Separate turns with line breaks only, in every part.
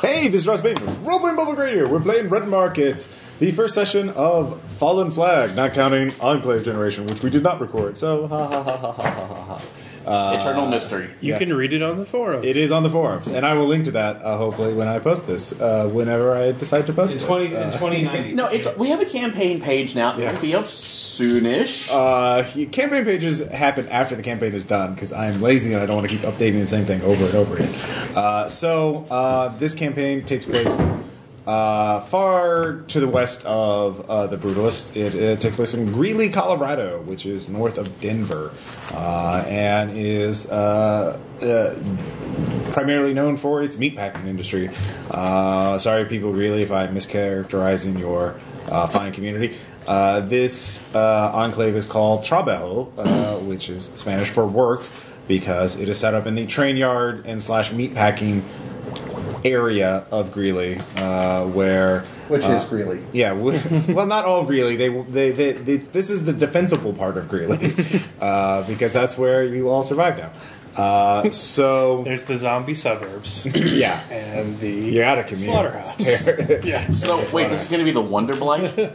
Hey, this is Ross Bateman. Role playing Public Radio. We're playing Red Markets, the first session of Fallen Flag, not counting Enclave Generation, which we did not record. So, ha ha ha ha ha ha ha ha. Uh,
Eternal mystery.
You
Yeah.
can read it on the forum.
It is on the forums, and I will link to that uh, hopefully when I post this, uh, whenever I decide to post
In
this.
20,
Uh,
in 2090.
No, it's we have a campaign page now.
Yeah.
It'll be up soonish.
Uh, your campaign pages happen after the campaign is done because I am lazy and I don't want to keep updating the same thing over and over again. Uh, so uh, this campaign takes place uh, far to the west of uh, the Brutalists. It, uh takes place in Greeley, Colorado, which is north of Denver, uh, and is. Uh, uh, primarily known for its meatpacking industry. Uh, sorry, people, really, if I'm mischaracterizing your uh, fine community. Uh, this uh, enclave is called Trabajo, uh, which is Spanish for work, because it is set up in the train yard and slash meatpacking area of Greeley, uh, where
Which
uh,
is Greeley.
yeah, we, well, not all of Greeley. They, they, they, they, this is the defensible part of Greeley, uh, because that's where you all survive now. Uh, so
There's the zombie suburbs
yeah,
and the
you're out of community.
slaughterhouse. yeah.
so wait, this is going to be the Wonder Blight.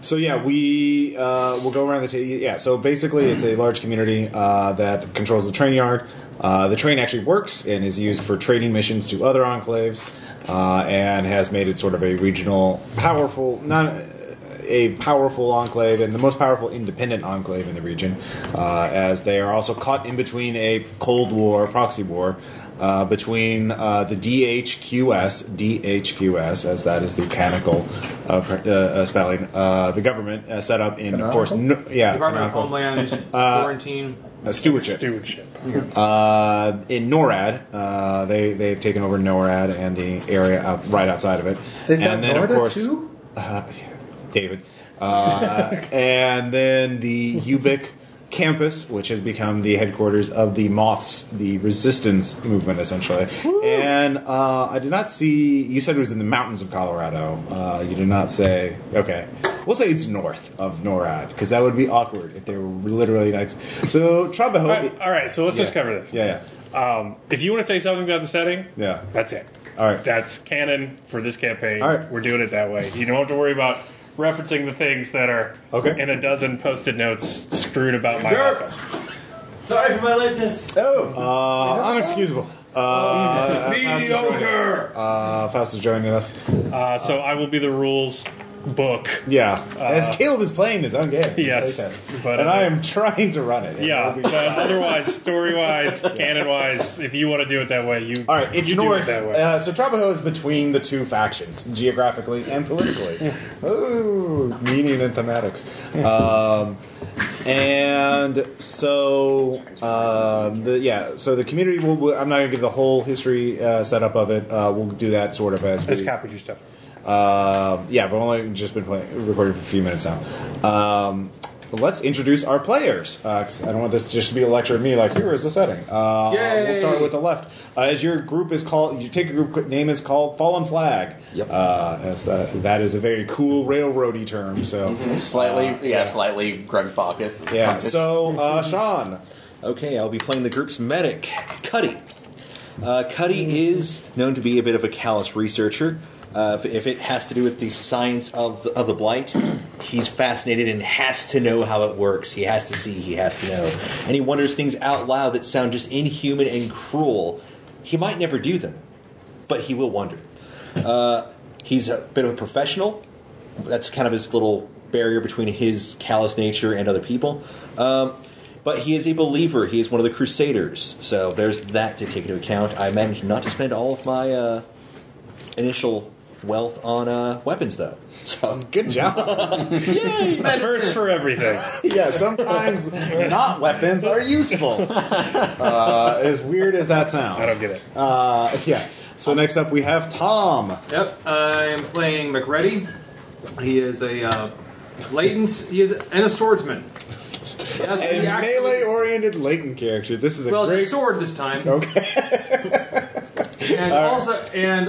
So yeah, we uh, will go around the ta- yeah. So basically, it's a large community uh, that controls the train yard. Uh, the train actually works and is used for trading missions to other enclaves, uh, and has made it sort of a regional, powerful, not a powerful enclave and the most powerful independent enclave in the region, uh, as they are also caught in between a Cold War proxy war. Uh, between uh, the DHQS, DHQS, as that is the canonical uh, pr- uh, uh, spelling, uh, the government uh, set up in, of course, no, yeah,
Department of
canonical,
Homeland Quarantine.
uh, stewardship.
Stewardship.
Uh, in NORAD, uh, they they've taken over NORAD and the area out, right outside of it.
They've got
and then
NORAD
of course,
too?
Uh, David, uh, and then the UBIC campus, which has become the headquarters of the Moths, the resistance movement, essentially. And uh, I did not see. You said it was in the mountains of Colorado. Uh, you did not say. Okay, we'll say it's north of NORAD because that would be awkward if they were literally next. So Trabajo.
All right, all right, so let's just cover this.
Yeah, yeah.
Um, if you want to say something about the setting,
Yeah.
that's it.
All right.
That's canon for this campaign.
All right.
We're doing it that way. You don't have to worry about referencing the things that are
Okay.
in a dozen post-it notes strewn about my
Jerk.
office.
Sorry for my lateness.
Uh, unexcusable. Uh, Mediocre. Uh, Faust is joining us.
Uh, so I will be the rules book.
Yeah, Uh, as Caleb is playing his own game.
Yes,
Playtest.
but,
and
uh,
I am trying to run it.
Yeah, Uh,
It'll
but
be-
otherwise, story-wise, canon-wise, if you want to do it that way, you
All right, it's
you
north.
do it that way.
Uh, so Trabajo is between the two factions, geographically and politically. oh, meaning and thematics. Um, and so, um, the, yeah, so the community. Will, will, I'm not going to give the whole history uh, setup of it. Uh, we'll do that sort of as
I just
we
copied your stuff.
Um, yeah, I've only just been playing, recording for a few minutes now. Um, but let's introduce our players because I don't want this just to be a lecture of me. Like, here is the setting. Uh,
Yay!
We'll start with the left. Uh, as your group is called, you take a group name is called Fallen Flag.
Yep.
Uh, as that, that is a very cool railroady term. So
Mm-hmm. slightly, Uh, yeah, slightly Greg Pocket.
yeah. So uh, Sean,
Okay, I'll be playing the group's medic, Cuddy. Uh, Cuddy is known to be a bit of a callous researcher. Uh, if it has to do with the science of the, of the blight, he's fascinated and has to know how it works. He has to see, he has to know. And he wonders things out loud that sound just inhuman and cruel. He might never do them, but he will wonder. Uh, He's a bit of a professional. That's kind of his little barrier between his callous nature and other people. Um, but he is a believer. He is one of the crusaders. So there's that to take into account. I managed not to spend all of my uh, initial wealth on uh, weapons, though. So
good job.
A First for everything.
yeah, sometimes not weapons are useful. Uh, as weird as that sounds,
I don't get it.
Uh, yeah. So next up we have Tom.
Yep, I am playing McReady. He is a uh, latent. He is and a swordsman. Yes,
A
he actually-
melee-oriented Leighton character. This is a
Well,
great.
it's a sword this time.
Okay.
And also, and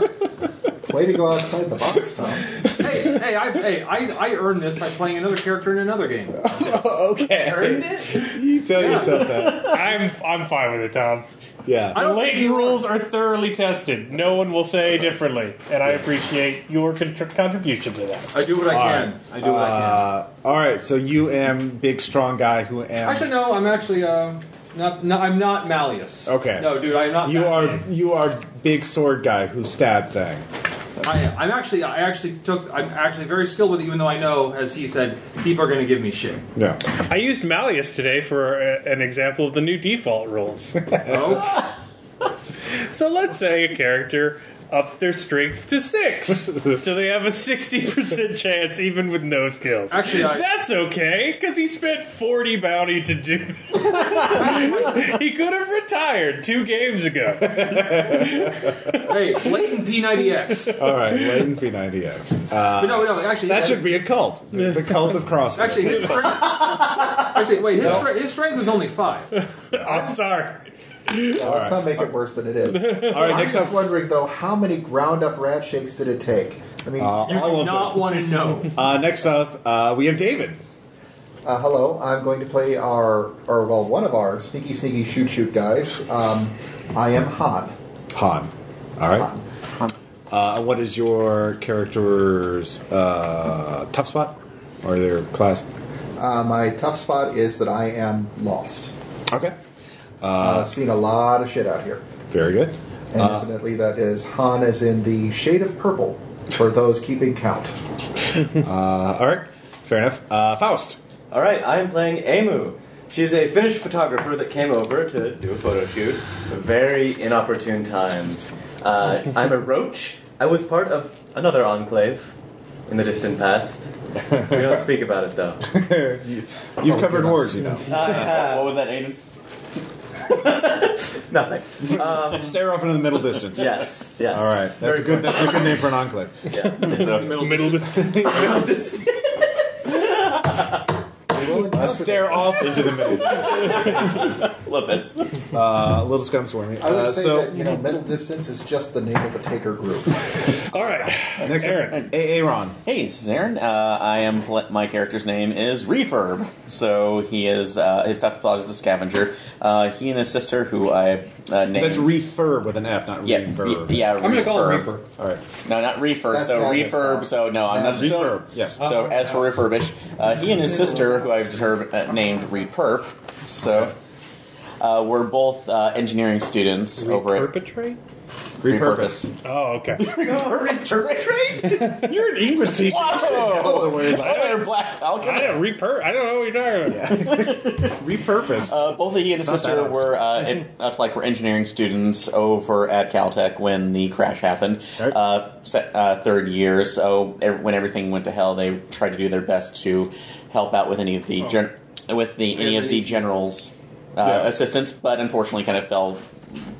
Way to go outside the box, Tom.
hey, hey, I, hey, I, I earned this by playing another character in another game.
okay. You tell yourself that.
I'm I'm fine with it, Tom.
I
Yeah.
don't
The
think
Leighton
you are.
rules are thoroughly tested. No one will say differently, and I appreciate your contr contribution to that.
I do what I can. I do what I
Uh, all right. So you am big strong guy who am.
can. Actually, no, I'm actually uh, not, no, I'm not Malleus.
Okay.
No, dude, I'm not.
You
that
are
man.
you are big sword guy who stabbed thing.
I am. I'm actually. I actually took. I'm actually very skilled with it, even though I know, as he said, people are going to give me shit.
Yeah.
I used Malleus today for a, an example of the new default rules.
Oh,
so let's say a character ups their strength to six, so they have a sixty percent chance, even with no skills.
actually, I.
That's okay, because he spent 40 bounty to do that. he could have retired two games ago.
hey, Leighton P90X.
All right. Leighton P90X. Uh,
But no, no, actually,
that should be a cult. The, the cult of CrossFit.
Actually, his strength. actually, wait, his, stre- his strength was only five.
I'm sorry.
Let's not make it worse than it is.
all right.
I'm
Next
just
up,
wondering though, how many ground up rat shakes did it take? I mean,
Uh,
You
all
do
of
not
them.
want to know.
Uh, next up, uh, we have David.
Uh, hello, I'm going to play our, or well, one of our sneaky, sneaky, shoot, shoot guys. Um, I am Han.
Han. All right.
Han.
Uh, what is your character's uh, tough spot or their class?
Uh, my tough spot is that I am lost.
Okay.
Uh, seen a lot of shit out here.
Very good.
And
uh,
incidentally, that is Han is in the shade of purple for those keeping count.
Uh, all right. Fair enough. Uh, Faust.
All right, I am playing Amu. She's a Finnish photographer that came over to do a photo shoot. A very inopportune time. Uh, I'm a roach. I was part of another enclave in the distant past. We don't speak about it though.
Oh,
You've covered wars, you know.
What was that, Aiden?
Nothing.
Stare off into the middle distance.
Yes. Yes.
All right. That's a good. That's a good name for an enclave.
Yeah.
Middle, middle distance.
Stare off into the middle.
Love this.
Uh, little scum swarming.
I would
Uh,
say
so
that you know, middle distance is just the name of a taker group.
All right.
next,
Aaron.
Up, Aaron.
Hey, this is Aaron. Uh, I am. pl- My character's name is Refurb. So he is. Uh, his tough plot is a scavenger. Uh, he and his sister, who I uh, named.
That's refurb with an F, not
yeah,
reverb.
y- yeah. I'm
gonna call him Reaper.
All right.
No, not refurb.
That's
so
bad,
refurb.
that's
So no, I'm not
That's
so-
Refurb. Yes.
So as for refurbish, uh, he and his sister, who I've determined, uh, named Repurp. So uh, we're both uh, engineering students over at
Perpetrate?
Repurpose.
Oh, okay.
Repurpose.
You're an English teacher.
Whoa!
Repurpose.
Another Black Falcon.
I don't, reper- I don't know what you're talking about.
Uh, both he and his
Not
sister
that
were, uh, it, that's like, were engineering students over at Caltech when the crash happened.
Right.
Uh, se- uh, third year, so ev- when everything went to hell, they tried to do their best to help out with any of the gen- with the any of the generals' uh,
Oh. Yeah.
assistance, but unfortunately, kind of fell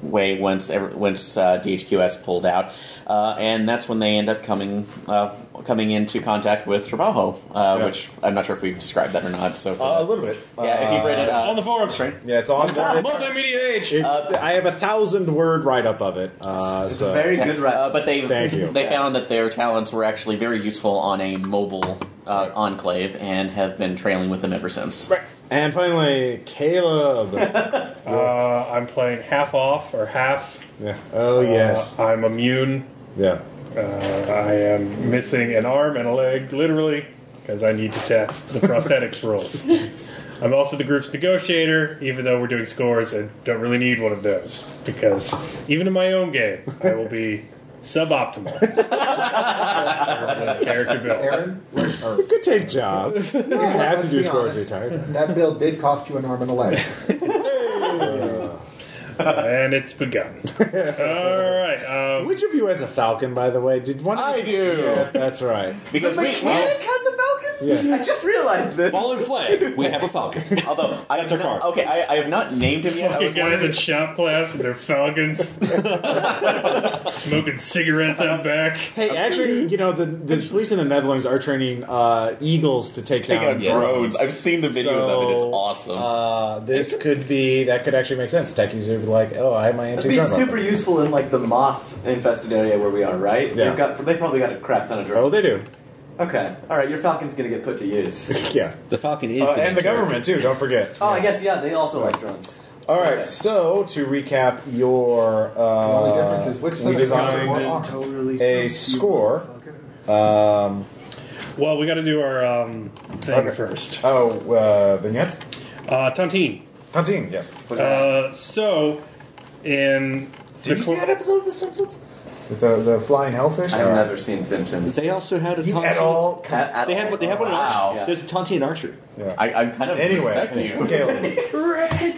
way once ev- once uh, DHQS pulled out, uh, and that's when they end up coming uh, coming into contact with Trabajo, uh,
Yeah.
which I'm not sure if we've described that or not. So
Uh, a little bit.
yeah, if you read it. Uh,
On the forums, right?
Yeah, it's on.
Multimedia Ah, age.
It's, I have a thousand word write up of it. Uh, so
Very good. Right.
Uh, but they
Thank you.
they found that their talents were actually very useful on a mobile uh, enclave and have been trailing with them ever since.
Right. And finally, Caleb.
Uh, I'm playing half off or half.
yeah. Oh
Uh,
yes.
I'm immune.
yeah.
Uh, I am missing an arm and a leg, literally, because I need to test the prosthetics rules. I'm also the group's negotiator, even though we're doing scores and don't really need one of those, because even in my own game, I will be suboptimal. character build.
Aaron, or-
Good take, job. you didn't have to
let's
do
be
scores
honest.
retired.
that bill did cost you an arm and a leg.
And it's begun. All right. Um,
Which of you has a falcon, by the way? Did one? of
I
you-
do.
Yeah, that's right.
Because we,
Mechanic has a falcon.
Yeah.
I just realized this.
Ball and flag. We have a falcon.
although I have
our
not-
car.
okay, I, I have not named him yet. I
Fucking
was
guys in
wondering,
shop class with their falcons, smoking cigarettes out back.
Hey, actually, you know the, the police in the Netherlands are training uh, eagles to take,
take
down
out drones. I've seen the videos of it. It's
So,
awesome.
Uh, this could be that could actually make sense. Techies would be like, "Oh, I have my
It'd
anti
be
drone."
super useful in like the moth infested area where we are, right?
Yeah.
They've got, they probably got a crap ton of drones.
Oh, they do.
Okay. All right. Your falcon's gonna get put to use.
Yeah.
The Falcon is
Uh,
gonna
and the
carry.
government too. Don't forget.
Oh, I guess yeah. They also like drones.
All right.
Okay.
So to recap, your
The only
uh,
difference is which
we
side of the arms are more
designed
armed.
a score. Um,
Well, we got to do our um, thing
Okay.
first.
oh, uh, vignettes.
Uh, Tontine.
Tontine, yes.
Uh, so, in
Did you
before-
see that episode of The Simpsons with the, the flying hellfish?
I've
Or-
never seen Simpsons.
They also had a
You
Tontine.
at all?
At- at
They had
all.
what they had one. in
Wow.
Archer. There's a Tontine Archer.
Yeah.
I, I'm kind of
anyway,
respecting you.
Caleb.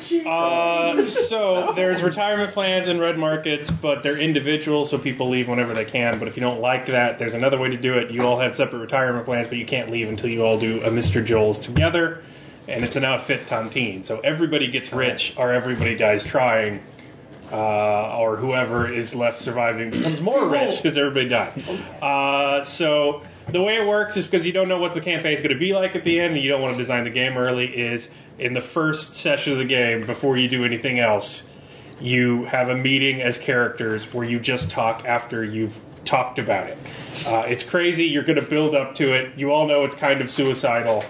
Uh, so there's retirement plans in red markets, but they're individual, so people leave whenever they can. But if you don't like that, there's another way to do it. You all have separate retirement plans, but you can't leave until you all do a Mr. Joel's together, and it's an outfit tontine. So everybody gets rich, or everybody dies trying, uh, or whoever is left surviving becomes more rich because everybody died. Uh, so the way it works is because you don't know what the campaign is going to be like at the end, and you don't want to design the game early. Is in the first session of the game before you do anything else, you have a meeting as characters where you just talk after you've talked about it. Uh, it's crazy. You're going to build up to it. You all know it's kind of suicidal,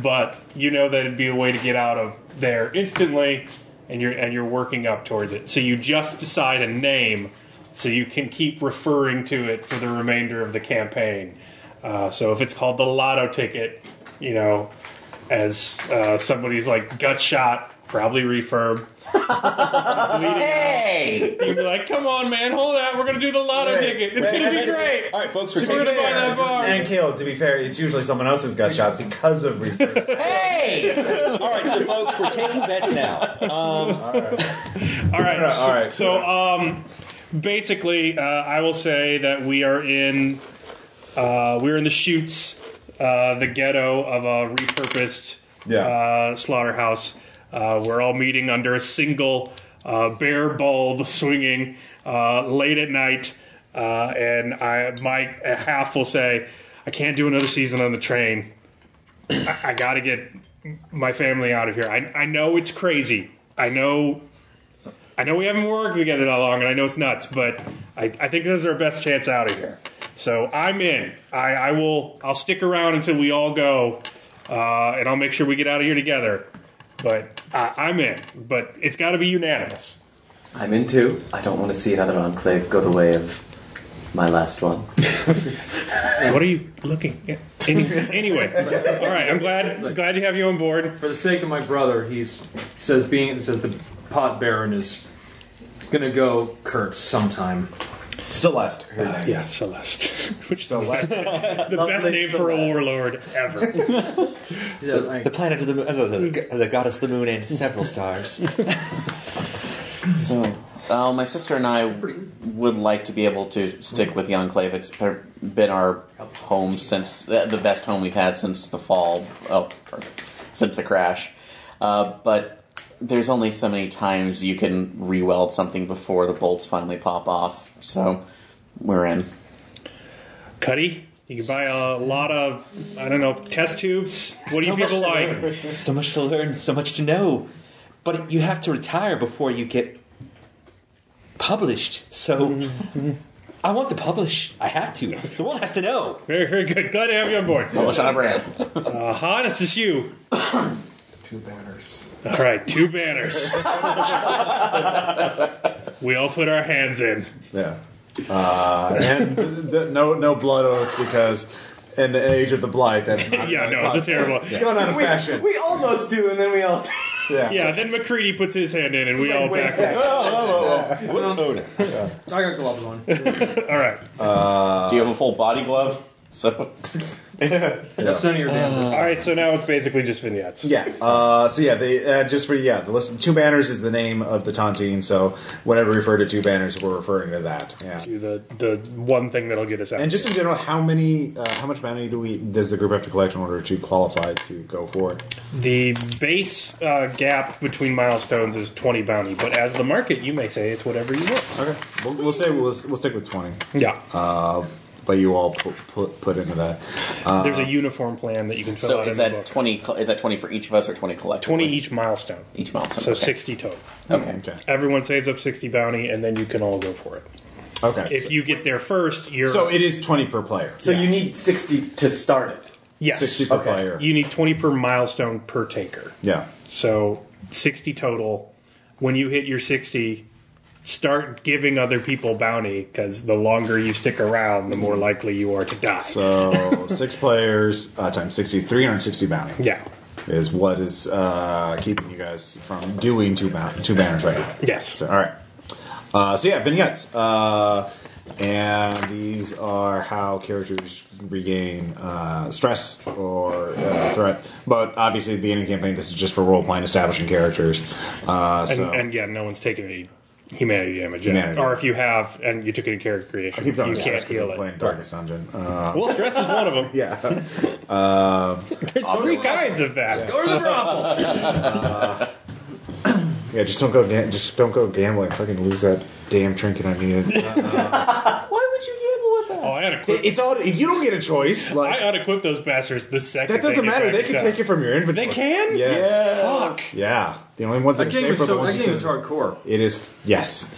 but you know that it'd be a way to get out of there instantly, and you're and you're working up towards it. So you just decide a name, so you can keep referring to it for the remainder of the campaign. Uh, so if it's called the Lotto Ticket, you know, as uh, somebody's like gut shot, probably refurb. Bleeding
Hey!
You'd be like, come on, man, hold out. We're going to do the lotto
Right,
ticket. It's
right.
going to be great.
All right, folks, we're
To be
taking
buy that bar.
fair, and Caleb, to be fair, it's usually someone else who's got shot because of reefers.
Hey!
All right, so folks, we're taking bets now. Um,
All right.
Right, all right.
So, um, basically, uh, I will say that we are in uh, we're in the shoots, uh, the ghetto of a repurposed
Yeah.
uh, slaughterhouse. Uh, we're all meeting under a single uh, bare bulb swinging uh, late at night, uh, and I my half will say, "I can't do another season on the train. I, I got to get my family out of here. I, I know it's crazy. I know I know we haven't worked together that long, and I know it's nuts, but I, I think this is our best chance out of here. So I'm in. I, I will. I'll stick around until we all go, uh, and I'll make sure we get out of here together. But I, I'm in. But it's got to be unanimous.
I'm in too. I don't want to see another enclave go the way of my last one.
What are you looking? at? Any, anyway, all right. I'm glad glad to have you on board.
For the sake of my brother, he's says being says the pot baron is gonna go Kurtz sometime.
Celeste. Her name.
Yes, Celeste,
Celeste.
the best
Lovely
name for a
Celeste.
warlord ever.
Yeah, like-
the planet of the moon, uh, the, the goddess of the moon, and several stars.
So, uh, my sister and I would like to be able to stick with the Enclave. It's per- been our home since the the best home we've had since the fall, oh, or since the crash. Uh, but there's only so many times you can re-weld something before the bolts finally pop off. So, we're in.
Cuddy, you can buy a lot of I don't know test tubes. What do you people like?
So much to learn, so much to know, but you have to retire before you get published. So
Mm-hmm.
I want to publish. I have to. The world has to know.
Very, very good. Glad to have you on board.
Well, it's on brand.
Uh, Han, it's just you.
Two banners.
All right, two banners. we all put our hands in.
Yeah. Uh, and th- th- no, no blood oaths because in the age of the blight, that's not
Yeah,
really
no, it's a
possible.
terrible.
It's going out of fashion.
We almost do, and then we all.
yeah.
Yeah, then McCready puts his hand in, and we all
Wait a
back.
second.
I got gloves on.
All right,
Do you have a full body glove? So,
That's none of
Uh,
your damn business.
all right. So now it's basically just vignettes.
Yeah. Uh, so yeah, they uh, just for yeah, the list, two banners is the name of the tontine. So whenever we refer to two banners, we're referring to that. Yeah.
Do the the one thing that'll get us out.
And just in general, how many, uh, how much bounty do we does the group have to collect in order to qualify to go for it?
the base uh, gap between milestones is twenty bounty, but as the market, you may say it's whatever you want.
Okay, we'll, we'll say we'll, we'll stick with twenty.
Yeah,
Uh, but you all put put, put into that.
there's a uniform plan that you can fill
so
out
is
in the book.
that twenty? col- Is that twenty for each of us, or twenty collectively?
twenty each milestone?
each milestone.
So
okay.
sixty total.
Okay.
Okay.
Everyone saves up 60 bounty, and then you can all go for it.
Okay.
If you get there first, you're
So it is twenty per player.
So you need 60 to start it.
yes.
sixty per
Okay.
player.
You need 20 per milestone per taker.
yeah.
So 60 total. When you hit your 60, start giving other people bounty because the longer you stick around, the more likely you are to die.
So six players uh, times 60, 360 bounty.
yeah.
Is what is uh, keeping you guys from doing two, bound- two banners right now.
Yes.
So, all right. Uh, so yeah, vignettes. Uh, and these are how characters regain uh, stress or uh, threat. But obviously, at the beginning of the campaign, this is just for role playing, establishing characters. Uh,
And,
so
and yeah, no one's taking any humanity damage. yet.
Humanity.
Or if you have and you took any character creation, you
keep talking about
can't
stress 'cause
heal
I'm playing
it.
Darkest Dungeon. Uh,
Well, stress is one of them.
yeah.
There's three kinds of that.
Go to the brothel.
Yeah, just don't go. Ga- just don't go gambling. Fucking lose that damn trinket I needed.
Why would you gamble with
Oh,
that?
I unequip,
It- It's all you don't get a choice.
I
Like
unequip those bastards the second.
that doesn't
they get
matter.
back
They
to
can
town.
take it from your inventory.
They can?
Yes.
Fuck.
Yeah. The only ones that,
That
are
game
safe
is
are the
so.
ones
That
you
game is
send.
hardcore.
It is yes.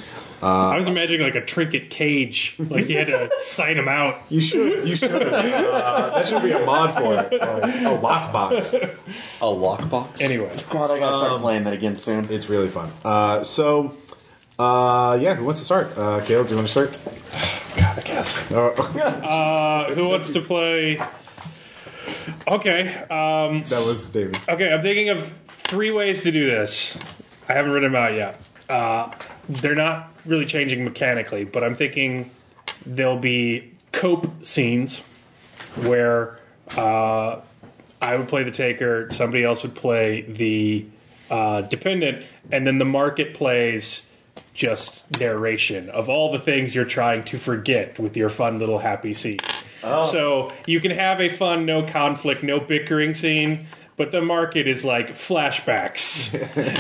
I was imagining like a trinket cage. Like you had to sign them out.
You should. You should. uh, that should be a mod for it. A lockbox.
A lockbox.
Anyway.
God, I gotta start playing that again soon.
It's really fun. Uh, so, uh, yeah. Who wants to start? Uh, Caleb, do you want to start?
God, I guess.
Uh,
Uh, who wants to play? Okay. Um,
that was David.
okay, I'm thinking of three ways to do this. I haven't written them out yet. Uh, they're not really changing mechanically, but I'm thinking there'll be cope scenes where uh, I would play the taker, somebody else would play the uh, dependent, and then the market plays just narration of all the things you're trying to forget with your fun little happy scene. So you can have a fun, no conflict, no bickering scene, but the market is like flashbacks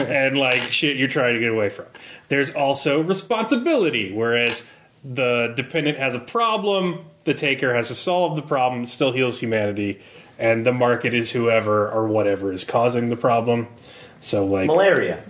and like shit you're trying to get away from. There's also responsibility, whereas the dependent has a problem, the taker has to solve the problem, still heals humanity, and the market is whoever or whatever is causing the problem. So like
Malaria.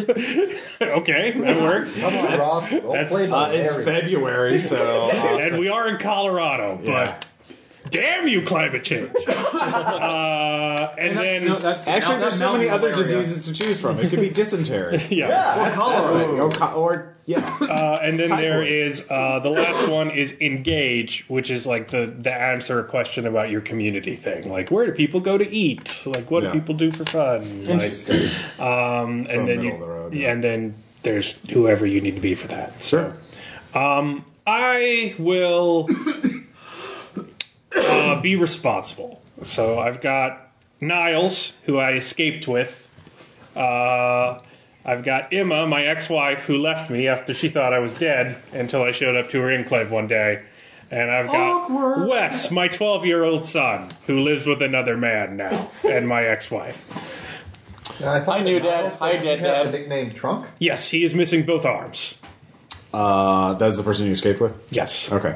okay, that works.
Come on, Ross. Don't
That's-
play
Oh,
Uh, it's
malaria.
February, so uh,
And we are in Colorado, but
Yeah.
damn you climate change. uh, and,
That's,
then
no, that's
actually,
that
there's so many
mountain
other
malaria.
diseases to choose from. It could be dysentery.
yeah.
Ah,
That's
Cholera.
right. Or co- or yeah.
Uh, and then there
Typhoid.
is uh, the last one is engage, which is like the, the answer a question about your community thing, like where do people go to eat, like what
Yeah.
do people do for fun, like,
Interesting.
um, and then
middle
you,
of the road,
yeah,
yeah.
and then there's whoever you need to be for that. So,
Sure.
um, I will uh, be responsible. So I've got Niles, who I escaped with. Uh, I've got Emma, my ex-wife, who left me after she thought I was dead until I showed up to her enclave one day. And I've got Wes, my 12-year-old son, who lives with another man now, and my ex-wife.
I, thought
Hi, new
that
dad.
Niles
Hi,
doesn't
dead
have
dad.
The nickname Trunk.
Yes, he is missing both arms.
Uh, that was the person you escaped with.
Yes.
Okay.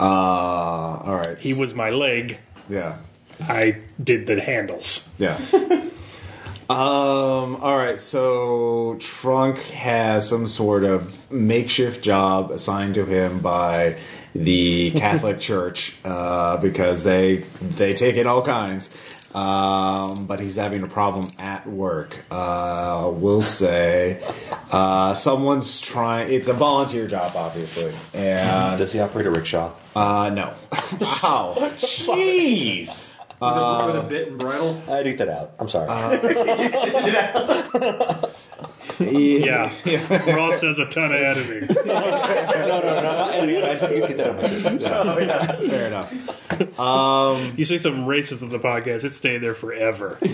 Uh, all right.
He was my leg.
yeah.
I did the handles.
Yeah. um. All right. So Trunk has some sort of makeshift job assigned to him by the Catholic Church uh, because they they take in all kinds. Um, but he's having a problem at work. Uh, we'll say uh, someone's trying. It's a volunteer job, obviously, and
Does he operate a rickshaw?
Uh, no. wow.
Jeez.
uh,
with, a, with a bit and bridle.
I'd eat that out. I'm sorry.
Yeah. Ross does a ton of editing.
no, no, no, not editing. I just think I get that out of my system.
Oh, Fair enough.
You say something racist on the podcast, it's staying there forever.
I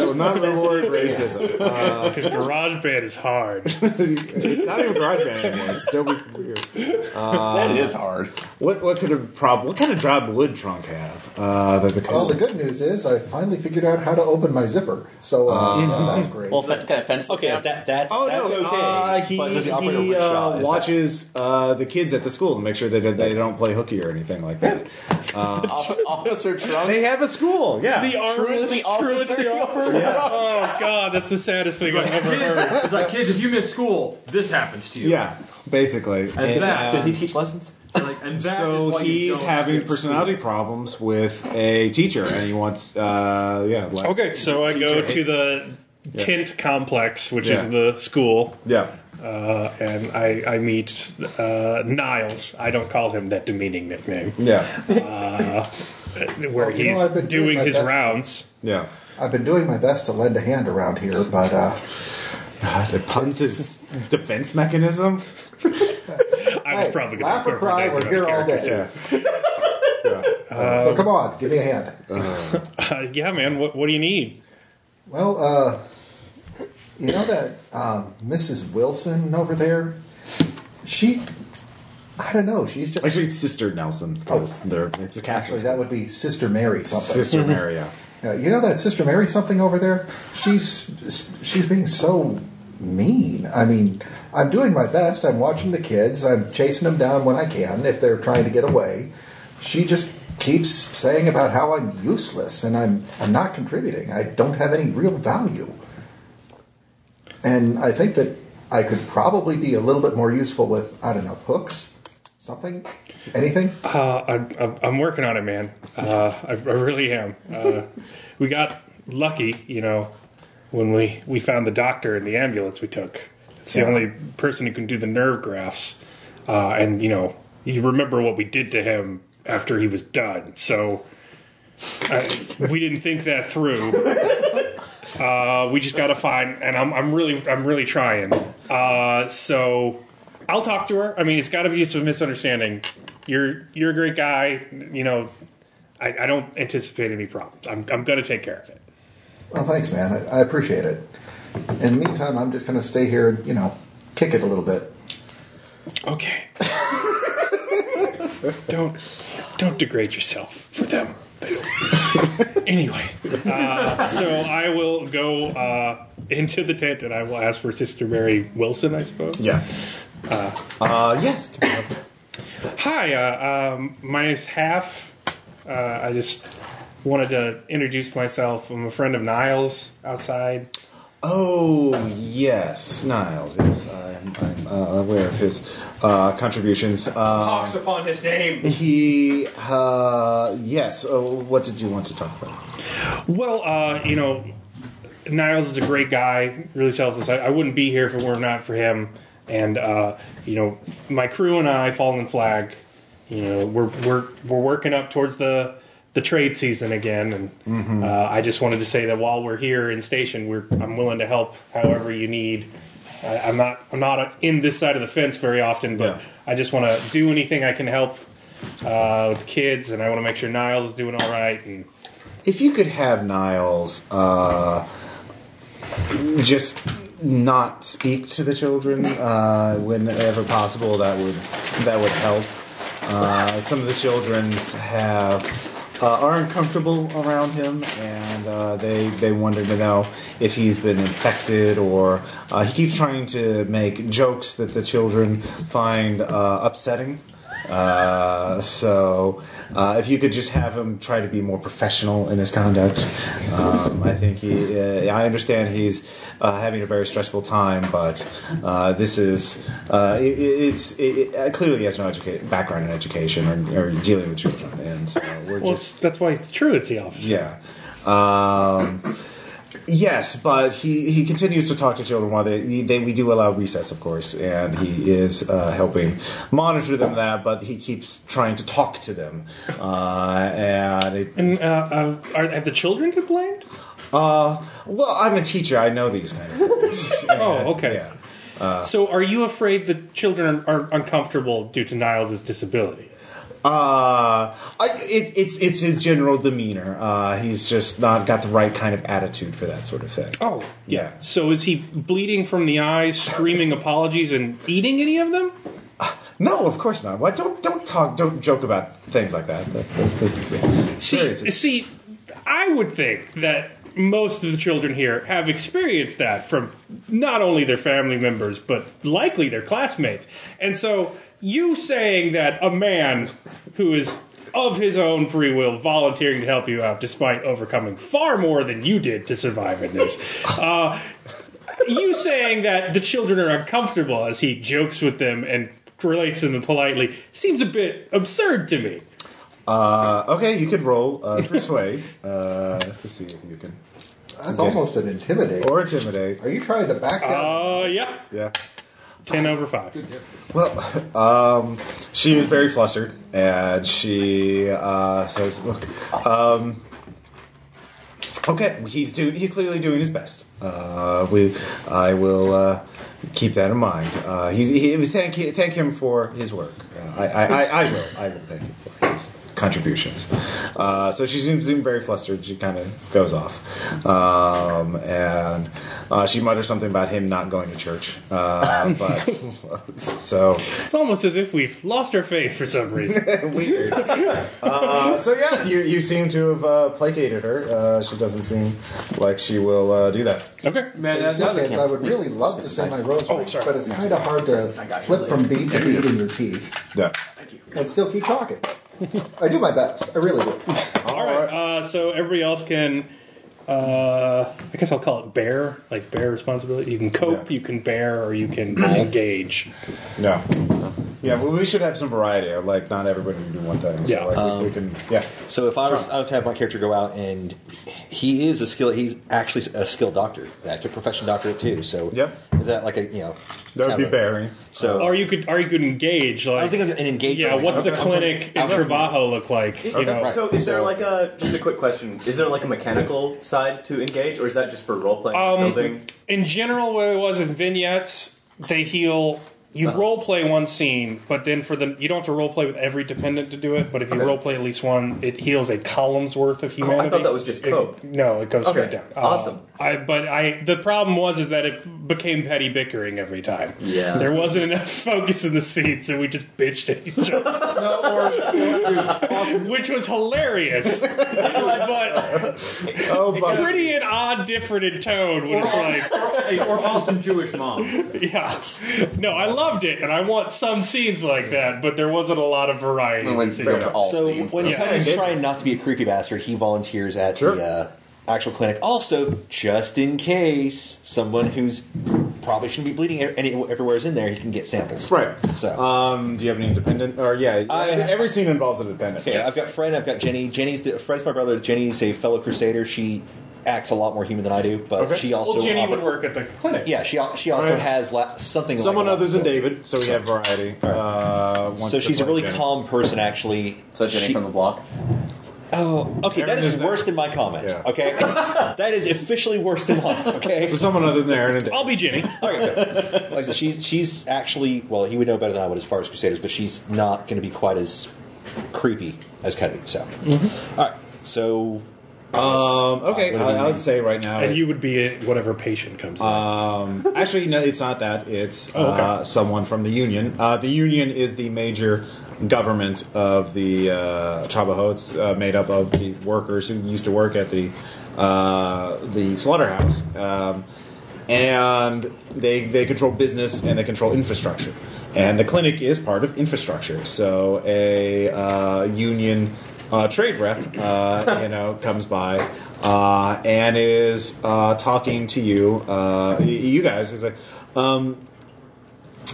will not reward racism. Uh,
Because GarageBand is hard.
it's not even GarageBand anymore. It's Adobe Premiere. Uh,
that is hard.
What what could a prob- What kind of job would Trunk have? Uh, that the
Well, the good news is I finally figured out how to open my zipper. So uh, uh, that's great.
Well, fe- kind of fence.
Okay, that, that's,
Oh
that's
no!
okay.
Uh, he
but does he operate a
he
rickshaw?
uh,
Is that-
watches uh, the kids at the school to make sure that they, they don't play hooky or anything like that.
Officer Trunk.
They have a school, yeah.
The arm
Truancy
truancy
officer.
officer. Oh god, that's the saddest thing I've ever heard.
It's like, kids, if you miss school, this happens to you.
yeah, basically.
And that-
um,
Does he teach lessons?
Like, and that is
so
why you
he's
don't
having
skip school.
personality problems with a teacher, and he wants, uh, yeah, like,
Okay, so I go to the Tint Complex, which
Yeah.
is the school,
yeah,
uh, and I, I meet uh, Niles. I don't call him that demeaning nickname,
yeah,
where
Oh, you know,
he's
I've been doing
doing
my
his
best to-
rounds.
yeah.
I've been doing my best to lend a hand around here, but uh,
God, it puns his defense mechanism.
I was
hey,
probably gonna
laugh or
incorporate
cry,
that
we're
in
here
my
all
character.
day. so come on, give me a hand.
Uh, yeah, man, what, what do you need?
Well, uh, you know that um, Mrs. Wilson over there? She, I don't know. She's just
Actually, it's Sister Nelson because they're it's a Catholic.
actually that would be Sister Mary something.
Sister Maria.
Uh, you know that Sister Mary something over there? She's she's being so mean. I mean, I'm doing my best. I'm watching the kids. I'm chasing them down when I can if they're trying to get away. She just keeps saying about how I'm useless and I'm I'm not contributing. I don't have any real value. And I think that I could probably be a little bit more useful with I don't know hooks, something, anything.
Uh, I'm, I'm, I'm working on it, man. Uh, I, I really am. Uh, we got lucky, you know, when we, we found the doctor and the ambulance we took. It's the
Yeah.
only person who can do the nerve grafts. Uh, and, you know, you remember what we did to him after he was done. So uh, we didn't think that through. Uh, we just got to find, and I'm, I'm really, I'm really trying. Uh, so I'll talk to her. I mean, it's got to be just a misunderstanding. You're, you're a great guy. You know, I, I don't anticipate any problems. I'm, I'm going to take care of it.
Well, thanks, man. I, I appreciate it. In the meantime, I'm just going to stay here and, you know, kick it a little bit.
Okay. don't, don't degrade yourself for them. They don't. anyway, uh, so I will go uh, into the tent and I will ask for Sister Mary Wilson, I suppose.
Yeah. Uh, yes.
Hi, uh, um, my name's Half. Uh, I just wanted to introduce myself. I'm a friend of Niles outside.
Oh yes, Niles. Yes, I'm, I'm uh, aware of his uh, contributions. Uh,
Talks upon his name.
he, uh, yes. Uh, what did you want to talk about?
Well, uh, you know, Niles is a great guy, really selfless. I, I wouldn't be here if it were not for him. And uh, you know, my crew and I, Fallen Flag, you know, we're we're we're working up towards the the trade season again. And uh, I just wanted to say that while we're here in station, we're I'm willing to help however you need. I, I'm not I'm not in this side of the fence very often, but
Yeah.
I just want to do anything I can help uh, with the kids, and I want to make sure Niles is doing all right. And
If you could have Niles uh, just not speak to the children uh, whenever possible, that would that would help. Uh, some of the children have uh, are uncomfortable around him, and uh, they they wonder to know if he's been infected or uh, he keeps trying to make jokes that the children find uh, upsetting. Uh, so, uh, if you could just have him try to be more professional in his conduct, um, I think he. Uh, I understand he's uh, having a very stressful time, but uh, this is uh, it, it- it's it, it, uh, clearly he has no educa- background in education or, or dealing with children, and so we're
Well,
just
it's, that's why it's true. It's the officer.
yeah. Um, yes, but he, he continues to talk to children while they, they we do allow recess, of course, and he is uh, helping monitor them that. But he keeps trying to talk to them, uh, and it,
And uh, uh, are, have the children complained?
uh, well, I'm a teacher. I know these kind of things.
Oh, okay.
Yeah.
so, are you afraid the children are, are uncomfortable due to Niles' disability?
Uh, I, it, it's it's his general demeanor. Uh, he's just not got the right kind of attitude for that sort of thing.
Oh,
yeah.
So, is he bleeding from the eyes, screaming apologies, and eating any of them?
No, of course not. Why don't don't talk don't joke about things like that. That- that- that-
See, see, I would think that most of the children here have experienced that from not only their family members, but likely their classmates. And so, you saying that a man who is of his own free will volunteering to help you out despite overcoming far more than you did to survive in this. Uh, you saying that the children are uncomfortable as he jokes with them and relates to them politely seems a bit absurd to me.
Uh, okay, you could roll uh, persuade uh, to see if you can Okay.
That's almost an intimidate.
or intimidate.
Are you trying to back
Uh,
down?
yeah,
Yeah.
10 over 5.
Well, um, she was very flustered, and she uh, says, "Look, um, okay, he's do he's clearly doing his best. Uh, we, I will uh, keep that in mind. Uh, he's, he thank thank him for his work. Uh, I, I, I, I will, I will thank him for his contributions. Uh, so she seems, seemed very flustered. She kind of goes off, um, and uh, she mutters something about him not going to church. Uh, but so.
It's almost as if we've lost our faith for some reason.
Weird. Uh, so yeah, you, you seem to have uh, placated her. Uh, she doesn't seem like she will uh, do that.
Okay.
Man,
There's
that's
no
another
kids. I would really love to say my rosaries, but it's kind of hard to flip from bead to bead in your teeth
Yeah.
and still keep talking. I do my best. I really do.
All right. Uh, so everybody else can. Uh, I guess I'll call it bear, like bear responsibility. You can cope,
Yeah.
you can bear, or you can engage.
Yeah. Yeah. Well, we should have some variety. Like not everybody can do one thing. So,
Yeah.
Like, we, we
Um,
can. Yeah.
So if I was, I would have my character go out and he is a skill. He's actually a skilled doctor. That's a profession doctorate too. So
Yep.
is that like a you know
That would
kind
be
of a-
bearing.
So
Or you could, or you could engage. Like
I was thinking of an engagement.
Yeah, what's
like,
the clinic in
Okay.
Trabajo look like? You know,
So, is there like a just a quick question? Is there like a mechanical side to engage, or is that just for role playing
Um,
building?
in general, what it was with vignettes, they heal. You role play one scene, but then for the you don't have to role play with every dependent to do it. But if you
Okay.
role play at least one, it heals a column's worth of humanity.
that was just
It-
cope.
no, it goes straight
Okay.
down.
Awesome.
I but I the problem was is that it became petty bickering every time.
Yeah.
there wasn't enough focus in the scene, so we just bitched at each other, which was hilarious. but
Oh, but
pretty and odd, different in tone. When it's like.
Hey, or awesome Jewish mom.
Yeah. No, I loved it, and I want some scenes like that, but there wasn't a lot of variety. in the
Went
scene.
through all
So
scenes,
when
so-
Cuddy's trying not to be a creepy bastard, he volunteers at
Sure.
the uh, actual clinic. Also, just in case someone who's probably shouldn't be bleeding any, everywhere is in there, he can get samples.
right.
So.
Um. Do you have any independent? Or yeah.
I-
every scene involves a dependent.
Okay, I've got Fred. I've got Jenny. Jenny's the, Fred's my brother. Jenny's a fellow Crusader. She acts a lot more human than I do, but
Okay.
she also
Well, Jenny would
oper-
work at the clinic.
Yeah, she al- she also
Right.
has la- something.
Someone
like a-
other than David, so we have variety. Uh, wants to
So she's a
play
really
Jenny.
calm person, actually.
So Jenny
She-
from the block.
oh, okay, that
Aaron
is
is there.
worse than my comment.
Yeah.
Okay, that is officially worse than mine. Okay,
So someone other than Aaron and David.
I'll be Jenny.
All right, good. Like I said, she's she's actually well, he would know better than I would as far as Crusaders, but she's not going to be quite as creepy as Cuddy. So,
Mm-hmm.
All right, so
Um, okay,
What do you
I, I
mean?
would say right now.
And you would be it, whatever patient comes in.
Um, actually, no, it's not that. It's uh,
okay.
someone from the union. Uh, the union is the major government of the uh, Trabajo. It's uh, made up of the workers who used to work at the uh, the slaughterhouse, um, and they they control business and they control infrastructure. And the clinic is part of infrastructure. So a uh, union uh, trade rep, uh, you know, comes by uh, and is uh, talking to you, uh, y- you guys. He's like, um,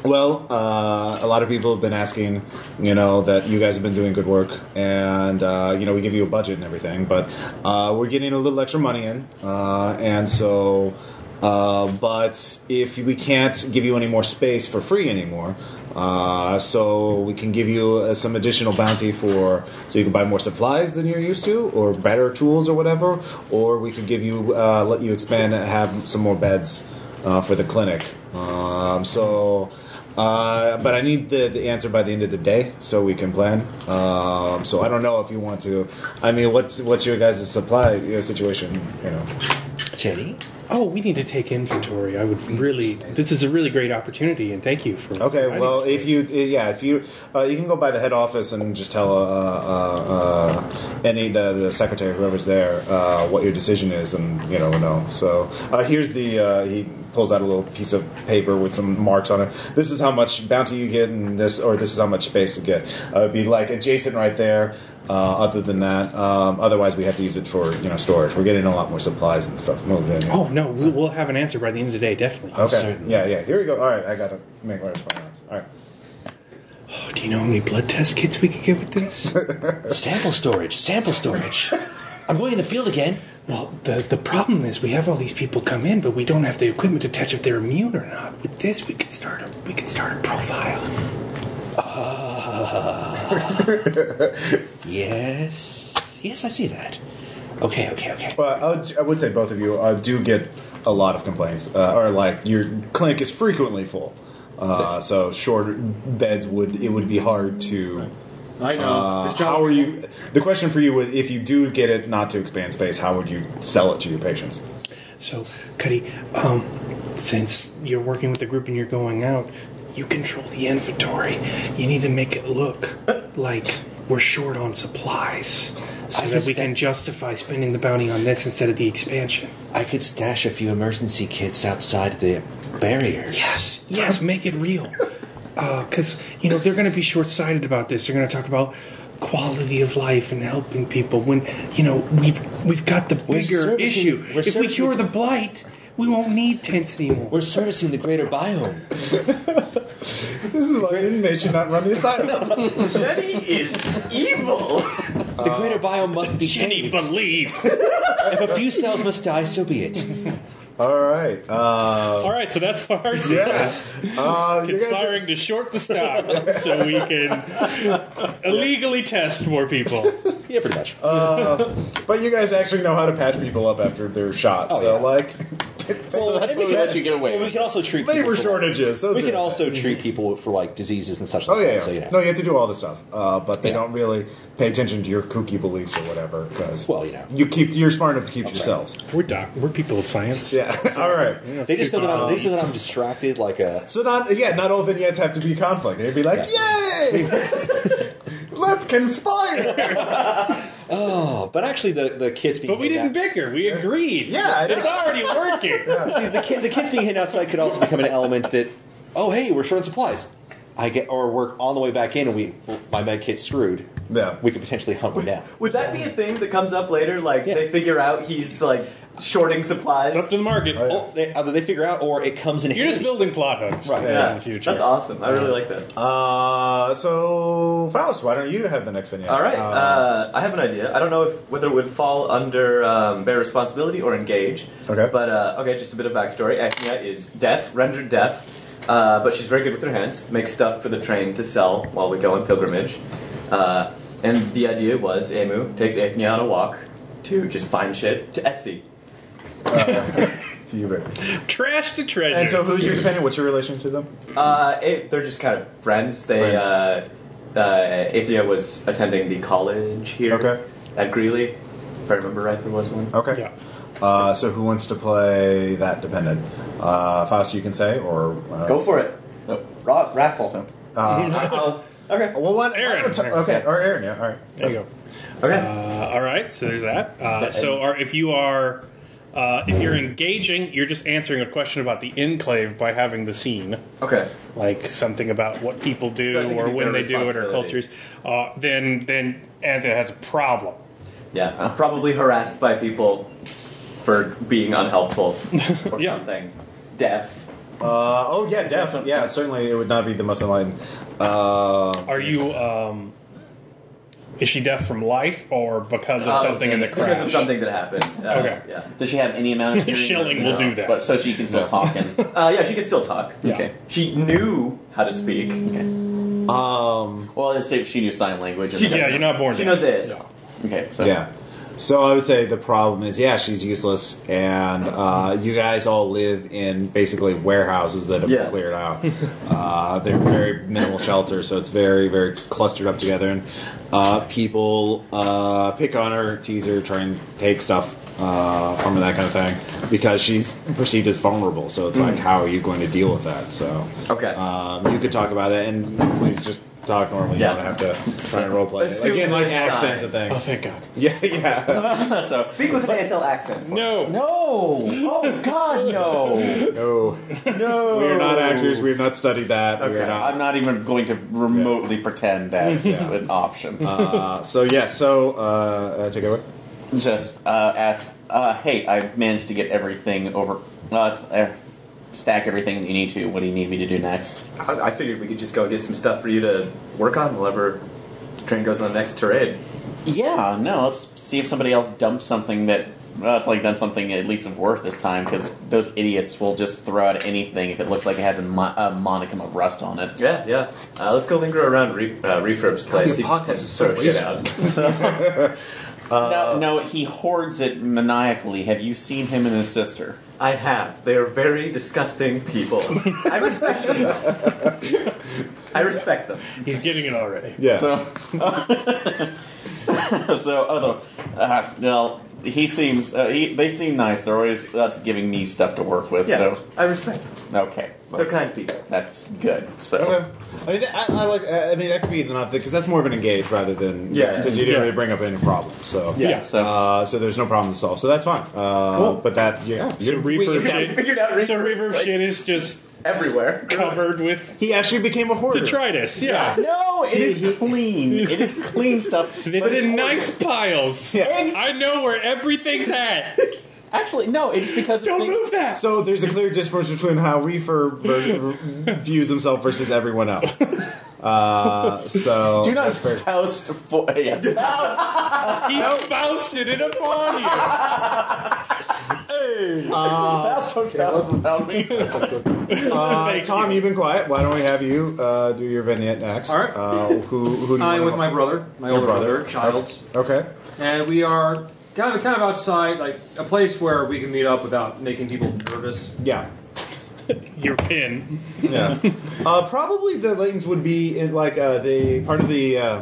well, uh, a lot of people have been asking, you know, that you guys have been doing good work, and uh, you know, we give you a budget and everything, but uh, we're getting a little extra money in, uh, and so. Uh, but if we can't give you any more space for free anymore, uh, so we can give you uh, some additional bounty for so you can buy more supplies than you're used to, or better tools or whatever, or we can give you uh, let you expand and have some more beds uh, for the clinic. Um, so, uh, but I need the, the answer by the end of the day so we can plan. Um, so I don't know if you want to. I mean, what's what's your guys' supply your situation? You know,
Jenny,
"Oh, we need to take inventory." I would really. This is a really great opportunity, and thank you for.
Okay,
providing
well,
it.
if you, eh, yeah, if you, uh, you can go by the head office and just tell uh, uh, uh, any the, the secretary, whoever's there, uh, what your decision is, and you know, no. So uh, here's the uh, he pulls out a little piece of paper with some marks on it. This is how much bounty you get, and this or this is how much space you get. Uh, it'd be like adjacent right there. Uh, other than that, um, otherwise we have to use it for you know storage. We're getting a lot more supplies and stuff moved in. Here.
Oh no, we'll, we'll have an answer by the end of the day, definitely.
okay.
Oh, Certainly.
Yeah, yeah. Here we go. All right, I gotta make my response. All right.
Oh, do you know how many blood test kits we could get with this?
Sample storage. Sample storage. I'm going in the field again.
well, the the problem is we have all these people come in, but we don't have the equipment to test if they're immune or not. With this, we could start a we could start a profile.
Yes. Yes, I see that. Okay, okay, okay.
Well, I would, I would say both of you uh, do get a lot of complaints, uh, or like your clinic is frequently full. Uh, so short beds would it would be hard to.
I know.
Uh, how are you? The question for you was if you do get it not to expand space, how would you sell it to your patients?
So, Cuddy, um, since you're working with the group and you're going out, you control the inventory. You need to make it look like we're short on supplies, so that
I
we
understand.
can justify spending the bounty on this instead of the expansion.
I could stash a few emergency kits outside the barriers.
Yes, yes, make it real. Because, you know, they're going to be short sighted about this. They're going to talk about quality of life and helping people when, you know, we've, we've got the bigger
servicing-
issue.
we're
If we
servicing-
cure the blight, we won't need tents anymore.
We're servicing the greater biome.
This is why inmates should not run the asylum.
Jenny is evil.
The greater biome must be
Jenny
saved.
believes.
If a few cells must die, so be it.
All right. Uh,
All right, so that's what ours
yes. Uh,
is.
you guys are-
Conspiring to short the stock so we can illegally test more people.
yeah, pretty much.
but you guys actually know how to patch people up after they're shot. so
yeah.
like
well,
That's what
and we
we
can-
let you get away
well, we
with.
can also treat people
labor
for-
shortages. Those
We
are
can
the
also treat people for like diseases and such.
Oh
like
yeah,
that, so,
yeah.
yeah.
No, you have to do all this stuff, uh, but they
Yeah.
don't really pay attention to your kooky beliefs or whatever. Because
Well, you know.
you keep you're smart enough to keep yourselves.
We're doc. We're people of science.
Yeah. all right.
They just know that I'm. They just know that I'm distracted. Like uh, a.
So not yeah, not all vignettes have to be conflict. They'd be like, yay, let's conspire.
Oh, but actually, the the kids being.
But we didn't
handed
bicker. We agreed.
Yeah, I
It's
know.
already working.
out- See, the, kid, the kids being hidden outside could also become an element that. Oh, hey, we're short on supplies. I get or work on the way back in, and we my med kit's screwed.
Yeah.
we could potentially hunt one down.
Would that be a thing that comes up later? Like
Yeah.
they figure out he's like shorting supplies.
It's up to the market.
Oh, they, either they figure out or it comes in.
You're just
handy.
building plot hooks
Right.
yeah, in the future.
That's awesome. I really like that.
Uh, so Faust, why don't you have the next vignette?
All right,
Uh,
uh, I have an idea. I don't know if whether it would fall under um, bear responsibility or engage.
Okay.
But uh, okay, just a bit of backstory. Acmea is deaf, rendered deaf, uh, but she's very good with her hands. Makes stuff for the train to sell while we go on pilgrimage. Uh, and the idea was Emu takes Acmea on a walk to just find shit to Etsy.
to you, Rick.
Trash to treasure.
And so, who's your dependent? What's your relation to them?
Uh, it, they're just kind of friends. They
Friends.
uh, uh, Acmea was attending the college here
Okay.
at Greeley, if I remember right. There was one.
Okay.
Yeah.
Uh, so who wants to play that dependent? Uh, Faust, you can say, or uh,
Go for it.
Nope.
Ra- raffle.
So-
Uh, okay.
Well, what?
Aaron.
Okay, or Aaron, yeah, all right.
There you go.
Okay.
Uh, all right, so there's that. Uh, so, are, if you are, uh, if you're engaging, you're just answering a question about the enclave by having the scene,
Okay.
like something about what people do
So I think
or
it'd be
when
their
they do it or cultures.
responsibilities.
Uh, then, then Anthony has a problem.
Yeah. Probably harassed by people for being unhelpful or
Yeah.
something. Deaf.
Uh, oh, yeah, deaf. Yeah, certainly it would not be the most enlightened. Uh,
Are you? Um, is she deaf from life or because of
Uh,
something in the crash?
Because of something that happened. Uh,
Okay.
Yeah.
Does she have any amount of hearing?
Schilling will do that.
But so she can still talk and
Uh, yeah. She can still talk.
okay.
She knew how to speak.
um,
Well, let's say if she knew sign language. and
She
that's-
Yeah, you're not born.
She
deaf.
knows this.
Okay, so
yeah. So I would say the problem is, yeah, she's useless, and uh, you guys all live in basically warehouses that have
Yeah.
been cleared out. Uh, they're very minimal shelter, so it's very, very clustered up together, and uh, people uh, pick on her, tease her, try and take stuff uh, from that kind of thing because she's perceived as vulnerable. So it's like, how are you going to deal with that? So
Mm. Okay.
um, you could talk about it and please just talk normally.
Yeah.
You don't have to try and roleplay it.
Assume
again, like
it's
accents
fine.
and things.
Oh, thank God.
Yeah, yeah.
So
Speak with an ASL accent.
No.
no. Oh God, no.
No,
No.
we are not actors. We have not studied that. We are
Okay.
not.
I'm not even going to remotely pretend that's an option.
Uh, so yeah, so uh, uh, take it away.
just uh, ask, uh, hey, I've managed to get everything over. Uh, t- uh, stack everything that you need to. What do you need me to do next?
I, I figured we could just go get some stuff for you to work on whenever train goes on the next parade.
Yeah, no, let's see if somebody else dumped something that. Well, it's like done something at least of worth this time because those idiots will just throw out anything if it looks like it has a, mo- a monicum of rust on it.
Yeah, yeah. Uh, let's go linger around re- uh, Refurb's place. He can
apocalypse is so
throw shit out.
no, no, he hoards it maniacally. Have you seen him and his sister?
I have. They are very disgusting people. I respect them. I respect them.
He's getting it already.
Yeah.
So, so although, uh, well, he seems uh, he, they seem nice. They're always that's giving me stuff to work with.
Yeah,
So
I respect them.
okay,
They're kind people.
that's good. So
Okay. I mean, I, I like. I mean, that could be enough because that's more of an engage rather than
Yeah.
Because you didn't
Yeah.
really bring up any problems, so
Yeah.
so
Uh, so there's no problem to solve. So that's fine. Uh,
Cool.
But that yeah.
So
you-
reverb
we-
shit.
figured out
so
reverb
reverb
place.
shit is just
Everywhere.
covered with
he actually became a hoarder.
detritus. Yeah.
no, it is clean. it is clean stuff.
It's in nice piles.
Yeah.
I know where everything's at.
Actually, no, it's because
Don't
things-
move that.
So there's a clear difference between how Reefer ver- views himself versus everyone else. Uh, so
Do not toast for. Yeah.
He fousted it upon you.
Faust don't toast without me.
Uh,
Thank
Tom,
you.
have been quiet. Why don't we have you uh, do your vignette next?
All right.
Uh, who who do you
I'm
wanna-
with my brother, my
Your
older
brother.
brother, Childs,
Okay.
and we are kind of kind of outside, like a place where we can meet up without making people nervous.
Yeah.
Your pin.
Yeah. uh, probably the Laytons would be in, like uh, the part of the uh,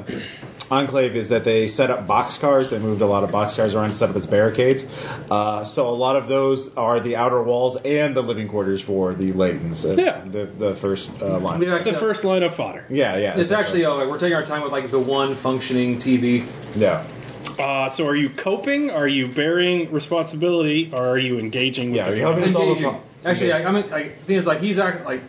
enclave is that they set up boxcars. They moved a lot of boxcars around to set up as barricades. Uh, so a lot of those are the outer walls and the living quarters for the Laytons. It's
Yeah.
The, the first uh, line.
We
Yeah.
have
The
actually-
first line of fodder.
Yeah.
It's
essentially.
actually uh, like, we're taking our time with like the one functioning TV.
Yeah.
Uh, so, are you coping? Are you bearing responsibility? Or are you engaging with
Yeah,
the
are you helping? It's all
Engaging.
about-
Actually, I, I mean, like, the thing is, like he's act, like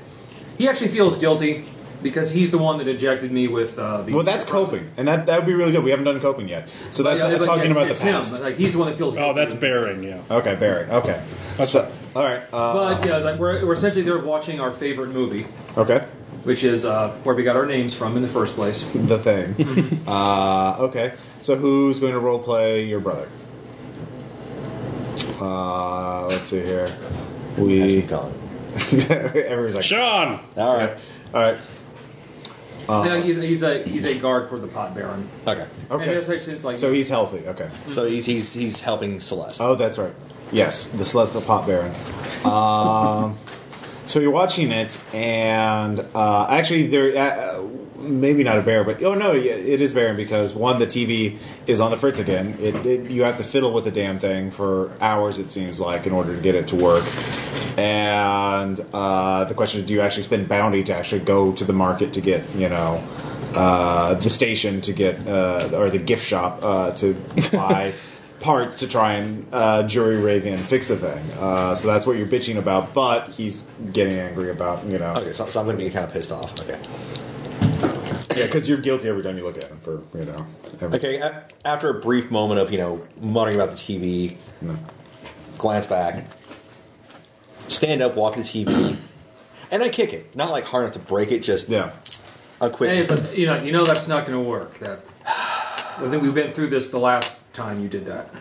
he actually feels guilty because he's the one that ejected me with uh, the.
Well, that's coping, and that that would be really good. We haven't done coping yet, so that's
Yeah,
not
but
talking
it's-
about the
it's him,
past.
but, like he's the one that feels.
Oh,
guilty.
that's bearing, yeah.
Okay, Barry. Okay. So, all right. Uh,
But yeah, it's like we're, we're essentially there watching our favorite movie,
okay.
which is uh, where we got our names from in the first place.
The thing. uh, okay. So who's going to role play your brother? Uh, let's see here. We. Everyone's like.
Sean!
All right.
All right.
Uh.
no, he's, he's a he's a guard for the Pot Baron.
Okay.
And it's
Okay.
actually it's like
So he's healthy. Okay.
So he's he's he's helping Celeste.
Oh, that's right. Yes, the Slut the Pot Baron. Um, so you're watching it, and uh, actually, there uh, maybe not a bear, but oh no, yeah, it is Baron because one, the TV is on the fritz again. It, it you have to fiddle with the damn thing for hours, it seems like, in order to get it to work. And uh, the question is, do you actually spend bounty to actually go to the market to get you know? Uh, the station to get, uh, or the gift shop uh, to buy parts to try and uh, jury rig and fix the thing. Uh, so that's what you're bitching about, but he's getting angry about, you know.
Okay, so, so I'm going to be kind of pissed off. Okay.
Yeah, because you're guilty every time you look at him for, you know. every-
Okay. A- after a brief moment of you know muttering about the TV,
No.
glance back, stand up, walk to the TV, and I kick it. Not like hard enough to break it, just
Yeah.
a
And
quick.
it's like, you know you know that's not going to work. That I think we've been through this the last time you did that.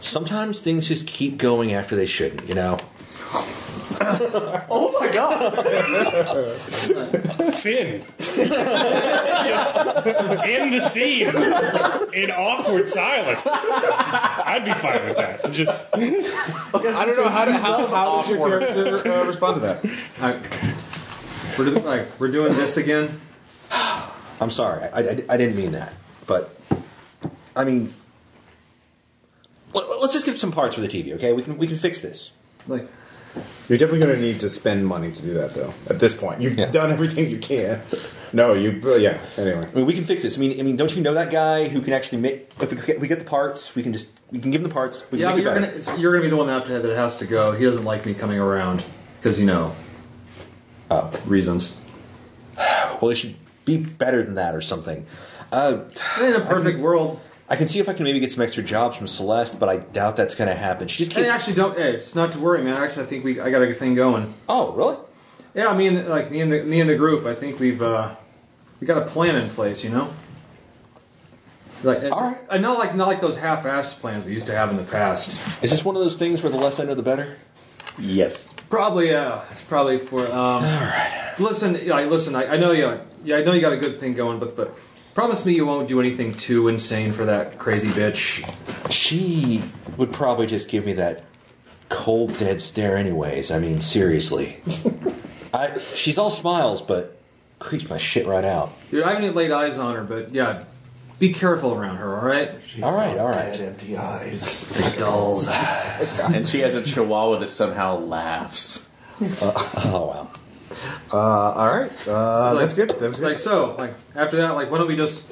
Sometimes things just keep going after they shouldn't. You know.
Oh my god!
Finn. Just in the scene. In awkward silence. I'd be fine with that. Just
I don't know. How, do, how, how does your character uh, respond to that?
I, we're, doing, like, we're doing this again.
I'm sorry. I, I, I didn't mean that. But, I mean, let- let's just get some parts for the TV, okay? We can we can fix this.
Like,
You're definitely going to need to spend money to do that, though. At this point, you've
Yeah.
done everything you can. No, you. Yeah. Anyway,
I mean, we can fix this. I mean, I mean, don't you know that guy who can actually make? If we get, we get the parts, we can just we can give him the parts. We
Yeah, but
can make it
you're
better.
gonna, it's- you're gonna be the one that, that has to go. He doesn't like me coming around because you know
Oh.
reasons.
Well, it should be better than that or something. Uh,
In a perfect world,
I can see if I can maybe get some extra jobs from Celeste, but I doubt that's going to happen. She just
hey,
keeps.
actually, don't. Hey, it's not to worry, man. Actually, I think we I got a good thing going.
oh, really?
Yeah, me and the, like me and the me and the group. I think we've uh, we got a plan in place. You know.
Like, it's,
All right.
I know, like not like those half-assed plans we used to have in the past.
Is this one of those things where the less I know, the better?
Yes.
Probably, yeah. It's probably for. Um, All right. Listen, like, listen. I, I know you. Yeah, I know you got a good thing going, but but promise me you won't do anything too insane for that crazy bitch.
She would probably just give me that cold, dead stare, anyways. I mean, seriously. I, she's all smiles, but creeps my shit right out.
Dude, I haven't laid eyes on her, but yeah, be careful around her. All right.
all right, all
Dead
right.
empty eyes.
Dolls.
and she has a chihuahua that somehow laughs.
Oh, wow.
uh, all right. Uh, that's good. That was good.
Like so. Like after that, like why don't we just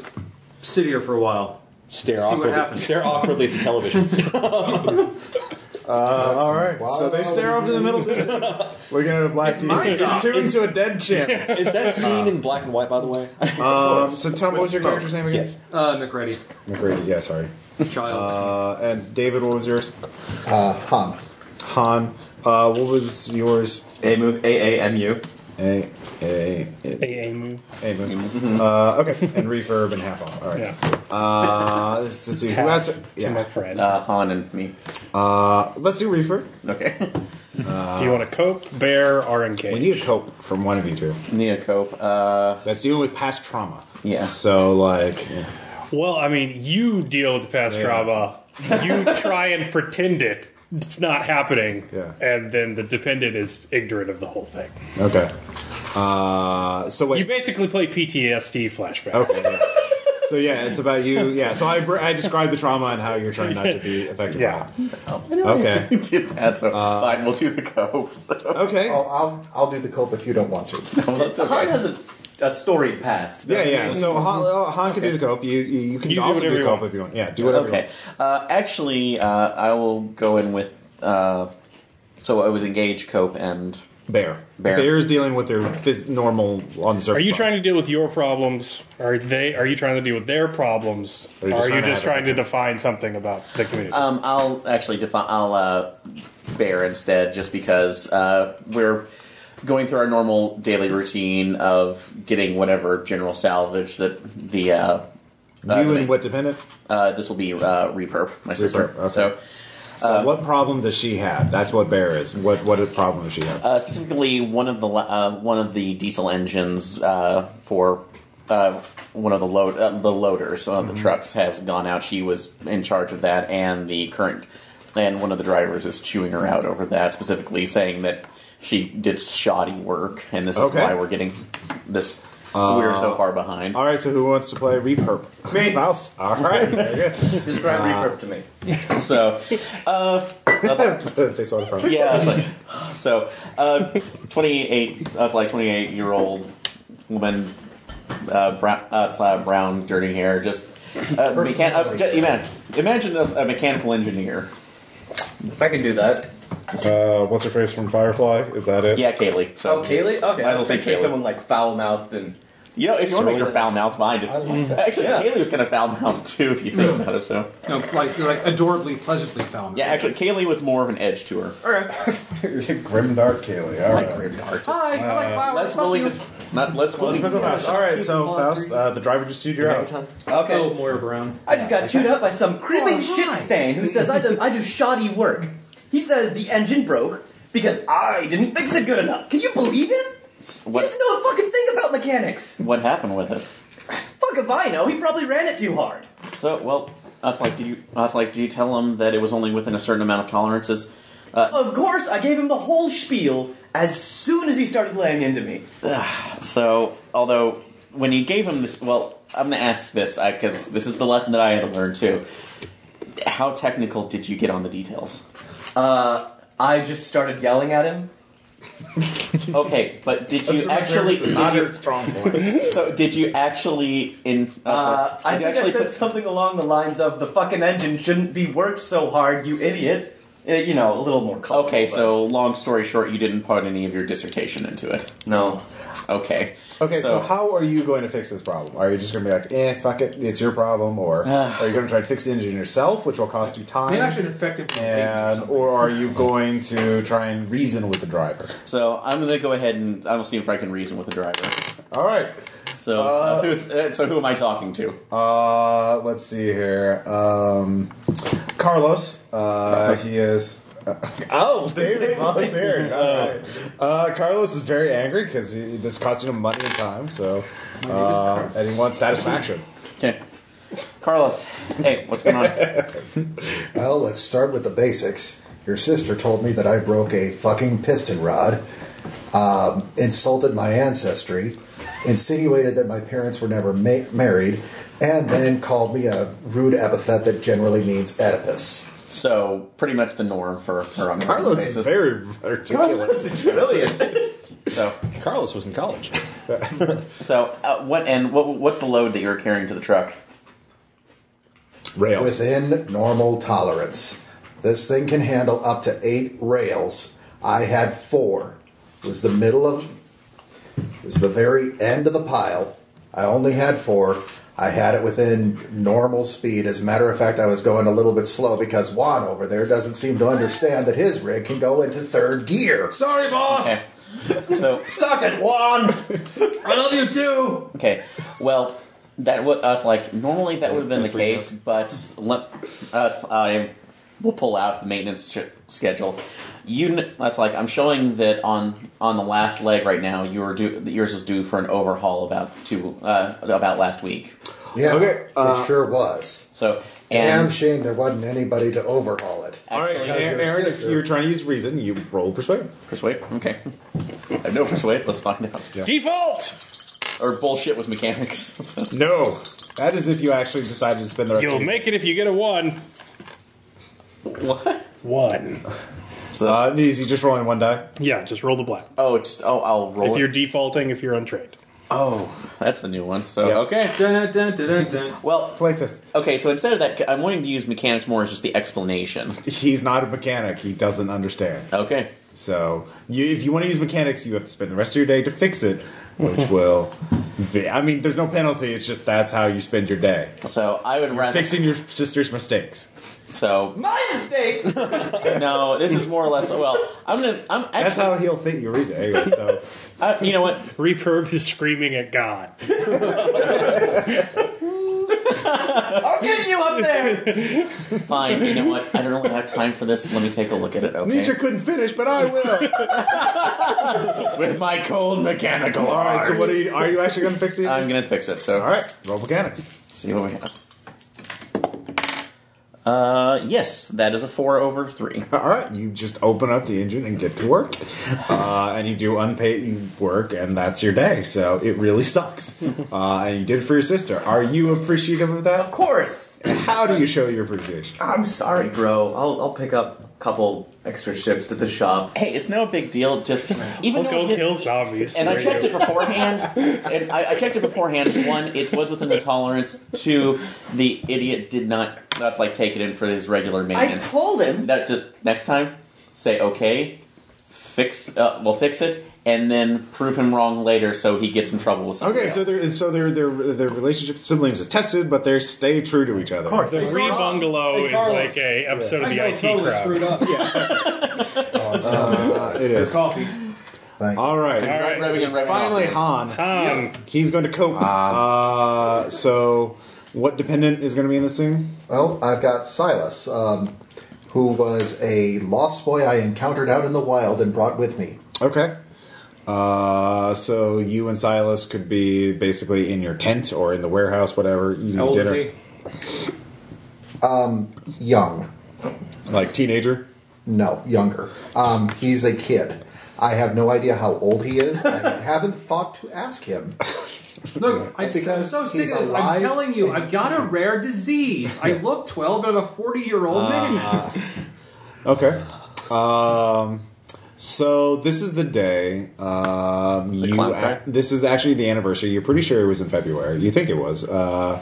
sit here for a while?
Stare
what
awkwardly.
happens.
Stare awkwardly at the television.
Uh, all right. So they stare off in the middle distance. We're gonna have live TV. Tuned to a dead channel.
Is that scene in black and white, by the way?
Um, so Tom, what was your character's name again?
yes.
Uh, McReady,
McGrady. Yeah, sorry.
child.
Uh, and David, what was yours?
Uh, Han.
Han. Uh, what was yours?
Amu, A A M U.
A A A.
Hey, Amu.
A-
Mm-hmm.
Uh, okay, and refurb and half off. All right.
Yeah.
Uh, let's, let's see. Who
Pass
has?
To my
Yeah.
friend.
Uh, Han and me.
Uh, let's do refurb.
Okay.
Do you want to cope, bear, or engage?
We need a cope from one of you two.
Need a cope. Uh,
That's dealing with past trauma.
Yeah.
So like,
Well, I mean, you deal with the past trauma. You try and pretend it. It's not happening.
Yeah.
And then the dependent is ignorant of the whole thing.
okay. Uh, so
You
wait.
basically play PTSD flashback.
Okay. yeah. So yeah, it's about you. Yeah. So I I describe the trauma and how you're trying not to be affected.
Yeah.
By it. Okay.
did that, so
Uh.
fine, we'll do the cope. So.
Okay.
I'll, I'll, I'll do the cope if you don't want to.
Well, that's
Han
okay.
has a, a storied past.
Yeah, yeah. So Han, uh, Han can do the cope. You you, you can
You do
also do,
whatever
the
you
cope
want.
if you want. Yeah, do whatever.
Okay. Uh, actually, uh, I will go in with. Uh, so I was engaged, cope, and
You want. Bear.
Bear.
Bear's dealing with their phys- normal on the surface.
Are you trying
problem.
to deal with your problems? Are they? Are you trying to deal with their problems?
Or are you
or
just
are you
trying to have
just trying to define something about the community?
um, I'll actually define. I'll uh, bear instead, just because uh, we're going through our normal daily routine of getting whatever general salvage that the. Uh, uh,
you
the
and
ma-
what dependent?
Uh, this will be uh, Reperb, my sister.
Reperb, okay.
So,
So Uh, what problem does she have? That's what Bear is. What what problem does she have?
uh, specifically, one of the la- uh, one of the diesel engines uh, for uh, one of the load uh, the loaders on the trucks has gone out. She was in charge of that, and the current and one of the drivers is chewing her out over that, specifically saying that she did shoddy work, and this is
Okay.
why we're getting this. we're so far behind.
All right. So who wants to play Reperb?
Me.
Mouse. All right. Very good.
Describe Reaper to me.
So,
Face water problem.
yeah. it's like- so, uh, twenty-eight, uh, like twenty-eight-year-old woman, uh, brown, uh, slab brown, dirty hair. Just uh, mechan- uh, ju- imagine, imagine us a mechanical engineer.
I can do that.
Uh, what's her face from Firefly? Is that it?
Yeah, Kaylee. So,
Oh, Kaylee? Okay,
I
I
don't
was
think
picturing
Kaylee.
someone like foul mouthed and.
You know, if you want to make her foul mouth, fine. Just
I like that. Hmm.
actually,
Yeah.
Kaylee was kind of foul mouthed too, if you think about it. So,
No, like like adorably, pleasantly found.
yeah, actually, Kaylee with more of an edge to her.
Grimdark Kaylee. All right.
Ah.
Hi, I
Uh,
like flowers.
Less
fuck
willing
you.
to, not less willing to.
All right. So Faust, uh, the driver just chewed you out.
Okay.
Oh, Moira Brown.
I just got chewed up by some cribbing
Oh, hi.
shit stain who says I do, I do shoddy work. He says the engine broke because I didn't fix it good enough. Can you believe him?
What-
He doesn't know a fucking thing about mechanics.
What happened with it?
Fuck if I know. He probably ran it too hard.
So, well, I was like, did you? I was like, did you tell him that it was only within a certain amount of tolerances?
Of course, I gave him the whole spiel as soon as he started laying into me.
So, although when you gave him this, well, I'm going to ask this because this is the lesson that I had to learn too. How technical did you get on the details?
Uh, I just started yelling at him.
Okay, but did you actually? Did you,
strong boy.
so did you actually in?
Uh, I
did you
think I
actually
said
put-
something along the lines of "the fucking engine shouldn't be worked so hard, you idiot." Uh, you know, a little more. colorful,
Okay,
but-
so long story short, you didn't put any of your dissertation into it.
no,
Okay.
Okay, so, how are you going to fix this problem? Are you just going to be like, eh, fuck it, it's your problem, or are you going to try to fix the engine yourself, which will cost you
I mean, I
time?
should effectively.
And or are you going to try and reason with the driver?
so I'm gonna go ahead and I'm gonna see if I can reason with the driver.
All right,
So uh, who's, uh, so who am I talking to?
uh, let's see here. Um, Carlos, uh, he is. oh, David's volunteering. All right. Uh, Carlos is very angry because this is costing him money and time. So, uh, and he wants satisfaction.
Okay. Carlos, hey, what's going on?
Well, let's start with the basics. Your sister told me that I broke a fucking piston rod, um, insulted my ancestry, insinuated that my parents were never ma- married, and then called me a rude epithet that generally means Oedipus.
so pretty much the norm for her on a regular
Carlos is
basis.
very articulate.
this is brilliant.
So
Carlos was in college.
so uh, what and what what's the load that you're carrying to the truck?
Rails.
Within normal tolerance. This thing can handle up to eight rails. I had four. It was the middle of it was the very end of the pile. I only had four. I had it within normal speed. As a matter of fact, I was going a little bit slow because Juan over there doesn't seem to understand that his rig can go into third gear.
Sorry, boss.
Okay. So
Suck it, Juan!
I love you too.
Okay. Well, that would us like normally that would have been the case, but let us. I will pull out the maintenance sh- schedule. You kn- that's like I'm showing that on on the last leg right now. You were due, that yours was due for an overhaul about two uh, about last week.
Yeah,
Okay, uh,
it sure was.
So
Damn
and
shame there wasn't anybody to overhaul it.
All right,
actually,
Because
Aaron,
your
Aaron, if
sister-
you're trying to use reason, you roll persuade.
persuade. Okay. I have no persuade. Let's find out.
Default!
Or bullshit with mechanics.
No, that is if you actually decided to spend the rest.
You'll
of your-
make it if you get a one.
what?
One.
So
Uh, these you just rolling one die.
Yeah, just roll the black.
oh, just oh, I'll roll.
If
it.
you're defaulting, if you're untrained.
oh, that's the new one. So
Yeah.
okay.
Dun, dun, dun, dun, dun.
Well,
Play test.
Okay, so instead of that, I'm wanting to use mechanics more as just the explanation.
He's not a mechanic. He doesn't understand.
Okay.
So, you, if you want to use mechanics, you have to spend the rest of your day to fix it, which will. Be, I mean, there's no penalty. It's just that's how you spend your day,
So I would rather.
fixing your sister's mistakes.
So
My mistakes.
no, this is more or less. Well, I'm gonna. I'm actually.
That's how he'll think you reason. Anyway, so
I- you know what?
Reperb is screaming at God.
I'll get you up there.
Fine. You know what? I don't really have time for this. Let me take a look at it. Okay.
Nietzsche couldn't finish, but I will.
With my cold mechanical
All right. So, what are you? Are you actually going to fix it?
I'm gonna fix it. So
All right. Roll mechanics.
see what we have. Uh, yes, that is a four over three.
All right, you just open up the engine and get to work, uh, and you do unpaid work, and that's your day. So it really sucks, uh, and you did it for your sister. Are you appreciative of
Of
that?
course.
How do you show your appreciation?
I'm sorry, bro. I'll I'll pick up a couple extra shifts at the shop.
Hey, it's no big deal. Just even
We'll
though
go
it-
kill zombies.
And I
for
checked
you.
it beforehand. and I, I checked it beforehand. One, it was within the tolerance. Two, the idiot did not. That's like take it in for his regular
I
maintenance.
told him.
that's just next time. Say okay, fix. Uh, we'll fix it, and then prove him wrong later, so he gets in trouble with something.
Okay, so their so their their their relationship with siblings is tested, but they stay true to each other. Of
course.
The Re Bungalow
Hey,
is
Carlos.
like a episode
I know
of the
totally
IT crowd.
screwed up. Yeah,
Uh, it is.
coffee.
Thank
All right.
All right.
Finally, Han.
Um,
He's going to cope. Uh, so, what dependent is going to be in this thing?
Well, I've got Silas, um, who was a lost boy I encountered out in the wild and brought with me.
Okay. Uh, so you and Silas could be basically in your tent or in the warehouse, whatever, eating
How old
dinner,
is he?
Young.
like teenager.
No, younger. Um, he's a kid. I have no idea how old he is. I haven't thought to ask him.
Look, I, I'm
Because
so sick
he's
of this. I'm
alive
telling you,
and-
I've got a rare disease. I look 12, but I'm a 40 year
Uh,
old man.
Okay. Um, so this is the day. Um, you
clown
ac-
crack?
this is actually the anniversary. You're pretty sure it was in February. You think it was uh,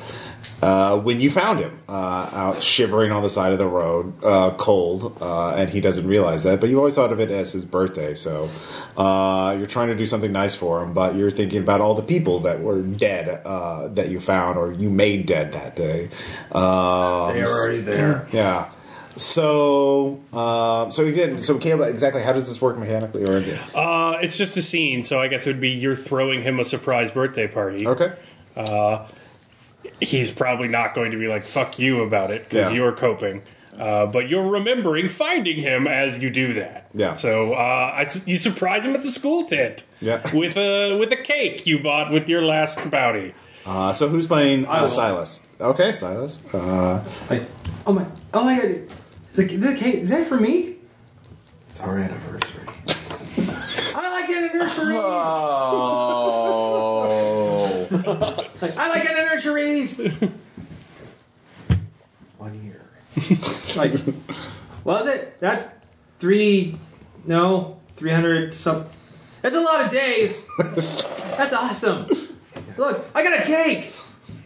uh, when you found him uh, out shivering on the side of the road, uh, cold, uh, and he doesn't realize that. But you always thought of it as his birthday. So uh, you're trying to do something nice for him, but you're thinking about all the people that were dead uh, that you found or you made dead that day. Um,
They are already there.
yeah. So, uh, so again, so Caleb, exactly how does this work mechanically? Or
Uh, it's just a scene, so I guess it would be you're throwing him a surprise birthday party.
okay,
He's probably not going to be like, fuck you about it, because
Yeah.
you're coping. Uh, but you're remembering finding him as you do that.
Yeah.
So uh, I su- you surprise him at the school tent.
Yeah.
With a with a cake you bought with your last bounty.
uh, so who's playing
I
uh,
will.
Silas? Okay, Silas. Uh,
I- oh my, oh my god. The, the cake, is that for me?
It's our anniversary.
I like anniversaries.
Oh.
I like anniversaries.
One year.
like, was it? That's three, no, 300 something. That's a lot of days. That's awesome. Look, I got a cake.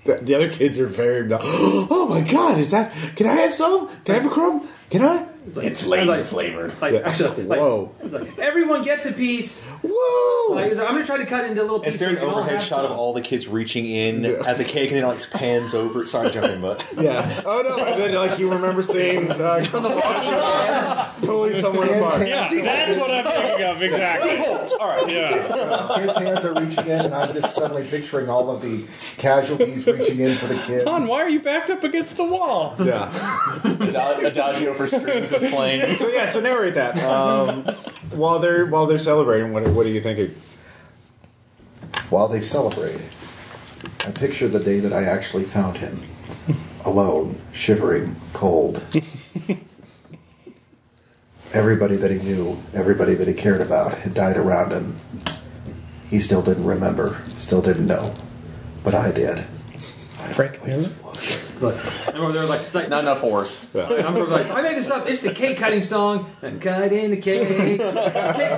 the, the other kids are very. Oh my God, is that? Can I have some? Can I have a crumb? Can I?
It's
I
lady
like-
flavored.
Like,
Yeah.
actually, like,
Whoa,
like, everyone gets a piece. Like,
whoa!
I'm gonna try to cut into little.
Is
pieces
there an
so we can all
overhead
have
shot of
some.
all the kids reaching in at the cake and then like pans over? Sorry, jumping, but
Yeah. Oh no! And then like you remember seeing uh, pulling someone
Kids'
apart.
Yeah,
hands,
that's what I'm thinking of, exactly.
all right.
Yeah.
kids' hands are reaching in, and I'm just suddenly picturing all of the casualties reaching in for the kid.
Hon, why are you backed up against the wall?
Yeah.
Adagio, adagio for strings is playing.
So yeah. So narrate that. Um, while they're while they're celebrating, what what are you thinking?
While they celebrate, I picture the day that I actually found him. Alone, shivering, cold. everybody that he knew, everybody that he cared about had died around him. He still didn't remember, still didn't know. But I did.
Frank Miller?
Look, I'm over there like, it's like
Not enough horse.
I'm over there like, I made this up. It's the cake cutting song. I'm cutting the cake, cake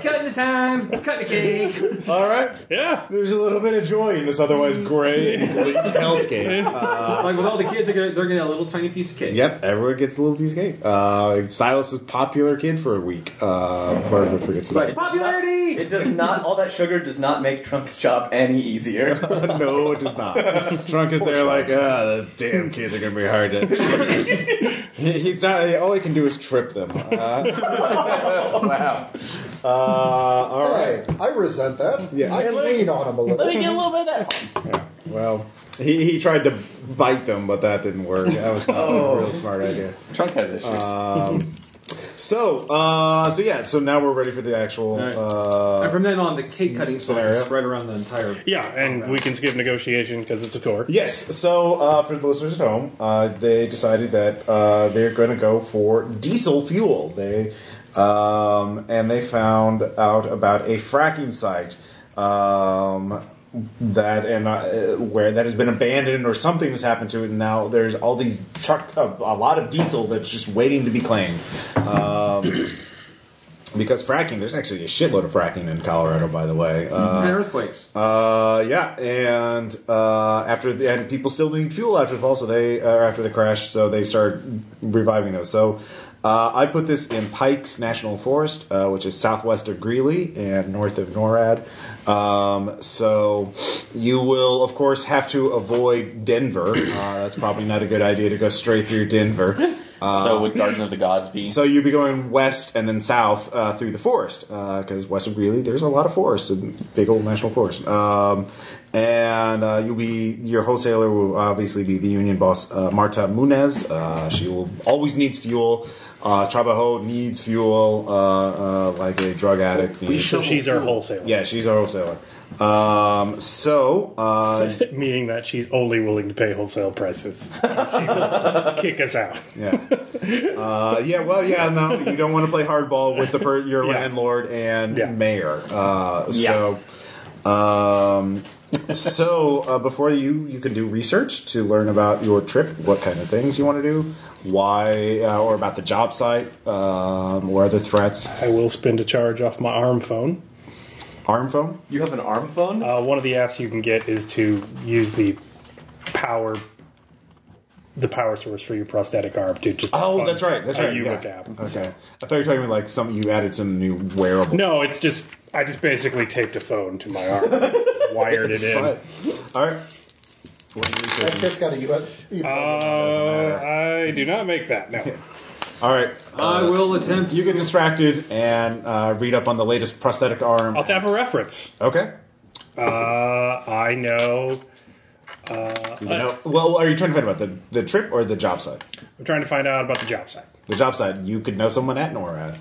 cutting the time, cutting the cake.
All right.
Yeah.
There's a little bit of joy in this otherwise gray and bleak hellscape. Uh,
Like with all the kids, they're gonna, they're gonna get a little tiny piece of cake.
yep, everyone gets a little piece of cake. Uh, Silas is popular kid for a week. Uh, before everyone forgets about
Like popularity.
It does not. All that sugar does not make Trunk's job any easier.
it. no, it does not. Drunk is there like, ah, those damn kids are gonna be hard to. He- He's not. All he can do is trip them. Uh,
Wow.
uh, all right.
Hey, I resent that.
Yeah.
I can lean on him a little.
Let me get a little bit of that.
Well, he, he tried to bite them, but that didn't work. That was not a real smart idea. Um,
Trunk has issues.
So, uh, so yeah. So now we're ready for the actual.
right.
Uh,
And from then on, the cake cutting song
Scenario.
is spread around the entire.
Yeah, and we can skip negotiation because it's a core.
Yes. So uh, for the listeners at home, uh, they decided that uh, they're going to go for diesel fuel. They um, and they found out about a fracking site um, that and uh, where that has been abandoned or something has happened to it. And now there's all these truck a, a lot of diesel that's just waiting to be claimed. Um, Because fracking, there's actually a shitload of fracking in Colorado, by the way. Uh,
and earthquakes.
uh, yeah, and uh, after the, and people still need fuel after the fall, so they uh, after the crash, so they start reviving those. So uh, I put this in Pikes National Forest, uh, which is southwest of Greeley and north of NORAD. Um, so you will, of course, have to avoid Denver. Uh, that's probably not a good idea to go straight through Denver.
so would Garden of the Gods be?
So you'd be going west and then south uh, through the forest because west of Greeley, there's a lot of forest, a big old national forest. Um, and uh, you'll be your wholesaler will obviously be the union boss uh, Marta Munez. Uh, she will always needs fuel. Uh, Trabajo needs fuel uh, uh, like a drug addict needs.
So she's our wholesaler.
yeah, she's our wholesaler. Um, so uh,
Meaning that she's only willing to pay wholesale prices. She will kick us out.
Yeah. Uh, yeah. Well. Yeah. No. You don't want to play hardball with the per- your
Yeah.
landlord and
Yeah.
mayor. Uh, so, um, so uh, before you you can do research to learn about your trip what kind of things you want to do why uh, or about the job site um, or other threats
I will spend a charge off my arm phone.
arm phone
You have an arm phone?
Uh, one of the apps you can get is to use the power, the power source for your prosthetic arm to just.
oh
on
that's right that's
a
right
You
yeah.
look app.
okay i thought you were talking about like some you added some new wearable
No, it's just I just basically taped a phone to my arm, wired it in.
Fine. all right What are you
That
researching?
shit's got a U- U-
Uh, I do not make that. No.
all right
I will attempt.
you get distracted and uh, read up on the latest prosthetic arm
I'll tap a reference.
okay
Uh, I know. Uh,
You know- well are you trying to find about the, the trip or the job site
I'm trying to find out about the job site.
the job site, you could know someone at NORAD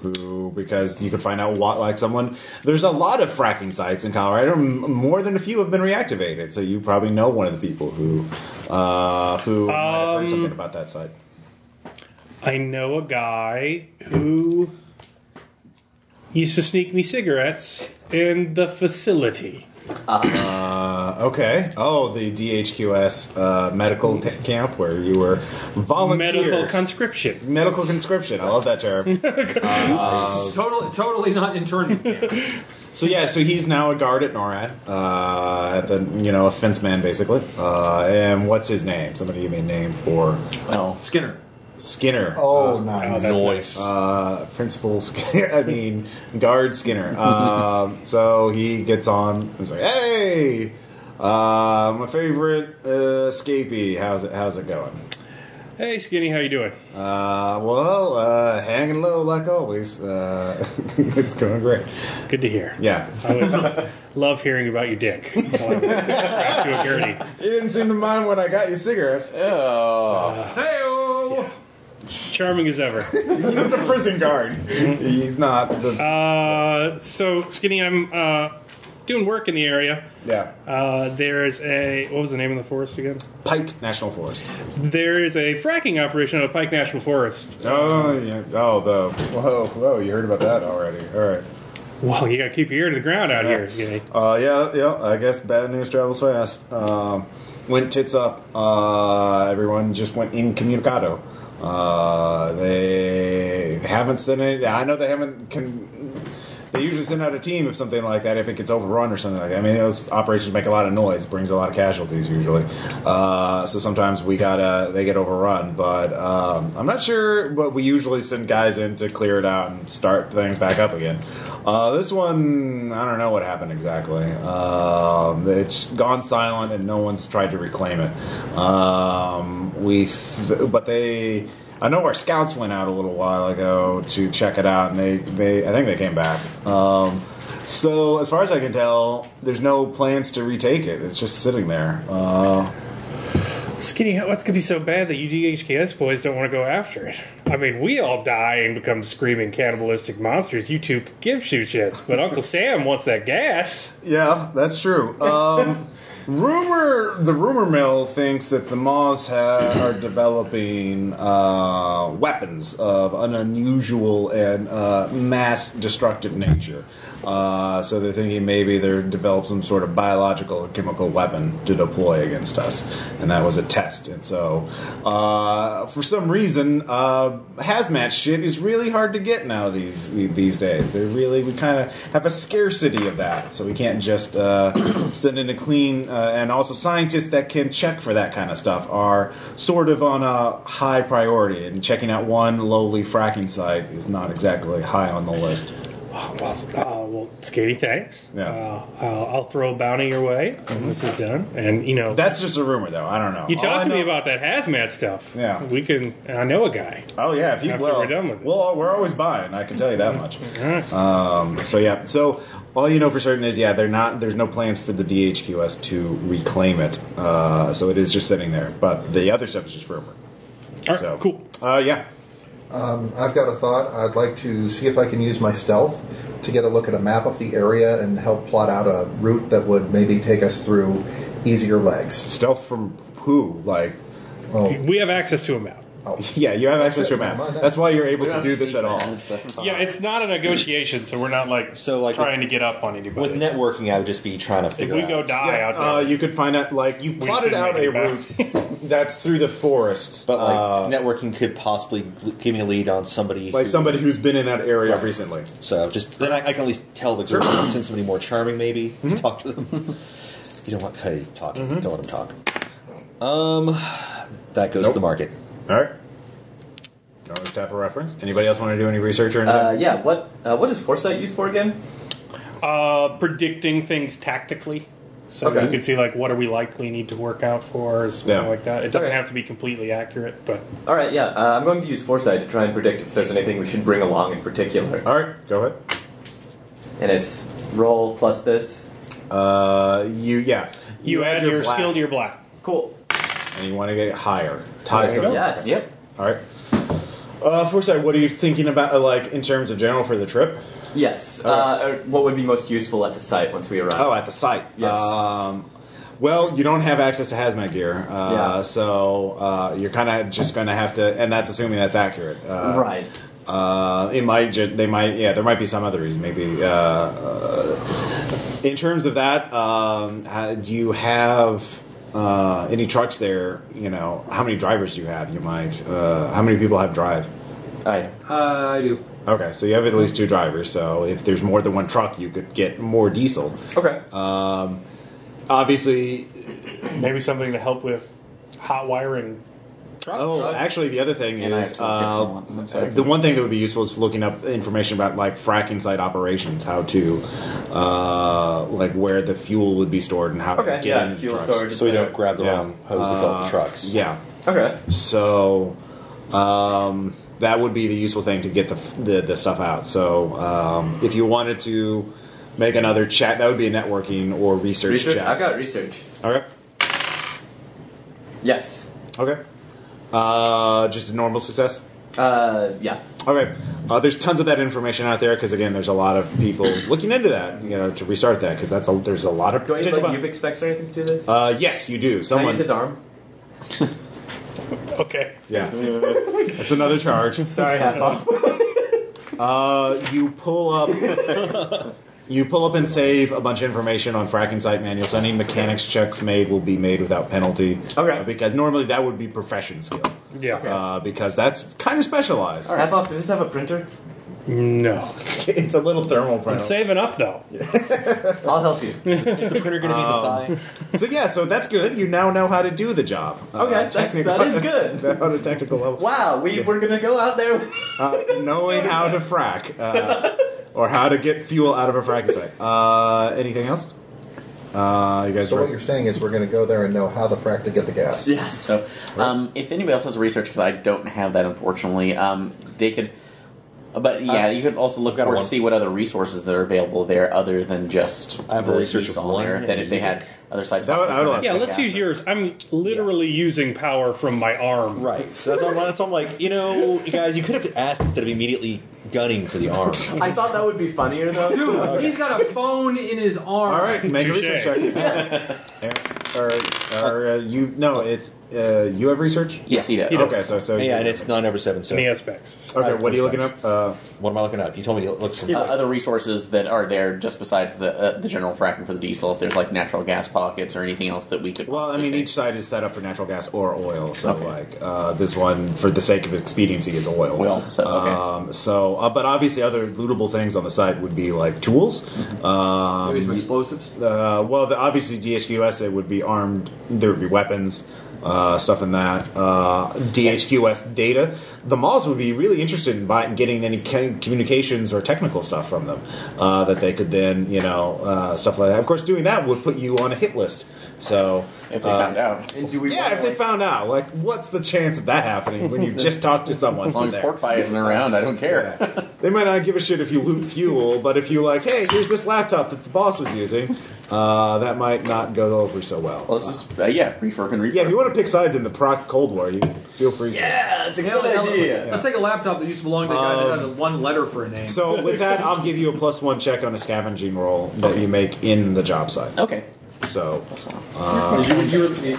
who, because you could find out what, like someone. There's a lot of fracking sites in Colorado. M- more than a few have been reactivated, so you probably know one of the people who, uh, who might
Um,
have heard something about that site.
I know a guy who used to sneak me cigarettes in the facility.
Uh, okay. Oh, the DHQS uh, medical t- camp where you were volunteer.
Medical conscription.
Medical conscription. I love that term. uh,
Totally, totally not internment. camp.
So yeah, so he's now a guard at NORAD, uh, at the you know a fence man basically. Uh, and what's his name? Somebody give me a name for
Well,
Skinner.
Skinner.
Oh,
Oh,
nice.
that's nice.
uh, principal Skinner, I mean, guard Skinner. Um, so he gets on. He's like, "Hey, uh, my favorite uh, escapee. How's it? How's it going?
Hey, skinny, how you doing?
Uh, well, uh, hanging low like always. Uh, it's going great.
Good to hear.
Yeah,
I always love hearing about your dick. Well, Scratch to a gurney.
you didn't seem to mind when I got you cigarettes.
oh,
Hey,
Charming as ever.
He's a prison guard. He's not the
Uh, so, Skinny, I'm uh, doing work in the area.
yeah
Uh, there's a. What was the name of the forest again?
Pike National Forest.
There is a fracking operation out of Pike National Forest.
Oh yeah. Oh the whoa whoa. You heard about that already? All right.
Well, you gotta keep your ear to the ground out here, Skinny.
Uh, yeah, yeah. I guess bad news travels fast. Um, went tits up. Uh, everyone just went incommunicado. Uh, they haven't sent any. I know they haven't. Can, they usually send out a team if something like that if it gets overrun or something like that. I mean, those operations make a lot of noise, brings a lot of casualties usually. Uh, so sometimes we gotta they get overrun, but um, I'm not sure. But we usually send guys in to clear it out and start things back up again. Uh, this one, I don't know what happened exactly. Um, it's gone silent and no one's tried to reclaim it. Um, we, th- but they. I know our scouts went out a little while ago to check it out, and they, they I think they came back. Um, so as far as I can tell, there's no plans to retake it. It's just sitting there. Uh,
Skinny, how- what's gonna be so bad that you DHKS boys don't want to go after it? I mean, we all die and become screaming cannibalistic monsters. You two could give two shits, but Uncle Sam wants that gas.
yeah, that's true. Um, rumor the rumor mill thinks that the Maws ha- are developing uh, weapons of an unusual and uh, mass destructive nature. Uh, so they're thinking maybe they're develop some sort of biological or chemical weapon to deploy against us, and that was a test. And so, uh, for some reason, uh, hazmat shit is really hard to get now these these days. They really we kind of have a scarcity of that, so we can't just uh, send in a clean. Uh, and also, scientists that can check for that kind of stuff are sort of on a high priority, and checking out one lowly fracking site is not exactly high on the list.
Oh, well, uh, well Skinny, thanks.
Yeah.
Uh, I'll, I'll throw a bounty your way when this is done. And, you know,
That's just a rumor, though. I don't know.
you
All
talked
I
to me
know-
about that hazmat stuff.
Yeah.
We can, and I know a guy.
Oh yeah, if you
After
well,
we're done with it. Mm-hmm.
well, we're always buying. I can tell you that much.
Alright.
Um, so yeah, so all you know for certain is yeah, they're not. There's no plans for the DHQS to reclaim it. Uh, so it is just sitting there. But the other stuff is just rumor.
All right,
so
cool.
Uh, yeah.
Um, I've got a thought. I'd like to see if I can use my stealth to get a look at a map of the area and help plot out a route that would maybe take us through easier legs.
Stealth from who? Like
Oh,
We have access to a map.
Oh.
Yeah, you have access to a
Never
map.
mind that.
That's why you're able to
have
do this at all.
Yeah, it's not a negotiation, so we're not like
So, like,
trying to get up on anybody.
With networking, I would just be trying to
if
figure
we go
out.
die
Yeah,
out there,
uh, you could find out like you plotted
should
out
make
a
it
route that's through the forests,
but like
uh,
networking could possibly gl- give me a lead on somebody.
like
who-
somebody who's been in that area
Right.
recently.
So just then, I, I can at least tell the group. Send somebody more charming, maybe
Mm-hmm.
to talk to them. you don't want Cuddy talking. Don't let him talk. Um, that goes to
Nope.
the market.
All right. Can always tap a reference. Anybody else want to do any research or anything?
Uh, yeah, what uh, what is foresight used for again?
uh, predicting things tactically. So
Okay.
you can see like what are we likely need to work out for, or something
Yeah.
like that. It doesn't
Okay.
have to be completely accurate, but
All right, yeah, uh, I'm going to use foresight to try and predict if there's anything we should bring along in particular.
All right, go ahead.
And it's roll plus this.
Uh, you yeah.
you, add, your,
black,
skill to your black.
Cool.
and you want to get it higher. Ties
There
goes
you
up.
Yes. Yep.
All right. Uh, Foresight, what are you thinking about, uh, like, in terms of general for the trip?
Yes. Uh, uh, what would be most useful at the site once we arrive?
Oh, at the site.
Yes.
Um, well, you don't have access to hazmat gear, uh,
Yeah.
so uh, you're kind of just going to have to, and that's assuming that's accurate. Uh,
right.
Uh, it might. Ju- they might. Yeah, there might be some other reason. Maybe. Uh, uh, in terms of that, um, how, do you have uh, any trucks there? You know, how many drivers do you have? You might. Uh, how many people have drive?
Oh, yeah.
Uh, I do.
Okay, so you have at least two drivers. So if there's more than one truck, you could get more diesel.
Okay.
Um, obviously.
Maybe something to help with hot wiring.
Oh, actually, the other thing
And I
is
have to look at
uh,
someone. I'm sorry.
the one thing that would be useful is looking up information about like fracking site operations, how to uh, like where the fuel would be stored and how
Okay,
to get
yeah,
into
fuel
trucks.
storage.
So we don't grab the
Yeah. Uh,
wrong hose to fill up the trucks.
Yeah,
Okay.
so um, that would be the useful thing to get the the, the stuff out. So um, if you wanted to make another chat, that would be a networking or research,
Research.
chat.
I've got research.
Okay.
Yes.
Okay. Uh, just a normal success.
Uh, yeah.
Okay. Uh, there's tons of that information out there because again, there's a lot of people looking into that. You know, to restart that because that's a, there's a lot of
Do I need
potential
like
bu-
Ubix specs or anything to do this?
Uh, yes, you do.
Can I
Someone.
use his arm?
Okay.
Yeah. that's another charge.
Sorry, half off.
Uh, you pull up. You pull up and save a bunch of information on fracking site manuals. So any mechanics checks made will be made without penalty.
Okay.
Uh, because normally that would be profession skill.
Yeah.
Uh, because that's kind of specialized.
Half off. Does this have a printer?
No.
It's a little thermal
I'm
printer.
saving up though.
I'll help you.
Is the printer going to
Um,
be the thigh?
So yeah, so that's good. You now know how to do the job. Uh,
Okay, that's-
technical-
that is good.
on a technical level.
Wow, we were gonna go out there. with-
Uh, knowing how to frack uh, or how to get fuel out of a fracking site. Uh, anything else? Uh, you guys.
So
were-
what you're saying is we're going to go there and know how the frack to get the gas.
yes.
So, um, if anybody else has research, because I don't have that, unfortunately, um, they could. But yeah, you could also look
got
for to
one.
see what other resources that are available there, other than just
I have a
the
research
diesel
of one,
there.
yeah,
Then if they
you
had
could-
other sites,
That would- I would like-
Yeah, let's use yours. I'm literally using power from my arm.
Right. So that's why I'm, that's why I'm like, you know, you guys, you could have asked instead of immediately gunning for the arm.
I thought that would be funnier though.
Dude, he's got a phone in his arm.
All right, make a
Touche.
research check. Yeah. Or, or uh, you? No, it's uh, you have research.
Yes, he does.
He does.
Okay, so so
yeah, and it's nine over seven. So
Any aspects?
okay. What are you looking up? Uh,
what am I looking up? You told me it looks.
Uh, other resources that are there just besides the uh, the general fracking for the diesel. If there's like natural gas pockets or anything else that we could.
well, I
possibly
mean,
take.
each side is set up for natural gas or oil. So
Okay.
like uh, this one, for the sake of expediency, is oil.
Oil, so, okay.
Um, so, uh, but obviously, other lootable things on the site would be like tools.
Mm-hmm.
Um,
Maybe some explosives.
uh, well, the, obviously, DHQS it would be armed. There would be weapons, uh, stuff in that. Uh, DHQS data. The malls would be really interested in buying, getting any ca- communications or technical stuff from them uh, that they could then, you know, uh, stuff like that. Of course, doing that would put you on a hit list. So,
if they
uh,
found out.
And do we
yeah,
want,
if they
like-
found out, like, what's the chance of that happening when you just talked to someone?
As
from
long as
there?
pork pie isn't around, I don't care.
They might not give a shit if you loot fuel, but if you like, hey, here's this laptop that the boss was using, uh, that might not go over so well.
Well, this is uh, yeah, refurb and refurb.
yeah, if you want to pick sides in the proc Cold War, you feel free. To.
Yeah, it's a
Yeah,
good
like,
idea.
Let's take a laptop that used to belong to the guy that had one letter for a name.
Um, So with that, I'll give you a plus one check on a scavenging roll that you make in the job site.
Okay.
So, uh,
That's fine.
You- you were- you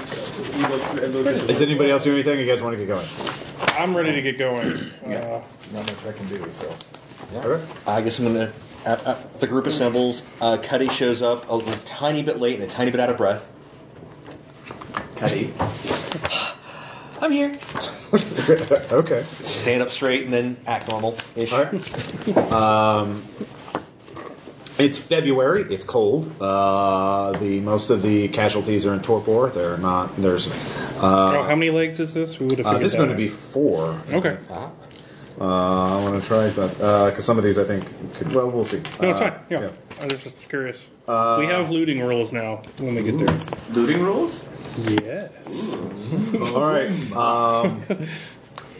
looked- it looked-
is anybody else doing anything? You guys want to get going?
I'm ready to get going. Uh,
Not much I can do, so.
I guess I'm gonna. Uh, uh, the group assembles. Uh, Cuddy shows up a little tiny bit late and a tiny bit out of breath.
Cuddy.
I'm here.
Okay.
Stand up straight and then act normal ish.
It's February. It's cold. Uh, the most of the casualties are in torpor. They're not. There's. Uh,
oh, how many legs is this? We would have.
uh,
figured
this is
that
going to
out.
be four.
okay.
Uh-huh.
Uh, I want to try, but because some of these I think could. Well, we'll see.
No, it's
Uh,
fine. Yeah, Uh, I was just curious. we have looting rules now when we get there.
Looting rules?
Yes.
All right. Um,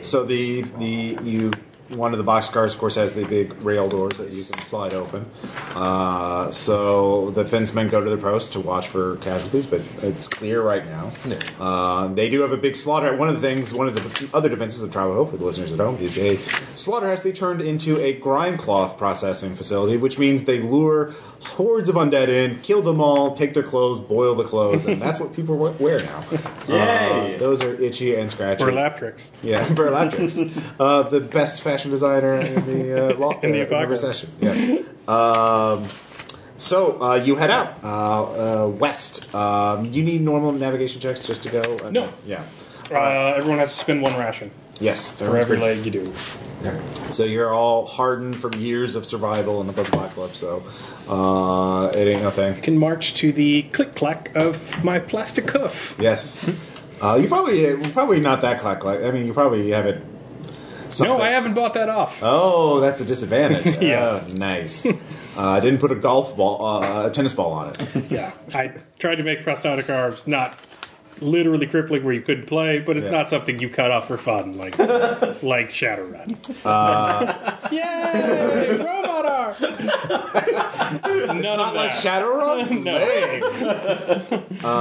so the the you one of the boxcars, of course, has the big rail doors that you can slide open. Uh, so the fencemen go to the post to watch for casualties, but it's clear right now. Uh, they do have a big slaughter. One of the things, one of the other defenses of Trabajo for the listeners at home is a slaughterhouse they turned into a grime cloth processing facility, which means they lure hordes of undead in, kill them all, take their clothes, boil the clothes, and that's what people wa- wear now.
Yay!
Uh, those are itchy and scratchy.
For Laptrix.
Yeah, burlaptrix. uh, the best fashion designer in the uh, law,
In the
uh,
apocalypse.
recession. Yeah. Um, so uh, you head out uh, uh, west. Um, you need normal navigation checks just to go. Uh,
No.
Yeah.
Uh, everyone has to spend one ration
Yes.
for every leg you do.
So you're all hardened from years of survival in the Buzz Apocalypse. So uh, it ain't no thing.
Can march to the click clack of my plastic cuff.
Yes. Uh, you probably uh, probably not that clack. Like I mean, you probably have it.
No,
something-
Oh, I haven't bought that off.
Oh, that's a disadvantage.
Yes.
Oh, nice. Uh, I didn't put a golf ball, uh, a tennis ball on it.
yeah, I tried to make prosthetic arms not literally crippling where you couldn't play, but it's
Yeah.
not something you cut off for fun like like Shadowrun. Uh, Yay, robot arm! None
Not
of
like
that.
Shadowrun.
No.
um,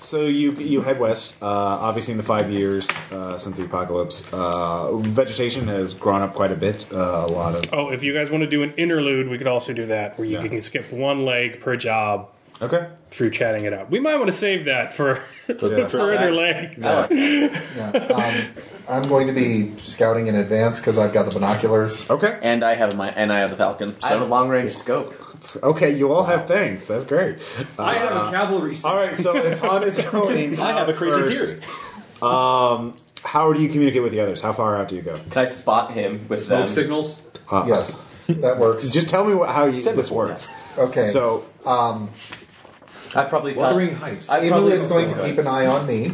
so you you head west. Uh, obviously, in the five years uh, since the apocalypse, uh, vegetation has grown up quite a bit. Uh, a lot of
Oh, if you guys want to do an interlude, we could also do that, where you
Yeah.
can skip one leg per job
okay.
through chatting it up. We might want to save that for
Yeah.
for other leg.
Uh,
Yeah, um, I'm going to be scouting in advance because I've got the binoculars.
Okay.
And I have my and I have the Falcon. So
I have a long range scope.
Okay. You all have things. That's great. Uh,
I have a cavalry.
all right. So if Han is going,
I have a
out
crazy
first, um,
theory.
How do you communicate with the others? How far out do you go?
Can I spot him with
Smoke
them?
signals.
Huh.
Yes, that works.
Just tell me what, how you, this works.
okay.
So
I probably tell.
Wuthering Heights.
I
Emu
probably
is going
uh,
to keep an eye on me.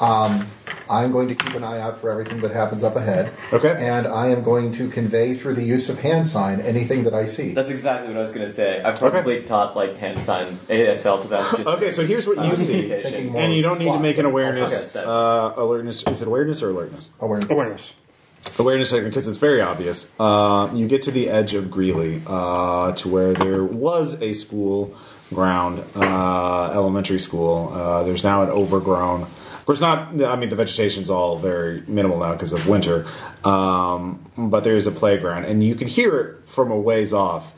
Um, I'm going to keep an eye out for everything that happens up ahead.
Okay.
And I am going to convey through the use of hand sign anything that I see.
That's exactly what I was going to say. I've probably taught like hand sign ASL to them. Just
Okay, so here's what
sign
you see.
communication.
Thinking more-
and you don't need to
Spot.
make an awareness.
Okay.
Uh, alertness is it awareness or alertness?
Awareness.
Awareness.
Awareness because it's very obvious. Uh, you get to the edge of Greeley uh, to where there was a school ground, uh, elementary school. Uh, there's now an overgrown. Of course, not. I mean, the vegetation's all very minimal now because of winter. Um, but there is a playground, and you can hear it from a ways off.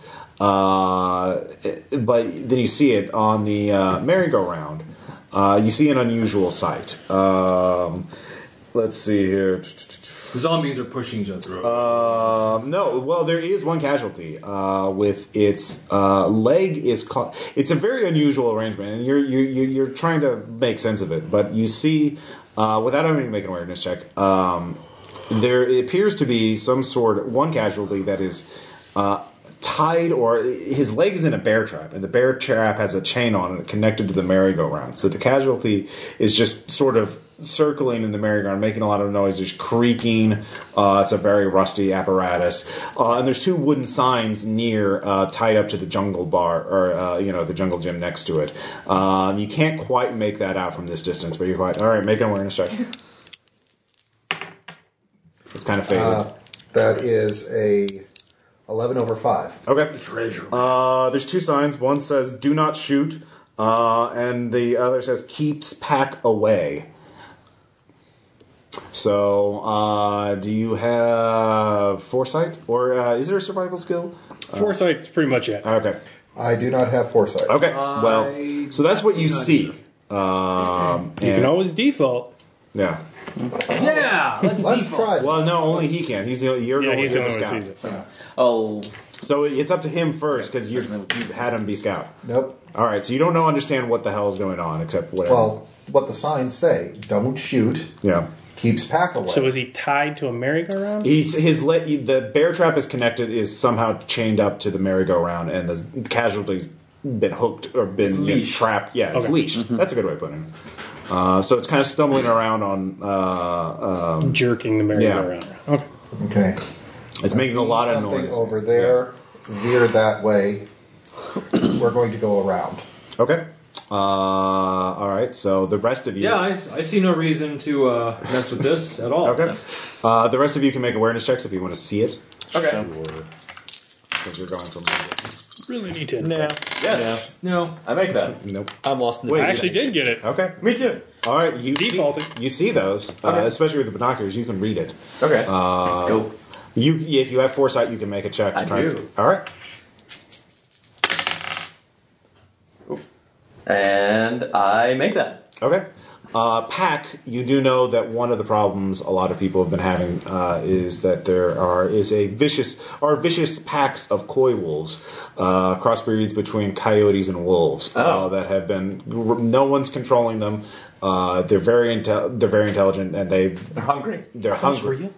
Uh, but then you see it on the uh, merry-go-round. Uh, you see an unusual sight. Um, let's see here.
Zombies are pushing each other.
Um, no, well, there is one casualty. Uh, with its uh, leg is caught. It's a very unusual arrangement, and you're you're you're you're trying to make sense of it. But you see, uh, without having to make an awareness check, um, there appears to be some sort one casualty that is. Uh, tied or his leg is in a bear trap and the bear trap has a chain on it connected to the merry-go-round so the casualty is just sort of circling in the merry-go-round making a lot of noise just creaking uh, it's a very rusty apparatus uh, and there's two wooden signs near uh, tied up to the jungle bar or uh, you know the jungle gym next to it um, you can't quite make that out from this distance but you're quite all right make an awareness check it's kind of faded
Uh, that is a 11 over 5.
okay Uh, there's two signs. One says "Do not shoot," uh, and the other says "Keeps pack away." So, uh, do you have foresight, or uh, is there a survival skill?
Foresight's pretty much it.
Okay,
I do not have foresight.
okay.
I-
well, so that's what you
not
see. Um,
You can
and-
always default.
yeah.
Yeah, let's,
Let's
default.
try that.
Well, no, only he can. He's the, you're
Yeah,
the,
he's the
you're
only
the
one who
scout.
sees it.
Oh,
So it's up to him first because you've had him be scout.
Nope.
All right, so you don't know understand what the hell is going on except whatever.
Well, what the signs say: don't shoot.
yeah.
Keeps pack away.
So is he tied to a merry-go-round?
He's, his le- the bear trap is connected is somehow chained up to the merry-go-round and the casualties been hooked or been, been trapped. Yeah, it's
Okay.
leashed.
Mm-hmm.
That's a good way of putting it. Uh, so it's kind of stumbling around on. Uh, um,
Jerking the merry-go-round. Okay.
okay.
it's making a
See
lot of
something
noise
over there. Veer that way. We're going to go around.
Yeah. Okay. Uh, all right. So the rest of you.
Yeah, I, I see no reason to uh, mess with this at all.
Okay. Uh, the rest of you can make awareness checks if you want to see it.
Okay.
Because you're going to.
Really need to.
No,
Yes.
No,
I make that.
Nope.
I'm lost in the.
Wait,
I
dark.
actually did get it.
Okay.
Me too.
All right. You
Defaulted.
See, you see those, uh,
Okay.
especially with the binoculars. You can read it.
Okay.
Uh,
Let's go.
You, if you have foresight, you can make a check to
I
try. and-
do.
all right.
And I make that.
Okay. Uh, pack. You do know that one of the problems a lot of people have been having uh, is that there are is a vicious are vicious packs of coy wolves, uh, crossbreeds between coyotes and wolves uh,
Oh.
that have been. No one's controlling them. Uh, they're very intel- they're very intelligent and they
They're hungry.
they're hungry.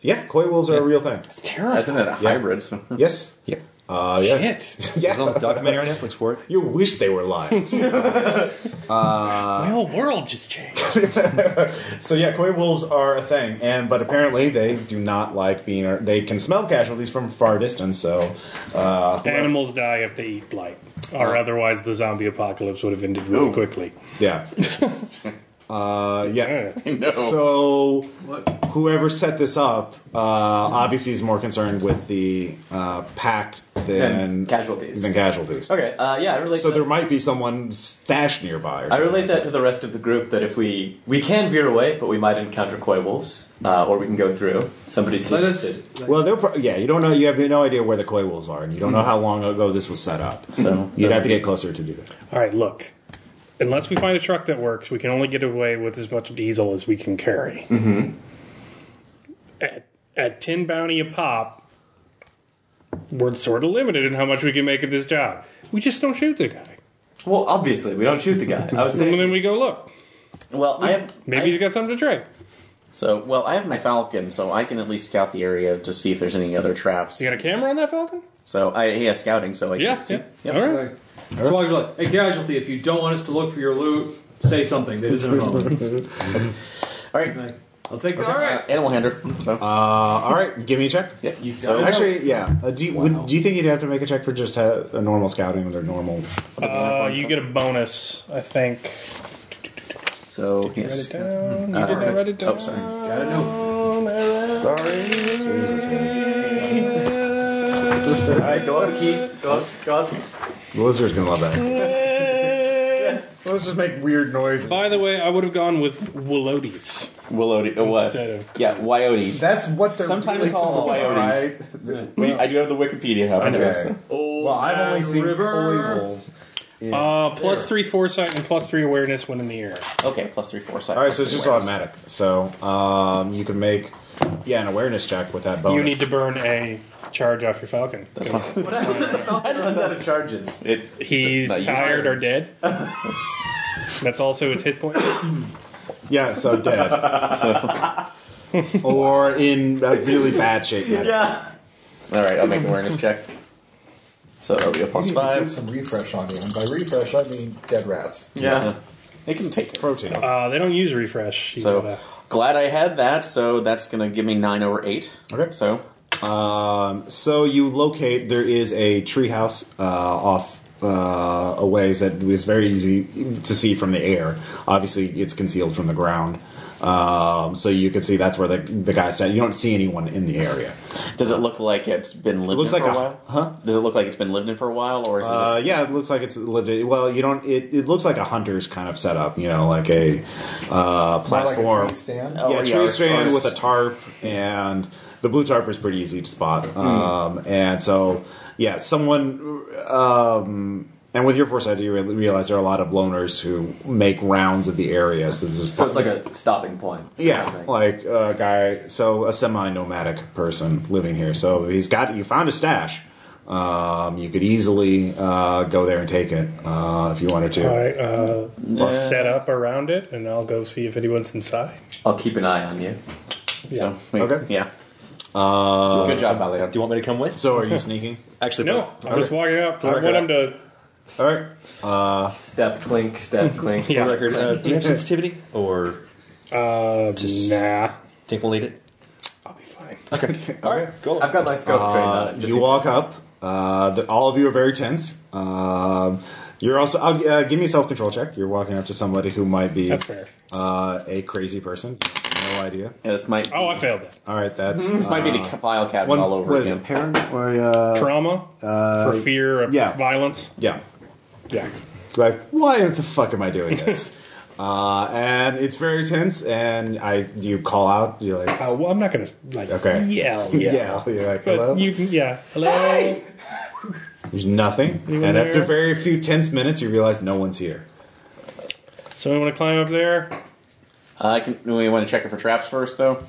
Yeah, coy wolves are a real thing.
it's terrible. I think that a
Yeah.
hybrid. So.
Yes.
Yeah.
Uh, yeah.
Shit.
There's a documentary on Netflix for it.
You wish they were lions.
My whole world just changed.
So yeah, koi wolves are a thing, and but apparently they do not like being. They can smell casualties from far distance. So, uh,
Animals die if they eat blight, or otherwise the zombie apocalypse would have ended really quickly.
yeah, uh, yeah.
No.
So whoever set this up uh, obviously is more concerned with the uh, pack than
And casualties.
Than casualties.
Okay. Uh, yeah, I relate.
So
that.
there might be someone stashed nearby. Or
I
something.
relate that to the rest of the group that if we we can veer away, but we might encounter coy wolves, uh, or we can go through. Somebody
let
seems
us.
to.
Well, they'll pro- yeah, you don't know. You have no idea where the koi wolves are, and you don't know how long ago this was set up. So you'd have to get closer to do that.
All right, look. Unless we find a truck that works, we can only get away with as much diesel as we can carry. Mm-hmm. At, at 10 bounty a pop, we're sort of limited in how much we can make of this job. We just don't shoot the guy.
Well, obviously, we don't shoot the guy. I would
And
say
then we go, look,
Well, I have
maybe
I-
he's got something to trade.
So, well, I have my Falcon, so I can at least scout the area to see if there's any other traps.
You got a camera on that Falcon?
So, I he has scouting, so I
Yeah,
can see.
yeah. All right.
Okay. uh, So I go like, hey, casualty, if you don't want us to look for your loot, say something. They doesn't involve.
All right.
Like, I'll take that.
All
All
right.
right.
animal handler. So,
Uh, all right, give me a check.
yeah. You
got it.
Actually, yeah. Uh, do, you, would, do you think you'd have to make a check for just ha- a normal scouting with a normal?
Uh, you get a bonus, I think.
So,
Write
yes.
it down. You
Uh,
did not write it down.
oh, sorry.
Gotta know.
Jesus, yeah.
all right. Go up, keep go up, go up.
The listener's gonna love that. Let's just make weird noises.
By the way, I would have gone with Willodes.
Willody, uh, what?
Instead of-
Yeah, Wyotes.
That's what they're
Sometimes
really
called
called,
coyotes.
right?
Wait, I do have the Wikipedia hub.
Okay.
so-
Old
Well, I've
Man
only seen
river.
koi wolves.
Uh, plus three foresight and plus three awareness when in the air.
Okay, plus three foresight.
All right,
plus
so it's
three
just
awareness.
automatic. So um, you can make yeah an awareness check with that bonus.
You need to burn a charge off your Falcon.
What happened to the falcon? Runs out of charges.
It,
He's
No, you-
tired or dead. That's also his hit point.
yeah, so dead or in a really bad shape. Yeah.
Yeah.
all right, I'll make an awareness check. So that'll be a plus
You need to keep
five.
some refresh on you. And by refresh, I mean dead rats.
Yeah.
It can take it.
Protein.
Uh, they don't use refresh. You
So
gotta-
glad I had that. So that's gonna give me nine over eight.
Okay.
So
Um, so you locate there is a treehouse uh, off uh, a ways that is very easy to see from the air. Obviously, it's concealed from the ground, um, so you can see that's where the the guy's at. You don't see anyone in the area.
does it look like it's been lived
looks
in
like
for
a-
a while?
huh?
Does it look like it's been lived in for a while, or is it?
Uh,
just,
yeah, it looks like it's lived. Well, you don't. It, it looks like a hunter's kind of setup. You know, like a uh,
More like a
platform.
tree stand.
Oh,
yeah,
yeah,
tree
or-
stand
or-
with a tarp, and the blue tarp is
Hmm.
pretty easy to spot. Um, And so, yeah, someone um, And with your foresight, you re- realize there are a lot of loners who make rounds of the area. So this is
So it's like a stopping point.
yeah,
Something.
like a guy, so a semi-nomadic person living here. So he's got you found a stash. Um, you could easily uh, go there and take it uh, if you wanted to.
I uh, set up around it, and I'll go see if anyone's inside.
I'll keep an eye on you.
So, we,
Okay.
Yeah.
Uh,
Good job, Balio.
Do you want me to come with?
So are you sneaking?
Actually,
No, I'm just walking up. Oh, I
Alright,
want
good.
him to.
All right.
Step clink, step clink.
for the record, uh, do you have sensitivity or
Uh,
Just-
nah.
think we'll need it?
I'll be fine.
All right,
Go.
I've got my scope trained
Uh,
on it. Just
you walk up. Uh, the, all of you are very tense. Um, you're also. I'll, uh, give me a self control check. You're walking up to somebody who might be
That's fair.
uh, a crazy person. No idea.
Yeah, this might,
Oh, I failed it.
All right, that's uh,
this might be the ca- file cabinet
one,
Mm-hmm. all over
what is
again.
it, parent or uh,
Trauma for fear of
yeah.
violence.
yeah.
Yeah.
Like, why the fuck am I doing this? uh, and it's very tense. And I, you call out. You're like,
Uh, well, I'm not gonna like
Okay.
yell.
yeah.
yell.
You're like,
But
hello.
you can, yeah. Hello.
There's nothing.
Anyone
and after
there?
very few tense minutes, you realize no one's here.
So I want to climb up there.
Uh, I can, do we want to check it for traps first, though?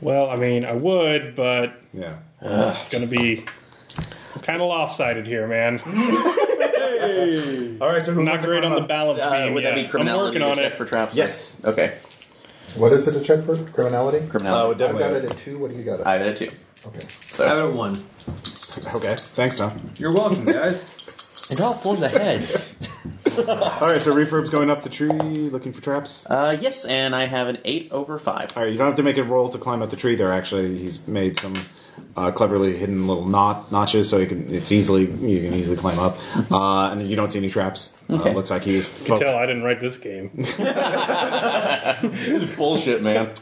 Well, I mean, I would, but
Yeah.
it's gonna be kind of lopsided here, man.
All right. So who
not
wants to
great
climb
on
up?
the balance
Uh,
beam.
would
yeah.
that be criminality
I'm
to
working on
check
it.
for traps?
Yes.
Okay.
What is it a check for? Criminality?
Oh,
Criminality.
I've got it
definitely.
at two. What do you got? It?
I have it at two.
okay.
So
Uh,
I would have won.
Okay. Thanks, Tom.
You're welcome, guys.
It all forms ahead.
All right. So refurb's going up the tree, looking for traps.
Uh, yes, and I have an eight over five.
All right. You don't have to make a roll to climb up the tree. There, actually, he's made some uh, cleverly hidden little knot notches, so you can it's easily you can easily climb up. Uh, and you don't see any traps. Uh,
Okay.
looks like he is.
You can tell I didn't write this game.
Bullshit, man.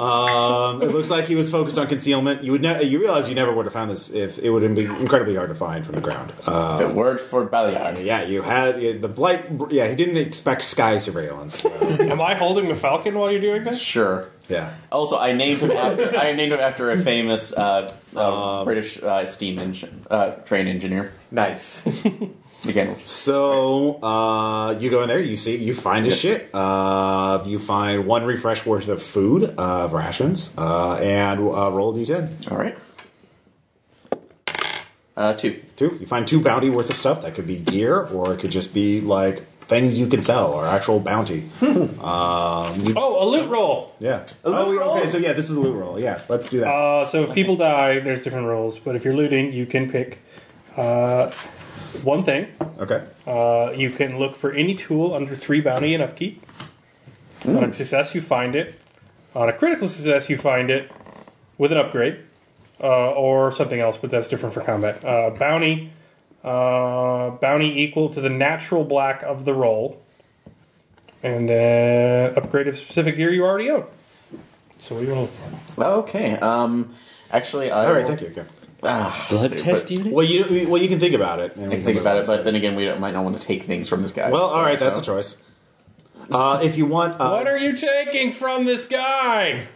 Um, it looks like he was focused on concealment. You would ne- you realize you never would have found this if it would have been incredibly hard to find from the ground. Uh,
The word for Baliard.
yeah, you had yeah, the blight. Yeah, he didn't expect sky surveillance.
Am I holding the falcon while you're doing this?
Sure.
yeah.
Also, I named him after I named him after a famous uh, uh, British uh, steam engine uh, train engineer.
nice.
Again,
So uh, you go in there, you see, you find his shit. Uh, you find one refresh worth of food, uh, of rations, uh, and uh, roll a d10.
all right. Uh, two.
Two. You find two bounty worth of stuff. That could be gear, or it could just be like things you can sell, or actual bounty. Um,
Oh, a loot roll.
Yeah.
loot
oh, yeah,
roll?
okay. So yeah, this is a loot roll. Yeah, let's do that.
Uh, so if people die, there's different rules. But if you're looting, you can pick uh, one thing.
okay.
Uh, you can look for any tool under three bounty and upkeep. On a success, you find it. On a critical success, you find it with an upgrade uh, or something else, but that's different for combat. Uh, bounty, uh, bounty equal to the natural black of the roll, and then upgrade of specific gear you already own. So what do you want to look for?
Okay. Um, actually, I
All right.
will-
Thank you. Okay.
Ah,
Blood
see,
test
but-
unit?
Well, you well you can think about it. and
I
we
can think
move
about
on.
it, but then again, we don't- might not want to take things from this guy.
well, all right.
So-
That's a choice. Uh, if you want, uh,
What are you taking from this guy?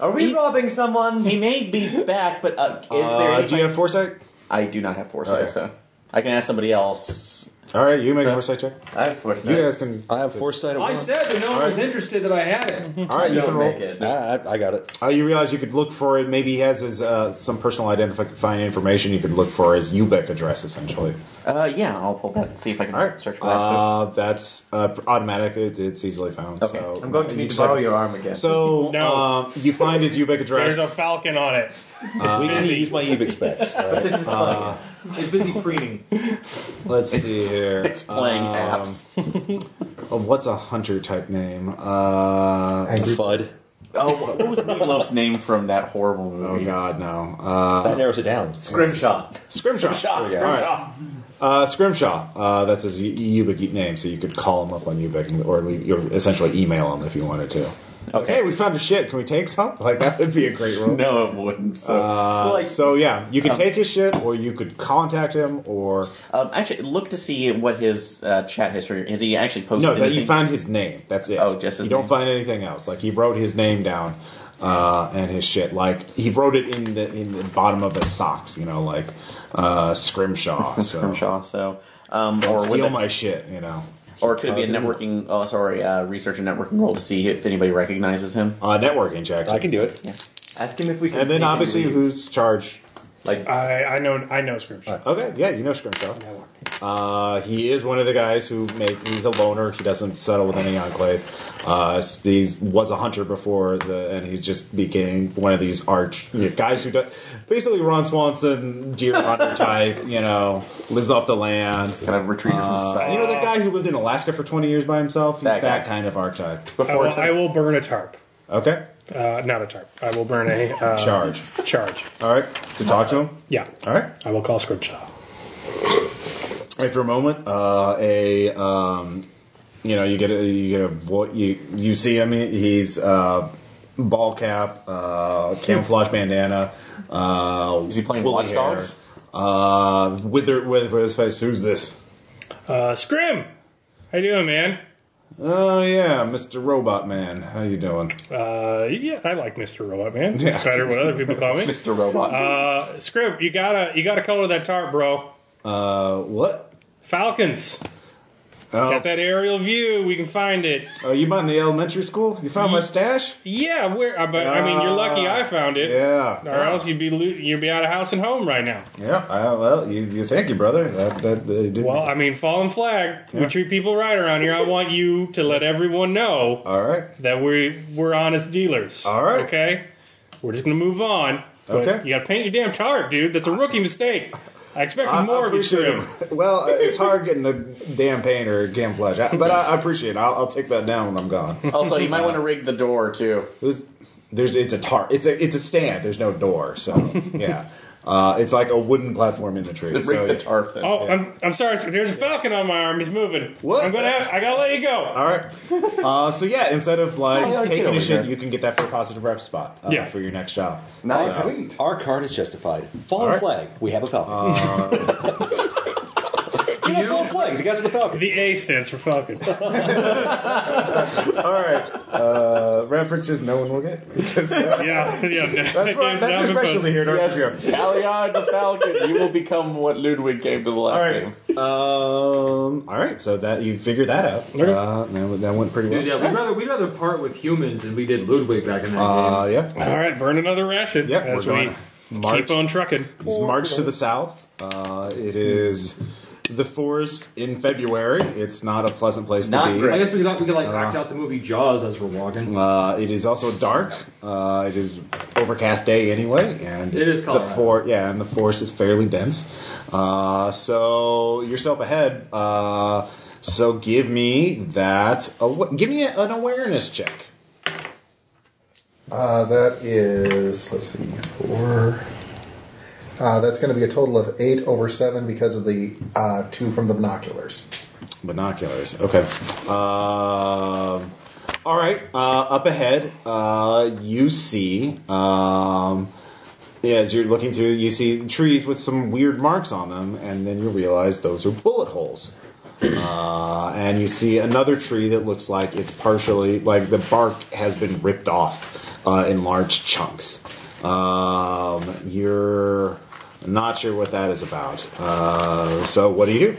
Are we robbing someone?
He may be back, but uh, is there?
uh,
any
do you have foresight?
I do not have foresight,
Okay.
so I can ask somebody else.
All right, you make a foresight check.
I have foresight.
You guys can.
I have foresight. at
I
one.
said that no one was interested that I had it.
All right, you can
Don't
roll.
make it.
Ah, I, I got it.
Uh, you realize you could look for it. Maybe he has his uh, some personal identifying information. You could look for his UBEC address, essentially.
Uh, yeah, I'll pull that and see if I can
All right,
search for that. so-
uh, that's uh, automatic. It, it's easily found.
Okay.
So,
I'm going to
you
need to
just
borrow
have-
your arm again.
So
No.
um, you find his UBEC address.
There's a falcon on it.
we can Uh, use my Uh, Evic specs. all right?
this is funny.
Uh, It's busy preening.
Let's see here.
It's playing
Um,
apps.
oh, what's a hunter type name? Uh,
Angry.
Fud.
Oh, what was Meatloaf's name from that horrible
oh
movie?
God, no. Uh,
That narrows it down.
Grimshaw.
Scrimshaw. There we go. All right. Uh, Scrimshaw. Uh, that's his U- Ubik name, so you could call him up on Ubik and- or leave, or essentially email him if you wanted to.
Okay.
Hey, we found a shit. Can we take some? Like that would be a great role.
No, it wouldn't. So.
Uh,
Like-
so yeah, you can
Oh.
take his shit, or you could contact him, or
um, actually, look to see what his uh, chat history is. He actually posted.
no, that you
anything?
found his name. That's it.
Oh, just his
you don't
name.
find anything else. Like he wrote his name down uh, and his shit. Like he wrote it in the in the bottom of his socks. You know, like uh, Scrimshaw. so.
Scrimshaw. So Um,
Don't
or with
steal
a-
my shit, you know.
or it could be a networking. Oh, sorry, uh, research and networking role to see if anybody recognizes him.
Uh, networking, Jack.
I can do it.
Ask him if we can.
And then
take
obviously,
any leads.
who's charged?
like
I, I know I know scripture.
Okay, yeah, you know Scrimshaw. Uh, he is one of the guys who make. He's a loner. He doesn't settle with any enclave. Uh, he was a hunter before, the, and he's just became one of these arch you know, guys who do, basically Ron Swanson, deer hunter type. You know, lives off the land.
Kind of retreated from
Uh,
society.
you know that guy who lived in Alaska for twenty years by himself. He's
That
that,
guy.
kind of archetype.
I will, I will burn a tarp.
Okay,
Uh, not a tarp. I will burn a uh,
charge.
Charge.
All right, to talk to him.
Yeah.
All right.
I will call scripture.
after a moment, uh, a um, you know you get a you get a vo- you you see him. He- He's uh, ball cap, uh, camouflage bandana. Uh,
Is he playing
woolly
Watch
hair.
Dogs?
Uh, wither with his face. Who's this?
Uh, Scrim, how you doing, man?
Oh yeah, Mr. Robot Man. How you doing?
Uh, yeah, I like Mr. Robot Man. It's
Yeah.
better what other people call me.
Mr. Robot.
Uh, Scrim, you gotta you gotta color that tarp, bro.
Uh, what?
Falcons.
Oh,
Got that aerial view. We can find it.
are Oh, you buying the elementary school? You found my stash?
Yeah, where? Uh, but I mean, you're lucky I found it.
Yeah.
Or else you'd be loot- you'd be out of house and home right now.
Yeah. Uh, well, you, you thank you, brother. That that, that did
Well, I mean, fallen flag. We treat people right around here. I want you to let everyone know
All right.
that we we're honest dealers.
All right.
Okay. We're just gonna move on. But
Okay.
You gotta paint your damn tarp, dude. That's a rookie mistake. I expected
I- I
more of you,
appreciate
Scrim.
it. Well, uh, it's hard getting the damn paint or camouflage, I, but I, I appreciate it. I'll, I'll take that down when I'm gone.
also, you might want to rig the door too.
There's, there's it's a tar, it's a it's a stand. There's no door, so yeah, uh, it's like a wooden platform in the tree.
Rig
so,
the tarp. Then.
Oh, I'm, I'm sorry. Scrim. There's a falcon on my arm. He's moving.
What?
I'm gonna. Have, I gotta let you go.
All right. Uh, so yeah, instead of like
Oh, yeah, get
taking
over
a shit,
there.
you can get that for a positive rep spot uh,
Yeah.
for your next job.
nice.
Sweet.
Our card is justified. Fallen
Alright.
flag. We have a falcon. you know, fallen flag. The guys with the falcon.
The A stands for falcon.
All right. Uh, references no one will get. Because, uh,
yeah. Yeah.
that's right. That's your specialty here, don't you?
Yes, Galliard the Falcon. You will become what Ludwig came to the last
All
game.
right. Um. All right. So that you figured that out. Uh, that, that went pretty well.
Dude, yeah, we'd rather we'd rather part with humans than we did Ludwig back in that
Uh.
game.
Yeah.
All right. Burn another ration.
Yep.
That's
we're
what
going.
we
March.
keep on trucking.
it's March to the south. Uh, it is the forest in February. It's not a pleasant place
Not
to be.
I
great.
guess we could like, we could like
Uh,
act out the movie Jaws as we're walking.
Uh, it is also dark. Uh, it is overcast day anyway, and
It is
The
Colorado.
for- yeah, and the forest is fairly dense. Uh, so you're still up ahead. Uh, so give me that. aw- give me an awareness check.
Uh, that is, let's see, four. Uh, that's going to be a total of eight over seven because of the uh, two from the binoculars.
Binoculars. Okay. Um, all right. Uh, up ahead, uh, you see. Um, yeah, as you're looking through, you see trees with some weird marks on them, and then you realize those are bullet holes. Uh, and you see another tree that looks like it's partially like the bark has been ripped off uh, in large chunks. Um, you're not sure what that is about. Uh, so, what do you do?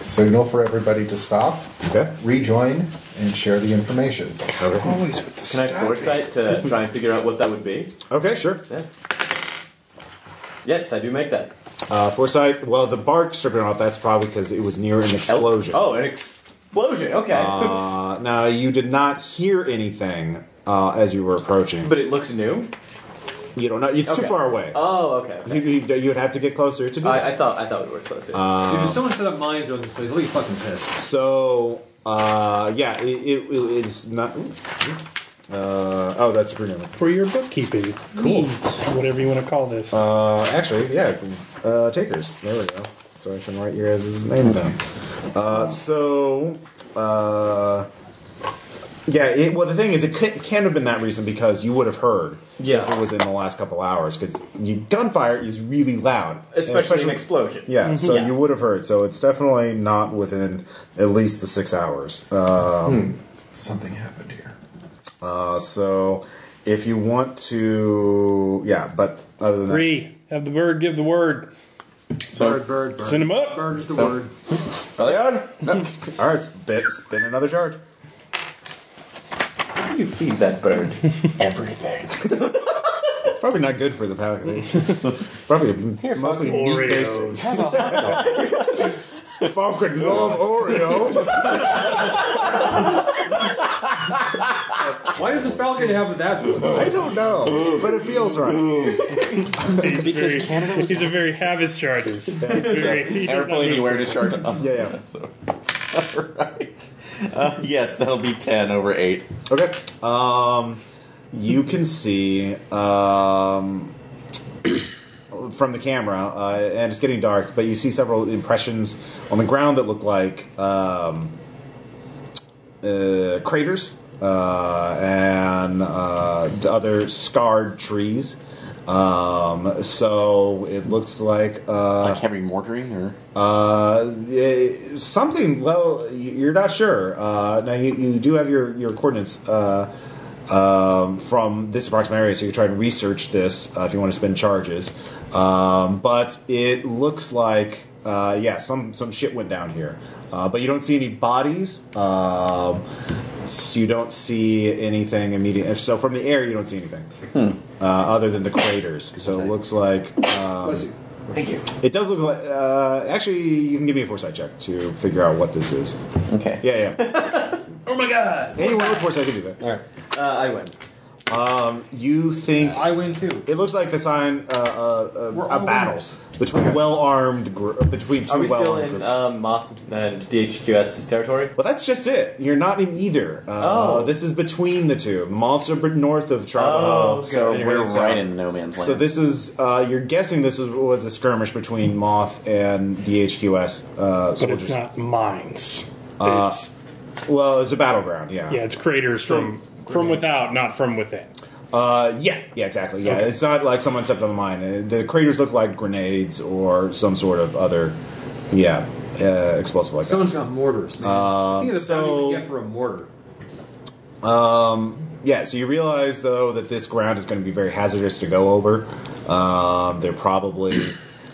Signal for everybody to stop,
Okay.
rejoin, and share the information.
Always with the
Can I foresight to try and figure out what that would be?
Okay, sure.
Yeah. Yes, I do make that.
Uh, Foresight, well, the bark stripping off, that's probably because it was near an explosion.
Oh, an explosion. Okay.
Uh, now, you did not hear anything uh, as you were approaching.
but it looks new.
you don't know. It's
Okay.
too far away.
Oh, okay. okay.
you, you, you would have to get closer to do that.
I, I thought I thought we were closer.
uh.
Dude, if someone set up mines around this place, I'll be fucking pissed.
So, uh, yeah, it, it, it is not. ooh, Uh, oh, that's a pretty number.
for your bookkeeping needs, whatever you want to call this.
Uh, actually, yeah, uh, takers. There we go. So I can write your guys' names down. Uh, so, uh, yeah. It, well, the thing is, it could, can't have been that reason because you would have heard.
Yeah.
If it was in the last couple hours, because gunfire is really loud,
especially, Mm-hmm. an
Especially-
explosion.
yeah, so you would have heard. So it's definitely not within at least the six hours. Um,
Hmm. Something happened here.
uh, so if you want to, yeah, but other than that,
Three. Have the bird give the word.
So,
Bird, bird, bird.
Send 'em up.
Bird is the
So-
word.
All right, spin, spin another charge.
how do you feed that bird? Everything.
It's probably not good for the palate. It's probably mostly meat based.
Oreos.
Fucking love Oreo.
Why does the falcon have that?
I don't know, but it feels right.
He's, very, he's a very habits charges. Very- he does not
Airplane,
do-
you wear to charge up.
Yeah, yeah.
So, all right. Uh, yes, that'll be 10 over 8.
Okay. Um, you can see um, from the camera, uh, and it's getting dark, but you see several impressions on the ground that look like um, uh, craters uh, and uh, the other scarred trees. Um, so it looks like uh,
Like heavy mortaring, or
uh, eh, something. Well, you- you're not sure. Uh, now you, you do have your your coordinates uh, um, from this approximate area, so you can try to research this uh, if you want to spend charges. Um, but it looks like uh, yeah, some some shit went down here. Uh, but you don't see any bodies. Um, so you don't see anything immediate. So from the air, you don't see anything uh, other than the craters. So it looks like. Um, it does look like. Uh, actually, you can give me a foresight check to figure out what this is.
okay,
Yeah, yeah.
Oh my god!
Anyone with foresight can do that.
Uh, I win.
You think
I win too.
it looks like the sign uh, uh, uh,
We're
a
all
battle
winners.
between well-armed gr- uh, between
Are
two
we still
well-armed
in
groups.
um, Moth and DHQS territory?
well, that's just it. You're not in either. Uh,
Oh.
this is between the two. Moths are north of uh, Trabajo.
Oh,
so
and
we're
you're south.
right in no man's land.
So this is uh, you're guessing this is was a skirmish between Moth and DHQS uh,
But it's
soldiers. Uh,
not mines. it's,
Well, it's a battleground.
yeah, it's craters from
From without, not from within.
Uh, yeah, yeah, exactly. Yeah, it's not like someone stepped on the mine. Uh, The craters look like grenades or some sort of other, yeah, uh, explosive like that.
Someone's got mortars, man.
Uh,
Think of the
so-
value you get for a mortar.
Yeah, so you realize though that this ground is going to be very hazardous to go over. Um, they're probably.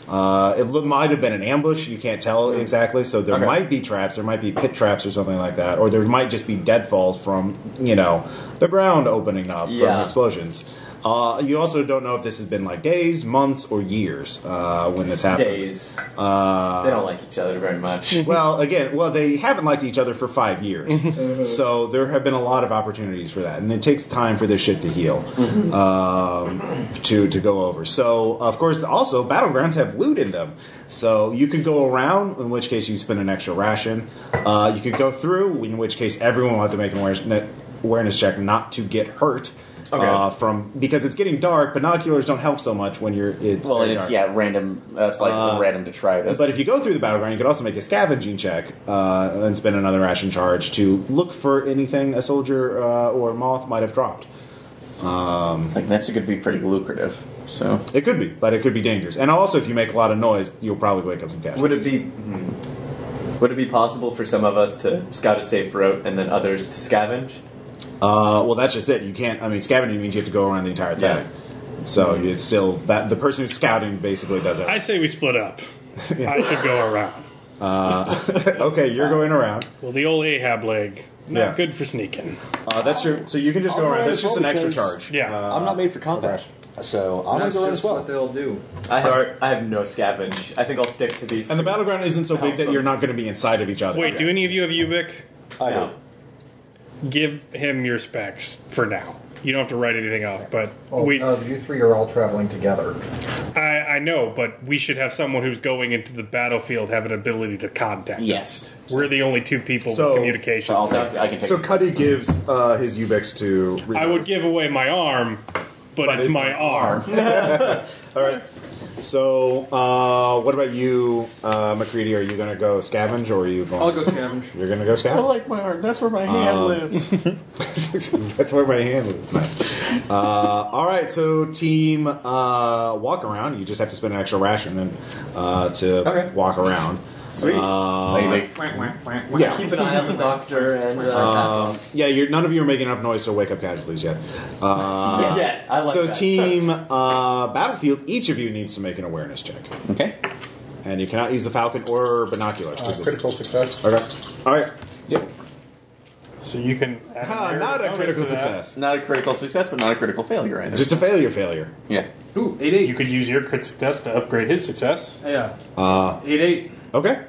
Uh, it lo- might have been an ambush. You can't tell exactly. So there
Okay.
might be traps. There might be pit traps or something like that. Or there might just be deadfalls from you know the ground opening up from
Yeah.
explosions. Uh, you also don't know if this has been like days, months, or years uh, when this happened.
Days.
Uh,
They don't like each other very much.
well, again, well, they haven't liked each other for five
Mm-hmm.
years, so there have been a lot of opportunities for that, and it takes time for this shit to heal, um, to to go over. So, of course, also battlegrounds have loot in them, so you could go around, in which case you spend an extra ration. Uh, you could go through, in which case everyone will have to make an awareness, awareness check not to get hurt.
Okay.
Uh, from because it's getting dark, binoculars don't help so much when you're it's
well,
very
it's
dark.
yeah, random. That's like random detritus.
But if you go through the battleground, you could also make a scavenging check uh, and spend another ration charge to look for anything a soldier uh, or moth might have dropped.
like, that's going to be pretty lucrative. So
It could be, but it could be dangerous. And also, if you make a lot of noise, you'll probably wake up some casualties.
Would it be hmm. would it be possible for some of us to scout a safe route and then others to scavenge?
Uh, well, that's just it. You can't. I mean, scavenging means you have to go around the entire thing.
Yeah.
So it's still that the person who's scouting basically does it.
I say we split up. I should go around.
okay, you're going around.
Well, the old Ahab leg, not
Yeah.
good for sneaking.
Uh, that's your. So you can just go
I'll
around.
run
That's
as
just an
well
extra
because-
charge.
Yeah.
Uh,
I'm not made for combat, so I'm gonna
That's
go around
just
as well.
what they'll do.
I have
Alright.
I have no scavenge. I think I'll stick to these.
and the
two.
battleground isn't so big that you're not going to be inside of each other.
Wait, do any of you have Ubik?
I
No.
do.
Give him your specs for now. You don't have to write anything off, but
Oh,
Well,
we.
Oh,
uh,
no, you three are all traveling together.
I, I know, but we should have someone who's going into the battlefield have an ability to contact.
yes,
us. We're the only two people
So-
with communication.
so I'll take, I can take.
So Cuddy gives uh, his Ubex to.
I would give away my arm, but, it's,
it's
my
an
arm.
So, uh, what about you, uh, McCready? Are you going to go scavenge, or are you going?
I'll go scavenge.
You're going to go
I
scavenge.
like my arm. That's where my hand lives.
That's where my hand is. Nice. Uh, all right. So, team uh, walk around. You just have to spend an extra ration and, uh, to
Okay.
walk around.
Sweet.
Uh,
Wah, wah, wah, wah.
yeah.
Keep an eye on the doctor and uh,
Um, Yeah, you're, none of you are making enough noise to wake up casualties yet. Uh,
Yeah, I like
so,
that.
team uh, battlefield, each of you needs to make an awareness check.
okay,
and you cannot use the falcon or binocular.
Uh, critical success.
Okay. All right. Yep.
So you can. add an
Ah,
area
not a
bonus
critical
to that.
success.
Not a critical success, but not a critical failure either.
Just a failure. Failure.
yeah.
Ooh, eight eight.
You could use your crit success to upgrade his success.
yeah.
Uh,
Eight eight.
okay.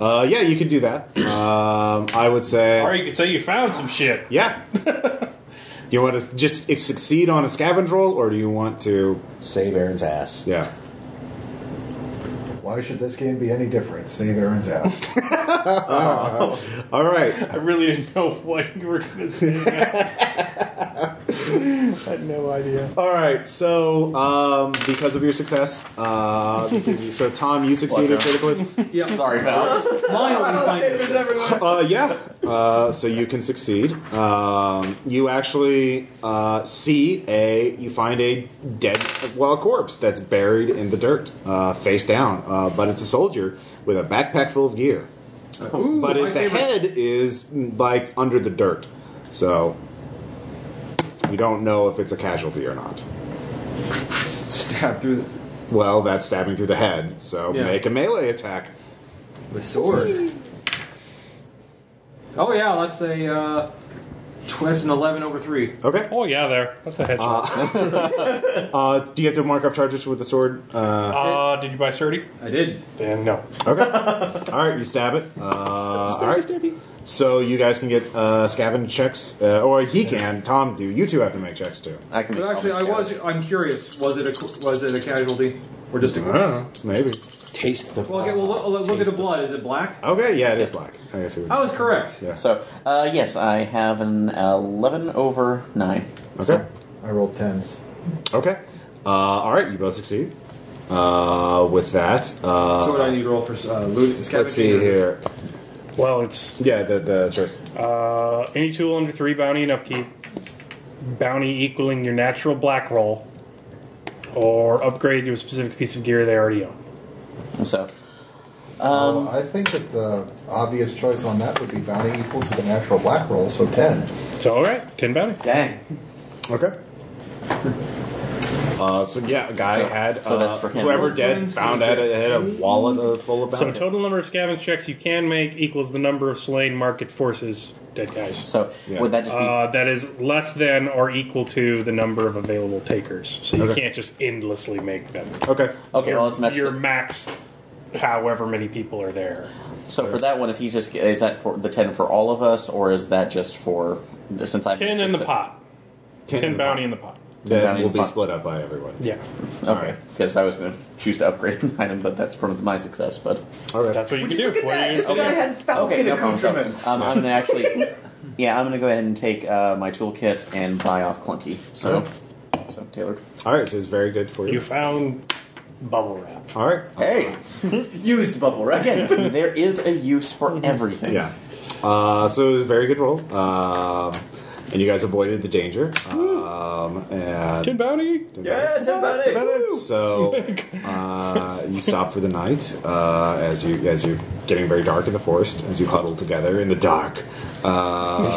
Uh, yeah, you could do that. Um, I would say.
Or you could say you found some shit.
Yeah. do you want to just succeed on a scavenge roll, or do you want to?
Save Aaron's ass.
Yeah.
Why should this game be any different? Save Aaron's ass.
All right.
I really didn't know what you were going to say. I had no idea.
All right. So, um, because of your success, uh, so Tom, you succeeded critically.
Yep.
Sorry, pals.
Mine will be fine.
Uh, yeah. Uh, so you can succeed. Um, you actually uh, see a you find a dead well a corpse that's buried in the dirt, uh, face down. Uh, but it's a soldier with a backpack full of gear.
Ooh,
But
my
it, the
favorite.
head is mm, like under the dirt, so you don't know if it's a casualty or not.
Stab through the
Well, that's stabbing through the head. So
Yeah.
make a melee attack.
with sword.
Oh yeah, let's say uh, tw- that's an eleven over three.
Okay.
Oh, yeah, there. That's a headshot.
Uh, do you have to mark off charges with the sword?
Uh,
Uh,
did you buy 30?
I did.
Then no.
okay. all right, you stab it. Uh, all right.
Stabby.
So you guys can get uh, scavenge checks, uh, or he can. Tom, do you two have to make checks too?
I can.
But actually, I was. I'm curious. Was it a co- was it a casualty or just a corpse?
Maybe.
Taste the
Well, okay, well look, look- look at the blood. Is it black?
Okay. Yeah, it is black. I guess it would.
Oh.
I was correct.
Yeah.
So, uh, yes, I have an 11 over 9.
Okay.
I rolled tens.
Okay. Uh, all right, you both succeed. Uh, with that, uh,
So what I need to roll for uh, loot? scavenging
let's see
or-
here.
Well, it's
Yeah, the the choice.
uh, any tool under three bounty and upkeep, bounty equaling your natural black roll, or upgrade to a specific piece of gear they already own.
So,
well, I think that the obvious choice on that would be bounty equal to the natural black roll, so ten.
So, all right, 10 bounty.
Dang.
Okay. Uh, so yeah, a guy
So-
had
so
uh,
that's for him.
whoever dead found out it had a wallet uh, full of
So,
bounty.
total number of scavenge checks you can make equals the number of slain market forces, dead guys.
so
Yeah.
would that just be.
Uh, that is less than or equal to the number of available takers. So, you
Okay.
can't just endlessly make them.
okay.
okay,
your,
well, let's match
your
the-
max, however many people are there.
So, for that one, if he's just. Is that for the 10 for all of us, or is that just for. Since I
10 in the pot. 10,
in the
bounty
pot.
in the pot.
That
bounty
will
in
be
the pot.
split up by everyone.
Yeah.
Okay, because I was going to choose to upgrade an item, but that's from my success. But
All right.
That's what you can do. What are you-
This guy had falcon
okay, no problem. So,
accoutrements.
um, I'm going to actually, yeah, I'm going to go ahead and take uh, my toolkit and buy off Clunky. So, so tailored.
All right. So it's very good for you.
You found bubble wrap.
All right.
Hey,
Used bubble wrap.
again, there is a use for everything.
Yeah. Uh, so it was a very good roll. Um, and you guys avoided the danger. Um, and
Tin bounty.
Yeah, ten bounty.
so uh, you stop for the night uh, as you as you're getting very dark in the forest as you huddle together in the dark. Uh,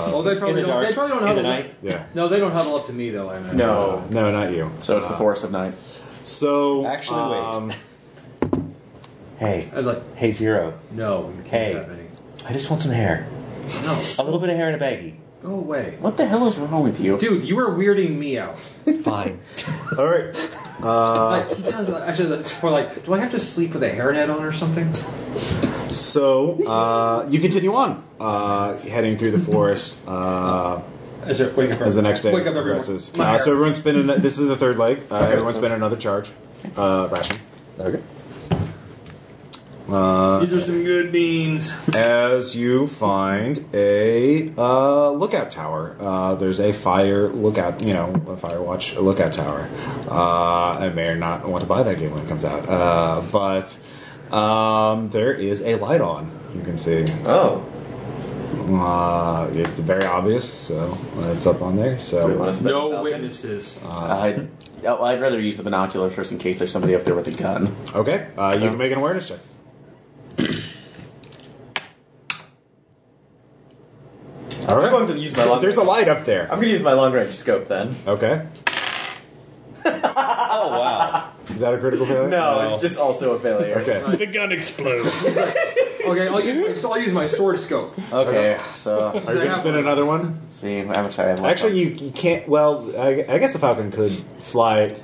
Well, Oh, they
in
probably
the
don't.
dark,
They probably don't
in
huddle.
the night.
yeah.
No, they don't huddle up to me though. I mean.
No.
No, not you.
So it's the forest of night.
So
Actually, wait.
um,
Hey.
I was like,
Hey, Zero.
no, you can't
Hey.
have any.
I just want some hair.
No,
A little bit of hair in a baggie.
go away,
What the hell is wrong with you?
dude. You were weirding me out.
Fine.
all right. Uh.
like, he does actually. That's more like, do I have to sleep with a hairnet on or something?
So uh, you continue on uh, heading through the forest. Uh,
As a wake up,
as the next day
Wake up, everyone.
progresses.
My
Uh,
hair.
so everyone's been in. This is the third leg. Uh, everyone's been another charge. Uh, ration.
Okay.
These are some good beans.
As you find a uh, lookout tower, uh, there's a fire lookout. You know, a fire watch lookout tower. Uh, I may or not want to buy that game when it comes out, uh, but um, there is a light on. You can see.
Oh.
Uh, it's very obvious, so it's up on there.
Do we
So
want to spend Uh, the
No
falcon?
witnesses.
I'd, oh, I'd rather use the binoculars just in case there's somebody up there with a gun.
okay, uh, you can make an awareness check. All
I'm going to use my long.
There's a light up there.
Uh,
I'm going to use my long range scope then.
Okay.
Oh, wow.
that a critical failure? Oh.
No, it's just also a failure.
Okay.
The gun explodes.
Okay, I'll use, my, so I'll use my sword scope.
Uh,
Okay, so
Are you going to spin another one?
let's see how much I have left.
Actually, you, you can't. Well, I, I guess the Falcon could fly.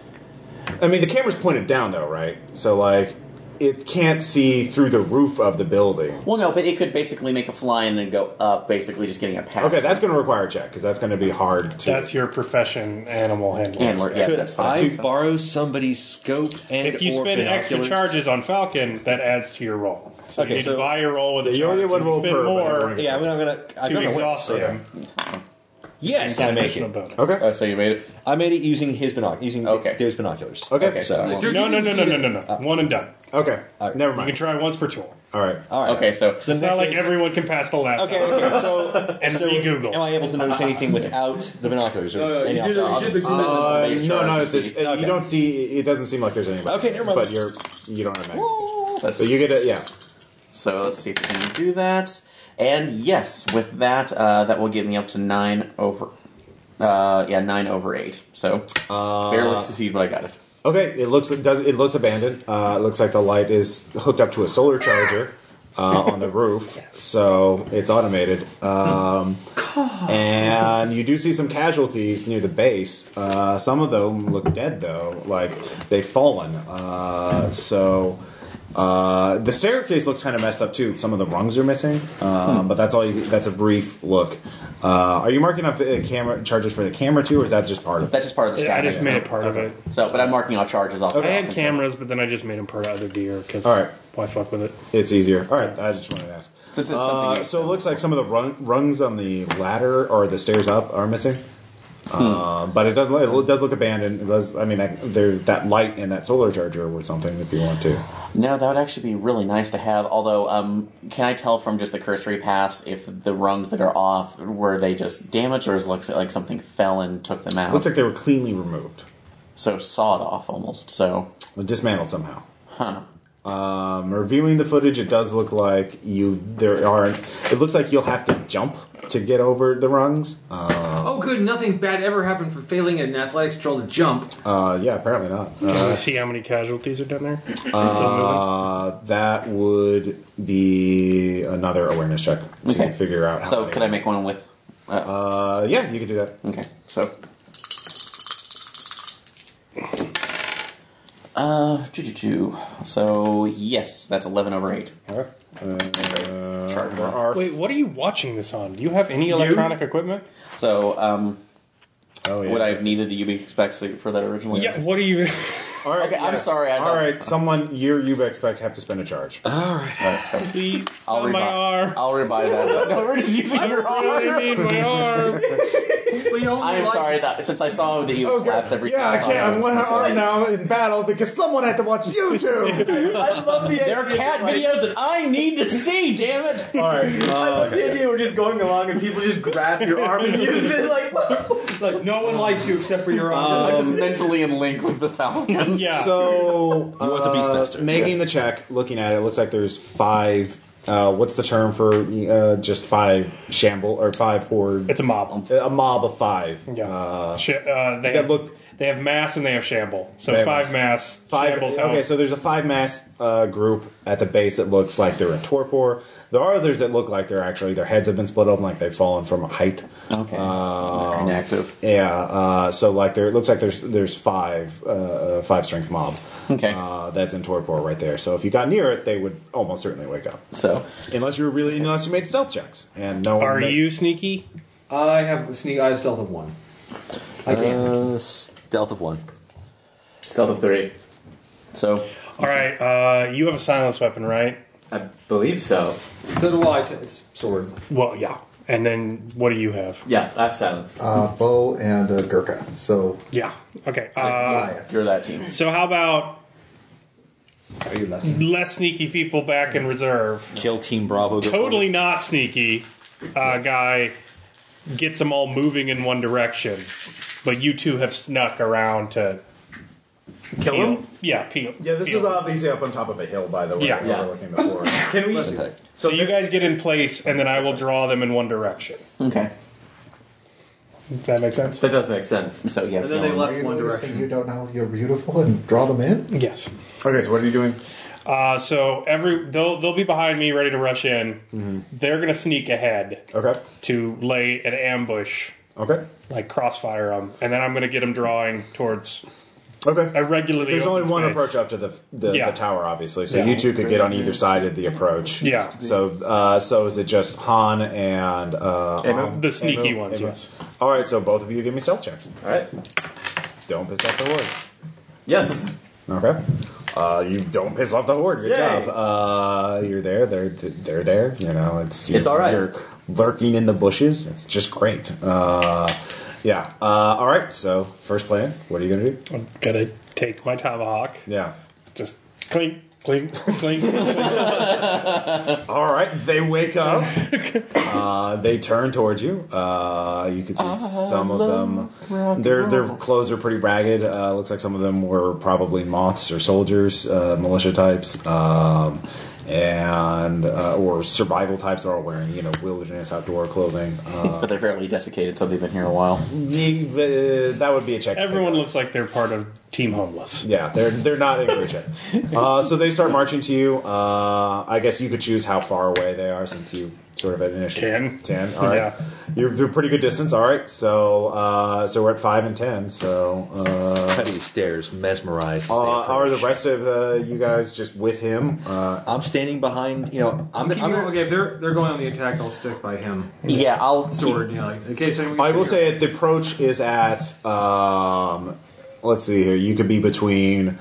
I mean, the camera's pointed down, though, right? So, like, it can't see through the roof of the building.
well, no, but it could basically make a fly and then go up, basically just getting a pass.
Okay, that's going to require a check because that's going to be hard to.
That's your profession, animal handler.
and we're, yeah,
Could
that's fine.
I borrow somebody's scope and
If you
or
spend extra
binoculars?
charges on Falcon, that adds to your roll. So
Okay,
you need
so-
to buy your roll with a
You only get one
charge. If you
roll
spend
per, but
more
everyone-
Yeah, I'm gonna. I'm gonna I'm
to
gonna
exhaust
win.
him.
Yes, I make it.
Bonus.
Okay.
Oh, so you made it.
I made it using his binoc- using
Okay.
those binoculars.
Okay.
Okay, so
So-
You're-
No,
you
no,
can
no,
see
no, no,
that-
no, no.
Uh,
One and done.
Okay. Never
You can
mind.
try once per tour.
All right.
all right.
okay, so
So
It's not like
everyone.
everyone can pass the last.
Okay, okay, so
And
so
re-Google.
Am I able to notice anything without the binoculars or
no, you
any
did it-
else?
you did the-
Uh,
Base
no,
charge
no,
is
it's, it's,
easy.
you don't see. It doesn't seem like there's anybody.
Okay, never mind.
But you're you don't have magic.
that's,
So you get it. Yeah.
So let's see if we can do that. And yes, with that, uh, that will get me up to nine over. Uh, yeah, nine over eight. So
Uh,
barely succeed, but I got it.
Okay, it looks it does it looks abandoned. Uh, it looks like the light is hooked up to a solar charger uh, on the roof, so it's automated. Um, and you do see some casualties near the base. Uh, some of them look dead though, like they've fallen. Uh, so. Uh, the staircase looks kind of messed up too. Some of the rungs are missing, um, but that's all. You, that's a brief look. Uh, are you marking up uh, camera charges for the camera too, or is that just part of it?
That's just part of the sky.
I just made it part of it.
So, but I'm marking all charges off.
Okay.
I
the
had
top,
cameras, but then I just made them part of other gear because
All right.
why fuck with it?
It's easier. All right, I just wanted to ask.
Since it's something
uh,
you-
so it looks like some of the rung, rungs on the ladder or the stairs up are missing, uh, but it does it does look abandoned. It does, I mean, that, there that light and that solar charger were something if you want to.
So. No, that would actually be really nice to have. Although, um, can I tell from just the cursory pass if the rungs that are off were they just damaged, or is it looks like something fell and took them out?
looks like they were cleanly removed,
so sawed off almost. So,
Well, dismantled somehow.
huh?
Um, reviewing the footage, it does look like you there are. It looks like you'll have to jump to get over the rungs. Uh,
Oh, good. Nothing bad ever happened for failing an athletics drill to jump.
uh, yeah, apparently not. Uh,
Can we see how many casualties are down there?
Uh, that would be another awareness check to
Okay.
figure out. How
So,
many-
could I make one with? Uh,
Uh, yeah, you could do that.
Okay, so. Uh, choo-choo-choo. so yes, that's eleven over eight.
Uh,
Chart.
there are-
Wait, what are you watching this on? Do you have any electronic equipment?
So, um,
oh, yeah.
would I have needed the UB spec suit for that originally?
Yeah, what are you?
All right,
Okay, I'm sorry, I
All
don't- Uh-huh.
right, someone you you expect have to spend a charge.
Please,
I'll
on
rebuy.
my arm.
I'll rebuy that. no, we're just using your
I
arm.
really need my arm.
I am sorry that since I saw that you
Oh,
collapsed
God.
every.
Yeah, I can't. I'm one
That's all
arm
right.
now in battle because someone had to watch YouTube.
I love the
There are
idea
cat
that, like,
videos that I need to see. Damn it!
All right. Uh,
The idea we're just going along and people just grab your arm and use it like.
Like no one likes you except for your own.
I'm just mentally in link with the Falcons.
Yeah.
So
You want the Beastmaster.
uh, making the check, looking at it, it looks like there's five. Uh, what's the term for uh, just five shamble or five horde?
It's a mob.
a mob of five.
Yeah.
Uh,
Sh- uh, they
that
have,
look-
They have mass and they have shamble. So
They have
five mass,
five.
shambles.
okay,
out.
so there's a five mass uh, group at the base that looks like they're in torpor. There are others that look like they're actually their heads have been split open, like they've fallen from a height.
Okay.
Um,
Inactive.
Yeah. Uh, so like there, it looks like there's there's five uh, five strength mob.
Okay.
Uh, that's in torpor right there. So if you got near it, they would almost certainly wake up,
So
unless you were really unless you made stealth checks and no. one
are
made-
you sneaky?
I have sneak. I have stealth of one. I can.
Uh, stealth of one.
stealth of three. So
All right. Uh, you have a silence weapon, right?
I believe so.
so do I. T- it's sword.
Well, yeah. And then what do you have?
Yeah, I've silenced.
Uh, bow and a Gurkha. So
Yeah. Okay. Uh,
Goliath.
you're that team.
so how about
Are you left?
less sneaky people back in reserve?
Kill Team Bravo. go
Totally not sneaky. Uh, guy gets them all moving in one direction, but you two have snuck around to
Kill
peel.
him?
Yeah, peel.
Yeah, this is
peel.
obviously up on top of a hill, by the way.
Yeah.
Yeah.
Overlooking the floor.
Can we.
forward.
So you guys get in place, and then I will draw them in one direction.
Okay.
Does that make sense?
That does make sense.
So yeah,
And then they
Bjorn.
Are
left
you
one
noticing
direction.
You don't know you're beautiful and draw them in.
Yes.
Okay, so what are you doing?
Uh, so every they'll they'll be behind me, ready to rush in.
Mm-hmm.
They're gonna sneak ahead
Okay.
to lay an ambush,
Okay.
like crossfire them, and then I'm gonna get them drawing towards.
Okay.
I regularly.
There's only
open
one
space.
approach up to the the,
Yeah.
the tower, obviously. So
Yeah.
you two could get on either side of the approach.
Yeah.
So uh, so is it just Han and uh, Han?
The sneaky
Amo?
ones,
Amo?
yes.
All right. So both of you give me stealth checks.
All right.
Don't piss off the ward.
Yes.
Okay. Uh, you don't piss off the horde. Good
Yay.
job. Uh, you're there. They're they're there. You know, it's
It's all right.
You're lurking in the bushes. It's just great. Uh, yeah. Uh, all right. So first plan. What are you gonna do?
I'm gonna take my tomahawk,
Yeah.
just clink, clink, clink. clink.
All right. They wake up. uh, they turn towards you. Uh, you can see some of them. Their their clothes are pretty ragged. Uh, looks like some of them were probably moths or soldiers, uh, militia types. Um, and uh, or survival types are all wearing you know wilderness outdoor clothing. Uh,
but they're fairly desiccated, so they've been here a while.
ye- uh, that would be a check. to pick
Everyone
up.
looks like they're part of Team Homeless.
Yeah, they're they're not in great shape. Uh, so they start marching to you. Uh, I guess you could choose how far away they are since you sort of had initiative.
Ten.
Ten. All right.
Yeah.
You're, you're pretty good distance. All right. So uh, so we're at five and ten. So uh,
Cuddy stares, mesmerized. As they
uh, are the
approach.
rest of uh, you guys just with him? Uh,
I'm standing behind. You know, I'm.
Keep
I'm
going- okay, if they're they're going on the attack, I'll stick by him.
Yeah, I'll
Sword, yeah. Like, in case anyone.
I will
gets
say the approach is at. Um, let's see here. You could be between.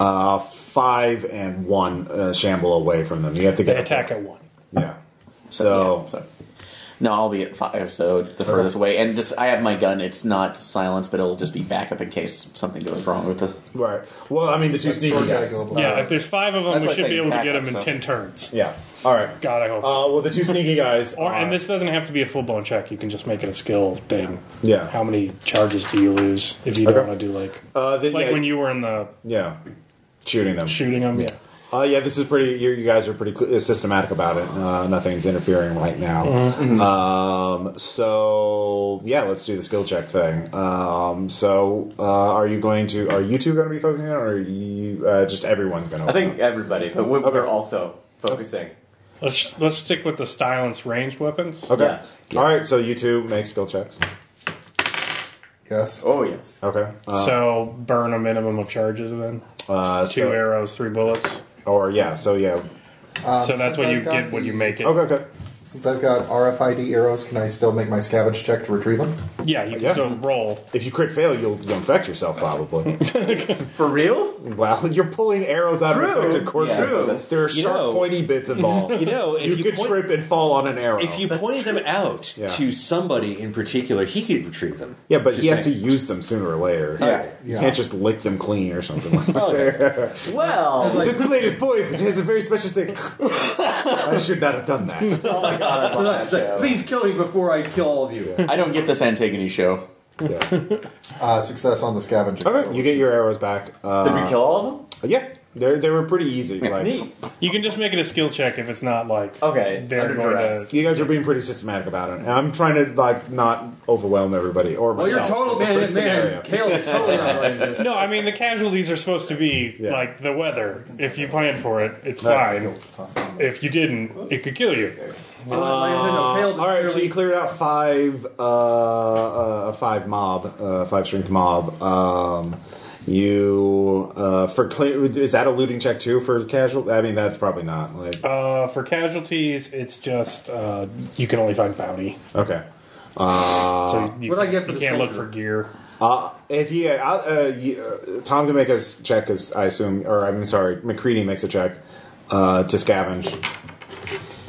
Uh, Five and one uh, shamble away from them. You have to get
They attack at one.
Yeah. So,
Yeah, so. No, I'll be at five, so the furthest away. And just I have my gun. It's not silence, but it'll just be backup in case something goes wrong with the.
Right. Well, I mean, the two sneaky
Sword gotta
guys.
go blind.
Yeah, if there's five of them,
That's
we
why I
should
said
be able to get
backup,
them
so-
in ten turns.
Yeah. All right.
God, I hope. so.
Uh, well, the two sneaky guys.
Or,
are-
and this doesn't have to be a full blown check. You can just make it a skill thing.
Yeah.
How many charges do you lose if you don't
Okay.
want to do like
Uh, the,
like
yeah,
when you were in the
Yeah. Shooting them.
shooting them? Yeah.
Uh, yeah, this is pretty. You, you guys are pretty cl- uh, systematic about it. Uh, nothing's interfering right now.
Mm-hmm,
Um, so yeah, let's do the skill check thing. Um, so uh, are you going to? Are you two going to be focusing on, it, or are you uh, just everyone's going to?
I think everybody, but we're, we're also focusing.
Let's let's stick with the silence ranged weapons.
Okay.
yeah.
All right. So you two make skill checks.
Yes.
Oh yes.
Okay. Uh,
so burn a minimum of charges then.
uh,
Two
so-
arrows, three bullets.
Or yeah. So yeah.
Um,
so that's
since
what you
I've got
get when
the-
you make it.
Okay. Okay.
Since I've got RFID arrows, can I still make my scavenge check to retrieve them?
Yeah, you can
Yeah.
still roll.
If you crit fail, you'll, you'll infect yourself probably.
For real?
well, you're pulling arrows out of
True.
infected corpses.
Yeah, so that's-
there are
You
sharp,
know-
pointy bits involved.
You know, if
you,
you
could
point-
trip and fall on an arrow.
If you pointed them out
Oh, Yeah.
to somebody in particular, he could retrieve them.
yeah, but he
Just
has to
saying.
use them sooner or later.
Yeah.
you
Yeah.
can't just lick them clean or something. like that.
Well,
this blade is poison. It has a very special thing. I should not have done that.
oh my god, I love that
It's like,
show.
Please kill me before I kill all of you.
I don't get this Antigone show.
Yeah.
Uh, success on the scavenger.
Okay, you get your arrows back. Uh,
Did we kill all of them?
Yeah, they they were pretty easy. Like
Neat.
You can just make it a skill check if it's not like
Okay,
They're
under
going
duress.
to.
you guys are being pretty systematic about it. And I'm trying to like not overwhelm everybody or
Well, you're
myself.
total
with the
man.
first scenario.
Man, Caleb's totally not running this.
No, I mean the casualties are supposed to be
Yeah.
like the weather. If you plan for it, it's
Right.
fine. If you didn't, it could kill you.
Like I said, no, Caleb is
all right, Uh, so
clearly-
you cleared out five, uh, uh, five mob, uh, five strength mob. Um, you uh, for clear is that a looting check too for casual? I mean, that's probably not like
Uh, for casualties, it's just uh, you can only find bounty.
okay. Uh,
So you,
What'd I get for
you
the
can't look
soldier?
for gear.
uh, if you, I'll, uh, you uh, Tom can make a s- check, as I assume, or I'm sorry, McCready makes a check uh, to scavenge.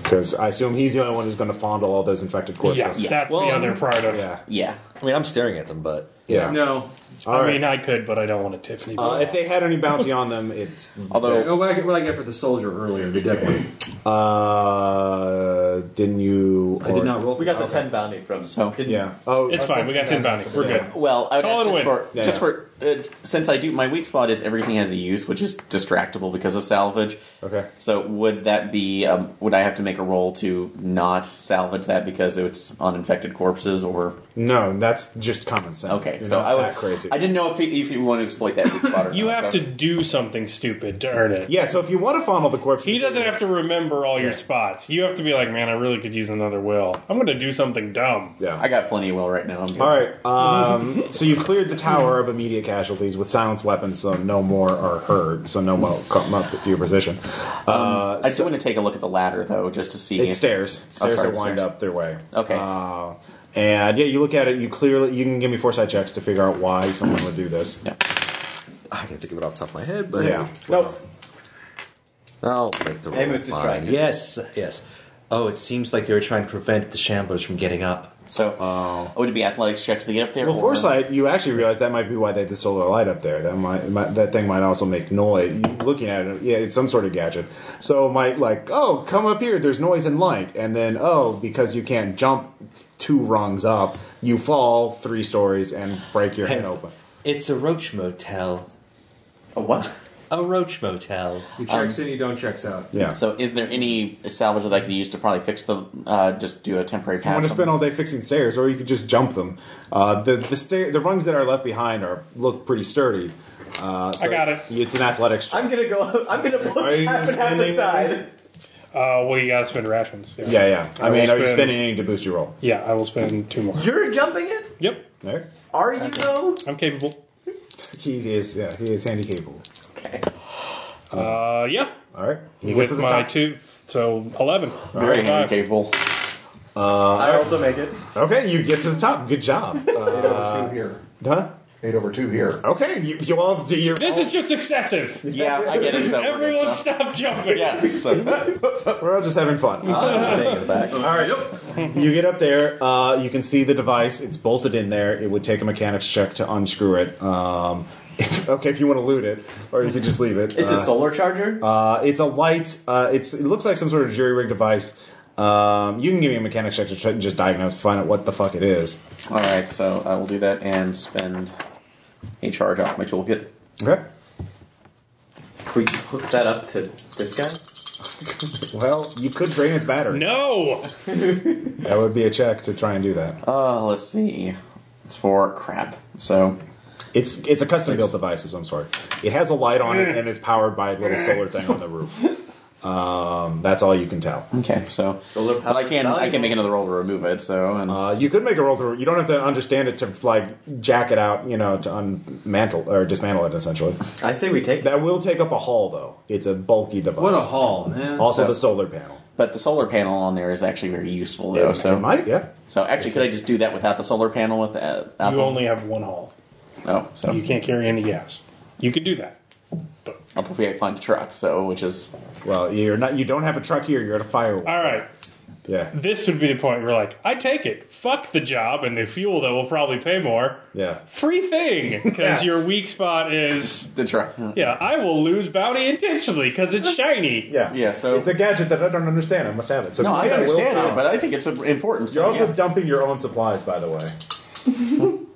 Because I assume he's the only one who's going to fondle all those infected corpses.
Yeah,
Yeah.
that's
Well,
the other part of.
yeah,
Yeah,
I mean, I'm staring at them, but
yeah.
No.
All
I
right.
mean, uh, I could, but I don't want to tip anybody.
uh, if they had any bounty on them, it's
although
Oh, what I get? What I get for the soldier earlier? The deck one.
Oh.
Uh, didn't you?
I did not roll.
We got the ten bounty from.
So-
didn't
Yeah. Oh,
it's
I
fine.
thought
We
you
got ten bounty. We're
Yeah.
good.
well, I would
Call
ask
it a
just
win.
for
Yeah,
just
yeah.
for uh, since I do my weak spot is everything has a use, which is distractible because of salvage.
Okay.
So would that be? Um, would I have to make a roll to not salvage that because it's on infected corpses or?
No, that's just common sense.
Okay,
You're
so
not
I would.
that crazy.
I didn't know if you, if you want to exploit that weak spot or
You
not,
have
so-
to do something stupid to earn it.
yeah, so if you want to fondle the corpse,
He doesn't have to remember all your spots. You have to be like, man, I really could use another will. I'm going to do something dumb.
Yeah.
I got plenty of will right now. I'm good.
All right. Um, so you've cleared the tower of immediate casualties with silenced weapons, so no more are heard. So no more come up to your position. Uh,
I do want to take a look at the ladder though, just to see.
it's stairs. Stairs
Oh, sorry,
that wind
stairs.
up their way.
Okay.
Uh, and yeah, you look at it. You clearly you can give me foresight checks to figure out why someone would do this.
Yeah.
I can't think of it off the top of my head, but
Yeah. Nope.
I'll make the roll.
Amos
fine.
distracted.
Yes, yes. Oh, it seems like they were trying to prevent the shamblers from getting up.
So, Oh, would it be athletics checks to get up there?
Well,
or-
foresight. You actually realize that might be why they had the solar light up there. That might, might that thing might also make noise. You, looking at it, yeah, it's some sort of gadget. So it might like, oh, come up here. There's noise and light, and then oh, because you can't jump two rungs up, you fall three stories and break your head
Hence-
open.
It's a roach motel.
A what?
A roach motel.
You checks in, you don't checks out.
Yeah.
So, is there any salvage that I could use to probably fix the? Uh, just do a temporary
you
patch.
want to
on-
spend all day fixing stairs, or you could just jump them. Uh, the the stair, the rungs that are left behind are look pretty sturdy. Uh, so
I got it.
It's an athletics.
I'm gonna go. I'm gonna pull
Are you
half and half
spending
aside.
anything?
Uh, well, you got to spend rations.
yeah, yeah. I
will
mean, are you
spend-
spending anything to boost your roll?
Yeah, I will spend two more.
You're jumping it.
Yep,
No.
Are you though?
I'm capable.
He is, yeah, he is handy capable.
Okay.
Uh, yeah,
All right. He gets
with
to the
my
top.
two, so eleven.
Very
Five.
capable.
I also make it.
Okay, you get to the top. Good job. Uh,
Eight over two here.
huh?
Eight over two here.
Okay, you, you all do your.
This is just excessive.
Yeah, I get it. So we're good,
Everyone,
so-
stop jumping.
Yeah. So,
We're all just having fun. Uh,
I'm staying in the back.
all right. You get up there. Uh, you can see the device. It's bolted in there. It would take a mechanics check to unscrew it. Um, okay, if you want to loot it, or you could just leave it.
It's
Uh,
a solar charger.
Uh, it's a light. Uh, it's it looks like some sort of jury rig device. Um, you can give me a mechanics check to try, just diagnose, find out what the fuck it is.
all right. So I will do that and spend a charge off my toolkit.
Okay.
Could we hook that up to this guy?
Well, you could drain its battery.
No.
That would be a check to try and do that.
Uh, let's see. It's for crap. So
It's it's a custom built device of some sort. It has a light on it and it's powered by a little solar thing on the roof. Um, that's all you can tell.
okay. So
Solar
but I
power
can I
valuable.
can make another roll to remove it. So and
Uh, you could make a roll through. You don't have to understand it to like jack it out, you know, to unmantle or dismantle it. Essentially,
I say we take that.
that will take up a haul though. It's a bulky device.
What a haul, man.
Also,
So-
the solar panel.
but the solar panel on there is actually very useful though.
It-
so
it might, yeah.
so actually, could I just do that without the solar panel? With uh,
You only have one haul.
oh so
You can't carry any gas. You could do that.
I'll probably find a truck. So which is
Well, you're not. You don't have a truck here. You're at a firework.
All right.
Yeah,
This would be the point where, like, I take it. Fuck the job and the fuel that will probably pay more.
yeah.
Free thing because
Yeah.
your weak spot is
the truck.
yeah. I will lose bounty intentionally because it's shiny.
Yeah.
Yeah, so-
it's a gadget that I don't understand. I must have it. So
No,
you
I
get
understand
willpower.
it, but I think it's important. so
You're also
yeah.
dumping your own supplies, by the way.
oh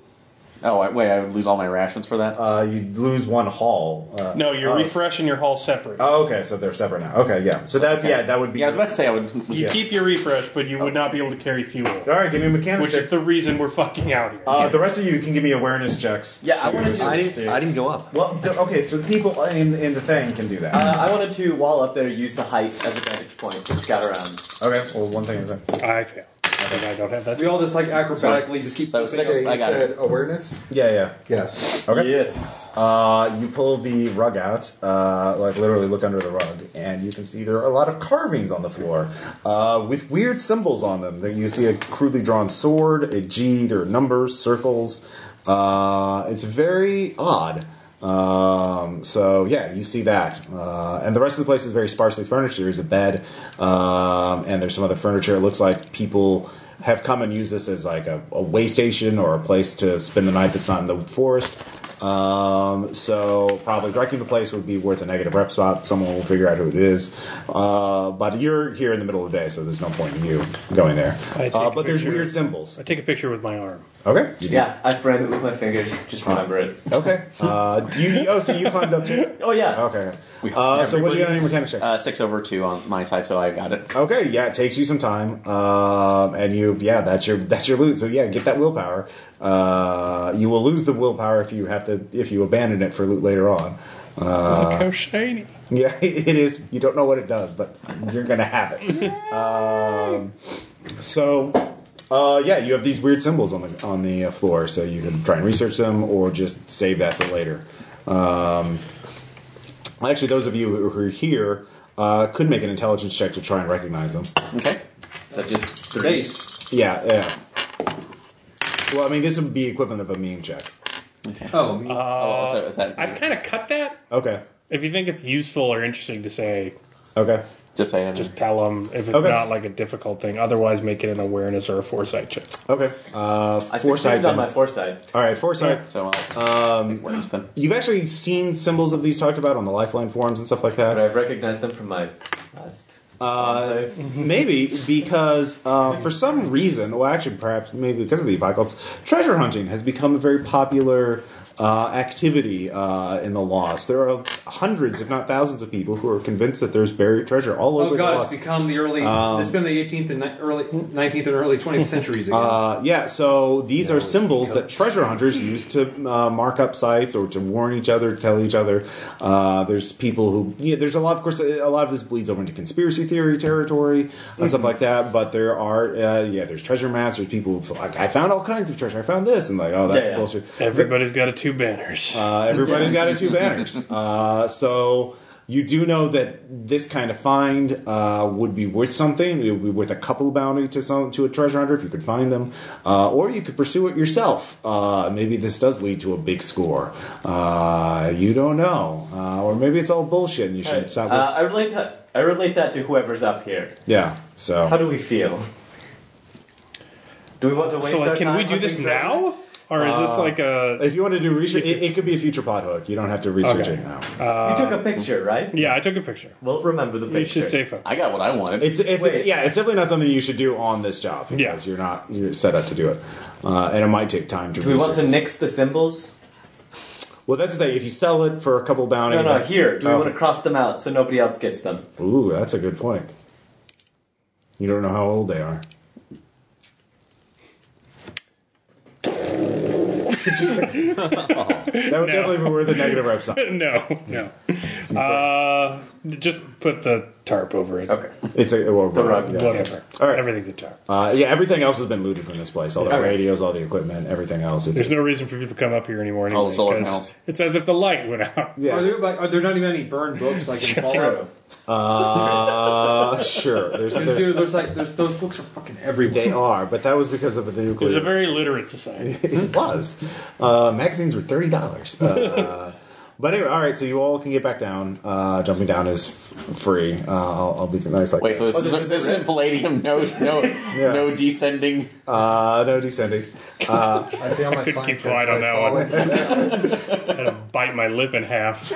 I- wait, I would lose all my rations for that.
Uh, you lose one haul. Uh,
No, you're
oh.
refreshing your haul separate.
Oh, okay, so they're separate now. Okay, yeah. So that, yeah, that would be.
yeah, I was about to say I would.
You keep your refresh, but you would not be able to carry fuel,
All right, give me a mechanic
which
check.
is the reason we're fucking out here.
uh, the rest of you can give me awareness checks.
Yeah, I wanted to.
I didn't, I didn't go up.
Well, th- okay, so the people in, in the thing can do that.
Uh, I wanted to while up there use the height as a vantage point to scout around.
okay, well, one thing. At a time.
I fail. I think I don't have that.
We all just like acrobatically just keep.
So six,
Okay, you
I got
said
it.
awareness.
Yeah, yeah.
Yes.
Okay.
Yes.
Uh, you pull the rug out, uh, like literally look under the rug, and you can see there are a lot of carvings on the floor uh, with weird symbols on them. There you see a crudely drawn sword, a G, there are numbers, circles. Uh, it's very odd. Um, so yeah, you see that, uh, and the rest of the place is very sparsely furnished. There's a bed, um, and there's some other furniture. It looks like people have come and used this as like a, a way station or a place to spend the night that's not in the forest. Um, so probably directing the place would be worth a negative rep spot. Someone will figure out who it is. Uh, but you're here in the middle of the day, so there's no point in you going there.
I take
Uh,
a
but there's
picture.
weird symbols.
I take a picture with my arm.
Okay. You do.
Yeah, I framed it with my fingers. Just remember it.
Okay. Uh, you, oh, so you climbed up too?
Oh yeah.
Okay. Uh, so what do you got on your mechanics check?
Uh, six over two on my side, so I got it.
Okay, yeah, it takes you some time, um, and you, yeah, that's your that's your loot. So yeah, get that willpower. Uh, you will lose the willpower if you have to if you abandon it for loot later on. Uh,
Look how shiny.
yeah, it is. You don't know what it does, but you're gonna have it. um, so, uh, yeah, you have these weird symbols on the on the uh, floor, so you can try and research them or just save that for later. Um, actually, those of you who are here uh, could make an intelligence check to try and recognize them.
Okay. So just three.
Yeah, yeah. Well, I mean, this would be equivalent of a meme check.
Okay.
Oh,
oh, so is that
Uh, I've kind of cut that.
Okay.
If you think it's useful or interesting to say,
Okay.
just saying?
just tell them if it's
Okay.
not like a difficult thing. Otherwise, make it an awareness or a foresight check.
Okay. Uh,
I
foresight.
succeeded on
Then.
my foresight.
All right, foresight.
so I'll um, works then.
You've actually seen symbols of these talked about on the Lifeline forums and stuff like
But
that.
I've recognized them from my last.
Uh, maybe because uh, for some reason, well, actually, perhaps maybe because of the apocalypse, treasure hunting has become a very popular uh, activity uh, in the Lost. There are hundreds, if not thousands, of people who are convinced that there's buried treasure all over
oh
the
God! It's
Lost.
become the early.
Um,
it's been the 18th and ni- early 19th and early 20th centuries again.
Uh, yeah, so these are symbols that treasure hunters use to uh, mark up sites or to warn each other, tell each other. Uh, there's people who, yeah, there's a lot, of course, a lot of this bleeds over into conspiracy theory territory and
Mm-hmm.
stuff like that. But there are, uh, yeah, there's treasure maps. There's people who, feel like, I found all kinds of treasure. I found this, and like, oh, that's
Yeah, yeah.
bullshit.
Everybody's got a two banners.
Uh, everybody's got a two banners. Uh, so you do know that this kind of find uh, would be worth something. It would be worth a couple bounty to some to a treasure hunter if you could find them, uh, or you could pursue it yourself. Uh, maybe this does lead to a big score. Uh, you don't know, uh, or maybe it's all bullshit and you should
Alright,
stop.
Uh, I relate that. I relate that to whoever's up here.
yeah. So
How do we feel? Do we want to waste
so,
our
like, can
time
we do this
hunting
now, or is this like a?
if you want to do research, it, it could be a future plot hook. You don't have to research
Okay.
it now.
treasure? you took a picture, right?
Yeah, I took a picture.
We'll remember the
You
picture.
should say fuck.
I got what I wanted.
It's, if it's
Wait.
yeah, it's definitely not something you should do on this job because
Yeah.
you're not you're set up to do it, uh, and it might take time to.
do we want to
research.
nix the symbols?
Well, that's the thing. If you sell it for a couple bounty,
No, no.
that's-
Here, do we
Oh.
want to cross them out so nobody else gets them?
Ooh, that's a good point. You don't know how old they are. that would definitely be worth a negative rep sign.
No, no. Uh, just put the tarp over it.
Okay.
It's a well,
rug.
yeah.
Whatever.
All right.
Everything's a tarp.
Uh, yeah, everything else has been looted from this place. All the
Okay.
radios, all the equipment, everything else. It's-
There's no reason for people to come up here anymore. Anyway,
Oh, the solar
'cause
panels.
It's as if the light went out.
yeah.
Are there like, are there not even any burned books like in Fallout?
Uh, sure. There's,
Because
there's,
dude, there's like there's, those books are fucking everywhere.
they are, but that was because of the nuclear.
It's a very literate society.
it was. Uh, magazines were thirty dollars. Uh, but anyway, all right. So you all can get back down. Uh, jumping down is f- free. Uh, I'll, I'll be nice like
Wait, so
that.
Oh, this, is, this, isn't palladium? No, no, no descending.
uh, no descending.
I feel my
Couldn't
fine
keep
trick
quiet on
by
that one.
falling.
I had to bite my lip in half.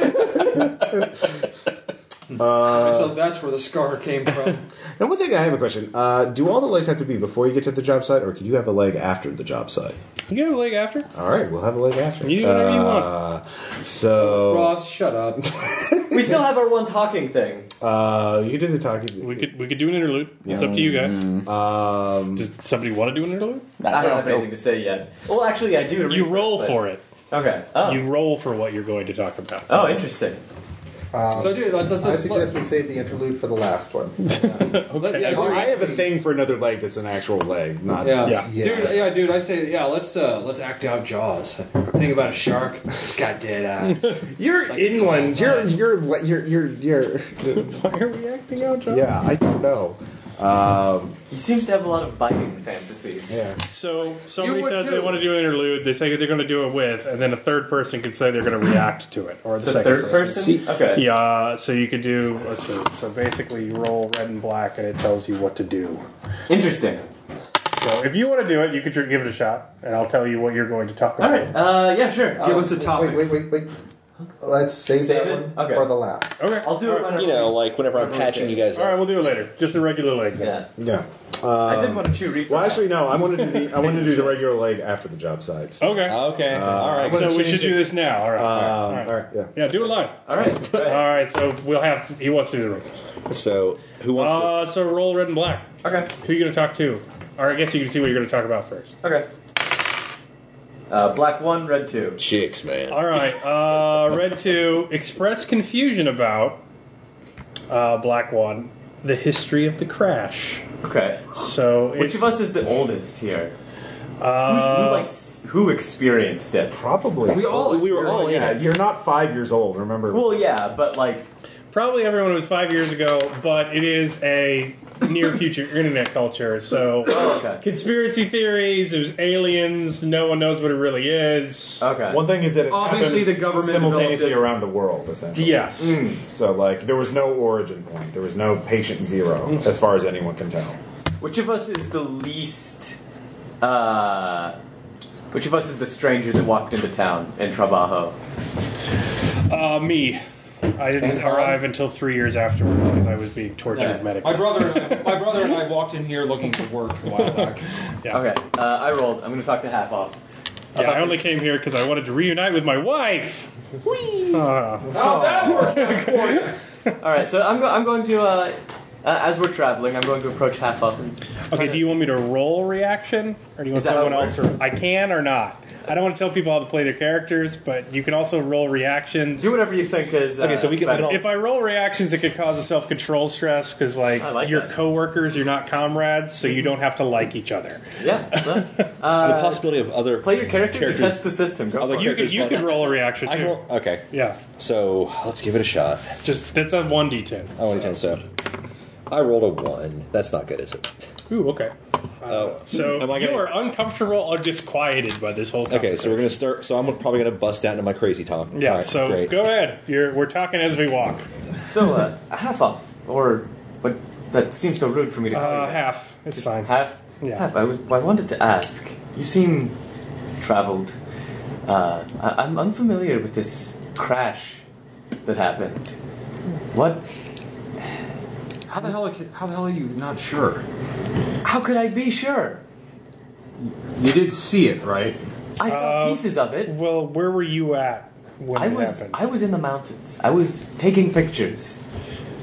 so that's where the scar came from.
Now, one thing I have a question: uh, Do all the legs have to be before you get to the job site, or could you have a leg after the job site?
You have a leg after?
All right, we'll have a leg after.
You do whatever you want.
want. So
Ross, shut up.
Um,
We still have our one talking thing.
uh, you do the talking.
We could we could do an interlude. It's up to you guys.
Um,
Does somebody want to do an interlude?
I don't have anything to say yet. Well, actually, I do.
You roll for it.
Okay. Oh.
You roll for what you're going to talk about.
oh, interesting.
so dude, let's let's,
I
let's
suggest we save the interlude for the last one.
let- yeah,
I
dude,
have a thing for another leg that's an actual leg, not
yeah.
Yeah.
dude, yeah, dude. I say, yeah. Let's uh, let's act out Jaws. Think about a shark. It's got dead eyes.
You're inland. You're you're you're you're you're.
Why are we acting out, John?
Yeah, I don't know. Um,
He seems to have a lot of biting fantasies.
yeah.
So somebody
You would
says
too.
they want to do an interlude. They say they're going to do it with, and then a third person could say they're going to react to it, or the,
The
second
third person.
See-
okay.
Yeah. So you could do. Let's see. So basically, you roll red and black, and it tells you what to do.
Interesting.
So if you want to do it, you could give it a shot, and I'll tell you what you're going to talk
All
about.
right. Uh, yeah, sure.
Give us a topic.
Wait, wait, wait, wait. Let's save,
Save
that
it?
one
Okay.
for the last.
Okay.
I'll do it.
All
when
right.
I-
You know, like whenever I'm
Whatever we
patching
say.
you guys
All
up.
right, we'll do it later. Just a regular leg. then.
Yeah.
Yeah.
I did want to chew refill.
Well, actually, no. I wanted to do the I wanted to do the regular leg after the job sites.
Oh.
Okay.
Okay, all right.
so we should do this now. All right. all right, all
Um,
right.
all right, yeah.
Yeah, do it live.
All right.
All
right.
right. So we'll have. To, he wants to do the regular.
So who wants
Uh, so roll red and black.
Okay.
Who you going to talk to? Or I guess you can see what you're going to talk about first.
Okay. Uh, black one, red two.
to chicks, man?
All right. Uh, red two express confusion about uh, black one, the history of the crash.
Okay.
So
Which
it's,
of us is the oldest here?
Uh,
who, who, like, s- who experienced it?
Probably.
We all
we were all
experienced
yeah. You're not five years old. Remember?
Well, yeah, but like,
Probably everyone was five years ago, but it is a near future internet culture. So
okay.
conspiracy theories, there's aliens, no one knows what it really is.
Okay.
One thing is that it
Obviously,
happened
the government
simultaneously
developed
around the world, essentially.
Yes.
So like, there was no origin point. There was no patient zero, as far as anyone can tell.
Which of us is the least. Uh, which of us is the stranger that walked into town in Trabajo?
Uh, me. I didn't arrive until three years afterwards because I was being tortured medically.
My brother, and I, my brother and I walked in here looking for work a while back.
Yeah.
Okay, uh, I rolled. I'm gonna talk to half off.
Yeah, I only came here because I wanted to reunite with my wife. Ah.
How'd that work out for you?
Alright, so I'm, go- I'm going to. Uh, uh, as we're traveling, I'm going to approach half off. And-
Okay, do you want me to roll reaction, or do you want
Is that
someone
how it
else? to... I can or not. I don't want to tell people how to play their characters, but you can also roll reactions.
do whatever you think is. Uh,
Okay, so we can- we
better.
can all-
If I roll reactions, it could cause a self control stress because, like,
I like
your
that.
coworkers, you're not comrades, so you don't have to like each other.
Yeah. look.
So the
Uh,
possibility of other
play your characters, or test the system. Go
Other
for
You
it.
characters- Characters
could, you
not-
could roll a reaction
I
too.
can roll- okay,
Yeah,
so let's give it a shot.
just that's a one d10.
I only ten so. I rolled a one. That's not good, is it?
Ooh, okay.
Oh,
So
Am I
you
gonna-
are uncomfortable or disquieted by this whole.
okay. So we're
conversation.
gonna start. So I'm probably gonna bust out into my crazy talk.
Yeah.
All right,
so
great.
go ahead. You're, we're talking as we walk.
So, uh, a half off, or but that seems so rude for me to call
Uh,
you.
half. It's fine.
Half.
Yeah.
Half. I was. I wanted to ask. You seem traveled. Uh, I, I'm unfamiliar with this crash that happened. What?
How the hell? are- How the hell are you not sure?
How could I be sure?
You did see it, right?
I saw
Uh,
pieces of it.
Well, where were you at when
I
it
was.
happened?
I was in the mountains. I was taking pictures.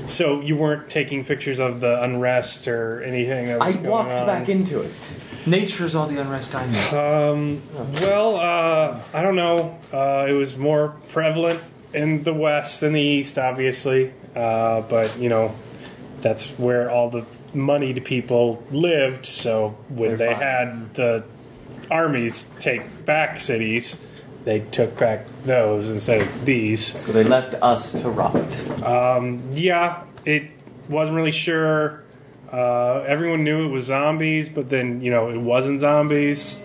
So you weren't taking pictures of the unrest or anything. That was
I
going
walked
on.
back into it.
Nature's all the unrest I know.
Well, uh, I don't know. Uh, it was more prevalent in the west than the east, obviously. Uh, but you know, that's where all the moneyed people lived. So when
They're
they
fine.
had the armies take back cities, they took back those instead of these.
So they left us to rot.
Yeah, it wasn't really sure. Uh, everyone knew it was zombies, but then you know it wasn't zombies.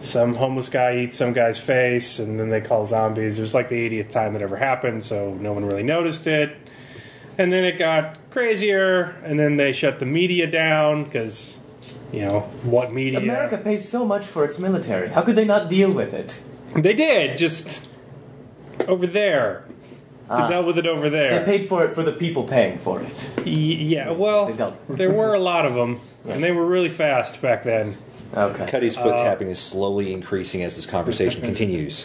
Some homeless guy eats some guy's face, and then they call zombies. It was like the 80th time that ever happened, so no one really noticed it. And then it got crazier, and then they shut the media down because, you know, what media?
America pays so much for its military. How could they not deal with it?
They did just over there. they dealt with it over there.
They paid for it for the people paying for it.
Y- Yeah, well,
don't.
there were a lot of them, and they were really fast back then.
Okay.
Cuddy's foot tapping is slowly increasing as this conversation continues.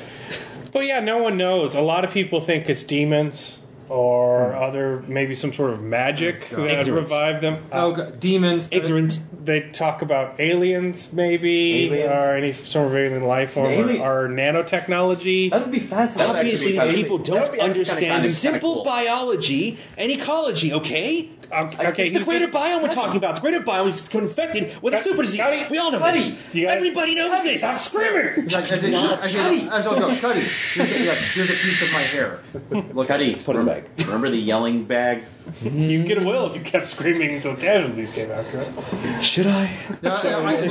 But yeah, no one knows. A lot of people think it's demons or
Hmm.
other, maybe some sort of magic
Oh,
that
Ignorance.
revive them. Uh,
Oh, God. demons.
Ignorant.
they talk about aliens, maybe,
Aliens.
or any sort of alien life form,
Alien-
or, or nanotechnology.
That would be fascinating.
Obviously,
That
these
would be
people
That'd
don't
be actually kinda-
understand
kinda
simple
cool.
biology and ecology. Okay,
okay, okay,
it's the
he's
greater
just-
biome we're talking about. The greater biome is infected with a
Cut-
super disease.
Cuddy,
We all know
Cuddy,
this.
you gotta-
Everybody knows this.
Stop screaming!
I said, I said, I said, go, Cuddy, here's a, yeah, here's a piece of my hair.
Look, Cuddy,
Put it
rem-
back.
Remember the yelling bag?
You get a will if you kept screaming until casualties came after it.
Should I?
No, no, I-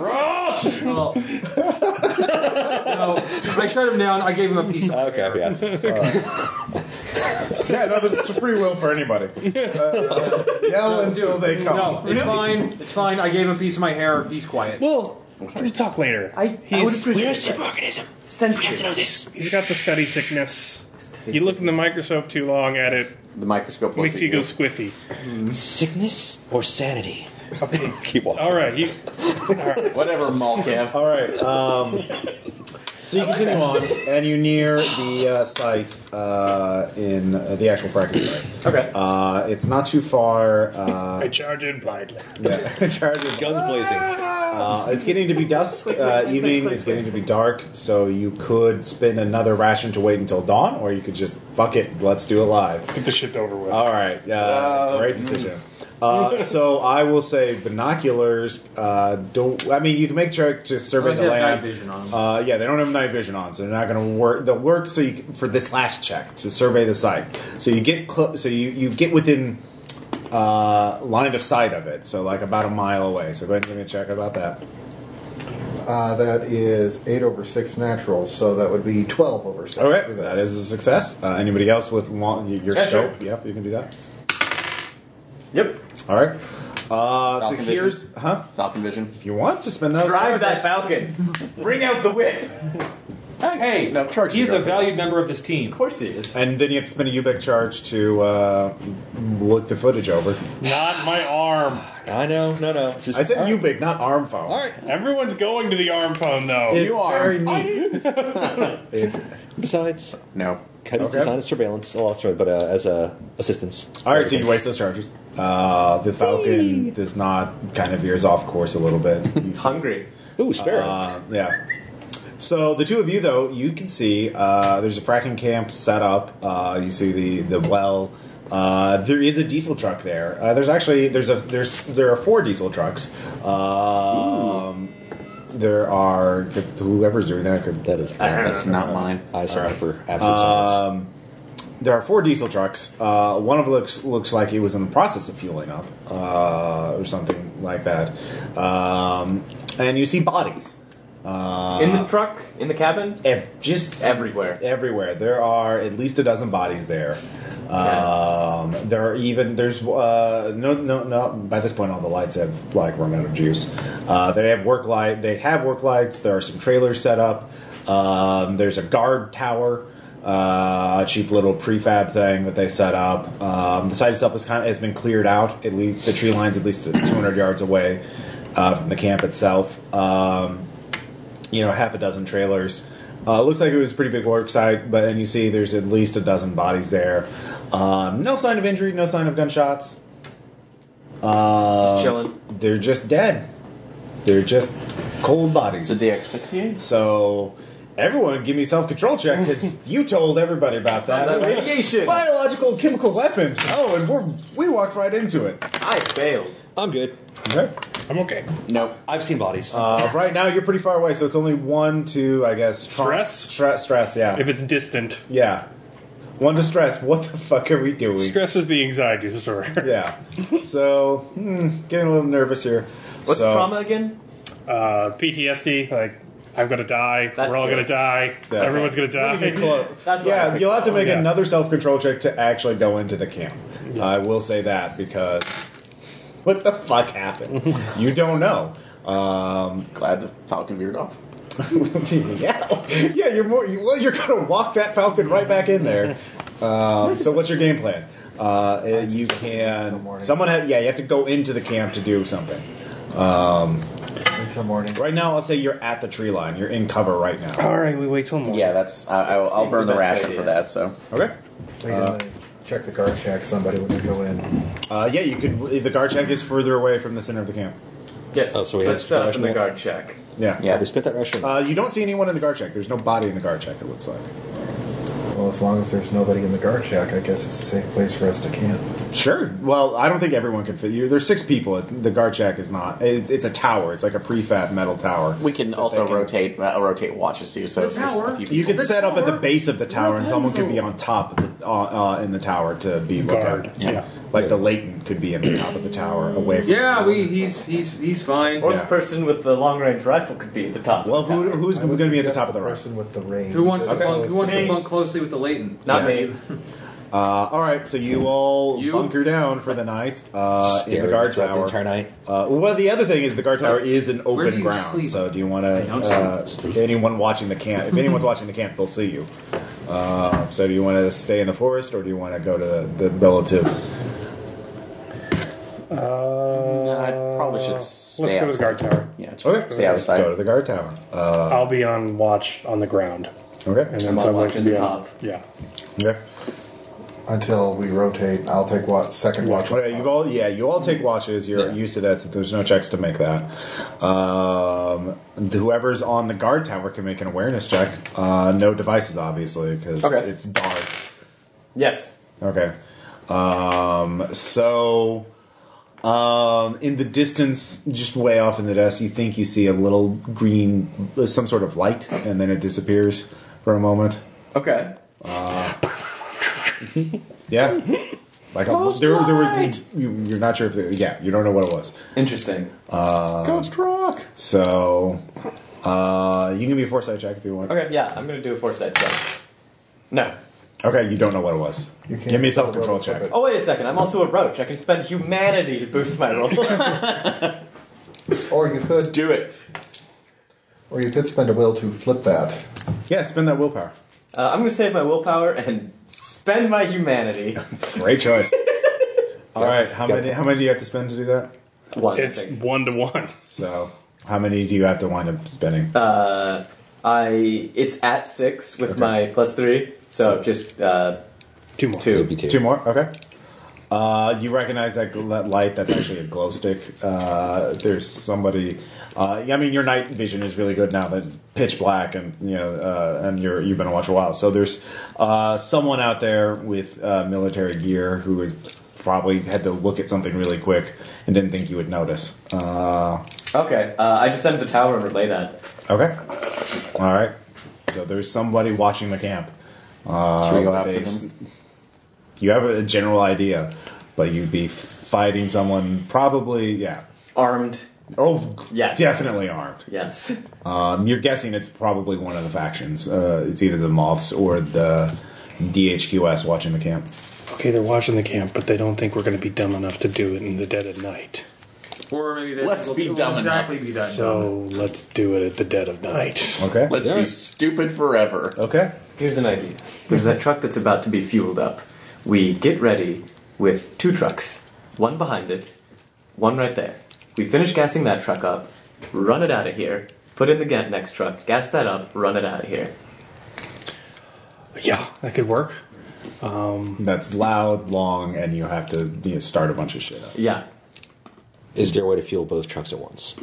Ross!
well, no, I shut him down. I gave him a piece of my
Okay,
hair.
yeah.
yeah, no, it's a free will for anybody. Uh, yell until they come.
No, it's fine. It's fine. I gave him a piece of my hair. He's quiet.
Well, we'll talk later.
I, I would appreciate that.
organism.
Sensitive.
this.
He's got the study sickness. You look in the microscope too long at it,
The microscope looks
makes
at
you go
you.
squiffy.
Sickness or sanity?
Keep walking.
All right, you,
Whatever, Malkav.
All right. Um,
So you continue on, and you near the uh, site uh, in uh, the actual fracking site.
Okay.
Uh, it's not too far. Uh,
I charge in blindly.
yeah, charges
guns blazing.
Uh, it's getting to be dusk, uh, evening. It's getting to be dark, so you could spend another ration to wait until dawn, or you could just fuck it. Let's do it live.
Get the shit over with.
All right, uh,
Um,
great decision. Uh, so I will say binoculars. Uh, don't. I mean, you can make check to survey
Unless
the
you have
land.
night vision on 'em.
Uh, yeah, they don't have night vision on, so they're not going to work. They'll work so you can, for this last check to survey the site. So you get clo- So you, you get within uh, line of sight of it. So like about a mile away. So go ahead and give me a check about that.
Uh, that is 8 over 6 natural, so that would be 12 over 6.
Okay,
for
that
this.
is a success. Uh, anybody else with long, your
Yeah, sure.
scope? Yep, you can do that.
Yep.
All right. Uh, so
Falcon
here's,
vision.
huh?
Falcon vision.
If you want to spend those,
Drive that falcon. Bring out the whip.
Hey,
No, charge
he's
you
a
go.
valued member of this team.
Of course he is.
And then you have to spend a UBEC charge to uh, look the footage over.
Not my arm.
I know. No, no. Just
I said
all right.
UBEC, not arm phone.
All right.
Everyone's going to the arm phone though.
It's very neat. It's-
Besides,
No.
cut okay.
Okay.
design as surveillance. Oh, sorry, but uh, as uh, assistance.
all right, so you waste those charges. Uh, the Falcon does not kind of veers off course a little bit.
Hungry.
Ooh, sparrow.
Uh, yeah. So the two of you, though, you can see uh, there's a fracking camp set up. Uh, you see the the well. Uh, there is a diesel truck there. Uh, there's actually there's a there's there are four diesel trucks. Um, there are whoever's doing that could
that is
Uh, that's not mine.
eye sniper. Absolute silence.
um, there are four diesel trucks. Uh, one of them looks looks like it was in the process of fueling up, uh, or something like that. Um, and you see bodies uh,
in the truck, in the cabin,
ev- just
everywhere.
everywhere. There are at least a dozen bodies there. Um, there are even there's uh, no no no. By this point, all the lights have like run out of juice. Uh, they have work light. They have work lights. There are some trailers set up. Um, there's a guard tower. Uh, a cheap little prefab thing that they set up. Um, the site itself is kind of has been cleared out. At least the tree lines at least 200 yards away uh, from the camp itself. Um, you know half a dozen trailers. Uh, looks like it was a pretty big work site, but and you see there's at least a dozen bodies there. Um, no sign of injury, no sign of gunshots. Uh,
Just chilling.
They're just dead. They're just cold bodies.
Did they asphyxiate?
So everyone, give me self control check because you told everybody about that.
That radiation.
Biological chemical weapons. Oh, and we're, we walked right into it.
I failed.
Um,
I'm good.
Okay.
I'm okay.
Nope.
I've seen bodies.
Uh, right now you're pretty far away, so it's only one to I guess tra-
Stress?
stra- stress, yeah.
If it's distant,
Yeah. One to stress. What the fuck are we doing?
stress is the anxiety disorder.
Yeah. So, hmm, getting a little nervous here.
What's
so,
trauma again?
Uh, PTSD, like I'm gonna die.
That's
We're all
good.
gonna die.
Yeah.
Everyone's gonna
Pretty
die.
good clo-
That's what I
yeah,
picked
you'll have to
up
make
on, yeah.
another self control check to actually go into the camp. I will say that because what the fuck happened? you don't know. Um,
Glad the Falcon veered off.
yeah, yeah, you're more. You, well, you're gonna walk that falcon right back in there. Um, so, what's your game plan? Uh, you
until
can.
morning.
Someone, ha- yeah, you have to go into the camp to do something.
Until morning.
Right now, I'll say you're at the tree line. You're in cover right now.
All right, we wait till morning.
Yeah, that's. I, I'll, I'll
Seems
burn
the
the
best
ration for
idea.
that. So
Okay.
Wait, uh, check the guard shack somebody when they go in.
Uh, yeah, you could. The guard check is further away from the center of the camp.
Yes.
Oh, so we
Let's
had
set up in the
international-
guard check.
Yeah.
yeah.
They spit that Russian.
Uh, you don't see anyone in the guard check. There's no body in the guard check. It looks like.
Well, as long as there's nobody in the guard shack, I guess it's a safe place for us to camp.
Sure. Well, I don't think everyone can fit. You, there's six people. It, the guard check is not. It, it's a tower. It's like a prefab metal tower.
we can also rotate uh, rotate watches too. So
The
if there's
tower?
a few
You
people-
could set up at the base of the tower, and someone could be on top of the, uh, uh, in the tower to be
Guard.
lookout.
Yeah.
yeah.
Like the Leighton could be in the top of the tower, away from.
Yeah, we. He's he's he's fine.
Or
Yeah.
the person with the long range rifle could be at the top.
Well,
of the tower.
who, who's
I
going
would
to be at the
suggest
top of the rifle?
person with the range?
Who wants to
as
bunk,
opposed
who wants
Me.
to bunk closely with the Leighton?
Not
Yeah.
me.
Uh, all right, so you all bunker down for the night uh, in
Stare
the guard
at the fucking
tower.
entire night.
Uh, well, the other thing is the guard tower is an
Where do
open
you
ground.
sleep?
So do you want to? Uh, anyone watching the camp? If anyone's watching the camp, they'll see you. Uh, so do you want to stay in the forest or do you want to go to the, the relative?
I probably should stay
Uh, Let's go to the guard
outside.
tower.
Yeah, just
Okay.
stay outside.
Go to the guard tower. Uh,
I'll be on watch on the ground.
Okay.
And
I'm
then
on
someone
watch
can
in
be
the
on.
top.
Yeah.
Yeah.
Until we rotate, I'll take what second watch.
Okay, you all, yeah, you all take watches. You're used to that. So there's no checks to make that. Um, whoever's on the guard tower can make an awareness check. Uh, no devices, obviously, because
Okay.
it's barred.
Yes.
Okay. Um, so, um, in the distance, just way off in the dust, you think you see a little green, some sort of light, and then it disappears for a moment.
Okay.
Uh, yeah. Like a, there, there were, you, you're not sure if, there, yeah, you don't know what it was.
Interesting.
Uh,
Ghost rock.
So, uh, you can be a foresight check if you want.
Okay, yeah, I'm gonna do a foresight check. No.
Okay, you don't know what it was. Give me a self control check.
Oh wait a second, I'm also a roach. I can spend humanity to boost my roll. Uh,
or you could
do it.
Or you could spend a will to flip that.
Yeah, spend that willpower.
Uh, I'm gonna save my willpower and spend my humanity.
Great choice. All right, how many? How many do you have to spend to do that?
One. I
It's
think.
one to one.
So, how many do you have to wind up spending?
Uh, I it's at six with my plus three, so, just uh,
two more.
Two.
two. more. Okay. Uh, you recognize that gl- that light? That's actually a glow stick. Uh, there's somebody. Uh, I mean, your night vision is really good now that it's pitch black, and you know, uh, and you're you've been watching a while. So there's uh, someone out there with uh, military gear who has probably had to look at something really quick and didn't think you would notice. Uh,
Okay, uh, I descend to the tower and relay that.
Okay. All right. So there's somebody watching the camp. Uh,
Should we go after
they s- You have a general idea, but you'd be fighting someone probably, yeah.
Armed.
Oh,
Yes.
definitely armed.
Yes.
Um, you're guessing it's probably one of the factions. Uh, it's either the Moths or the DHQS watching the camp.
Okay, they're watching the camp, but they don't think we're going to be dumb enough to do it in the dead of night.
Or maybe they
Let's
will
be dumb
exactly
enough.
be that
So let's do it at the dead of night.
Okay.
Let's be stupid forever.
Okay.
Here's an idea. There's that truck that's about to be fueled up. We get ready with two trucks, one behind it, one right there. We finish gassing that truck up, run it out of here, put in the ga- next truck, gas that up, run it out of here.
Yeah, that could work. Um,
That's loud, long, and you have to you know, start a bunch of shit up.
Yeah.
Is there a way to fuel both trucks at once?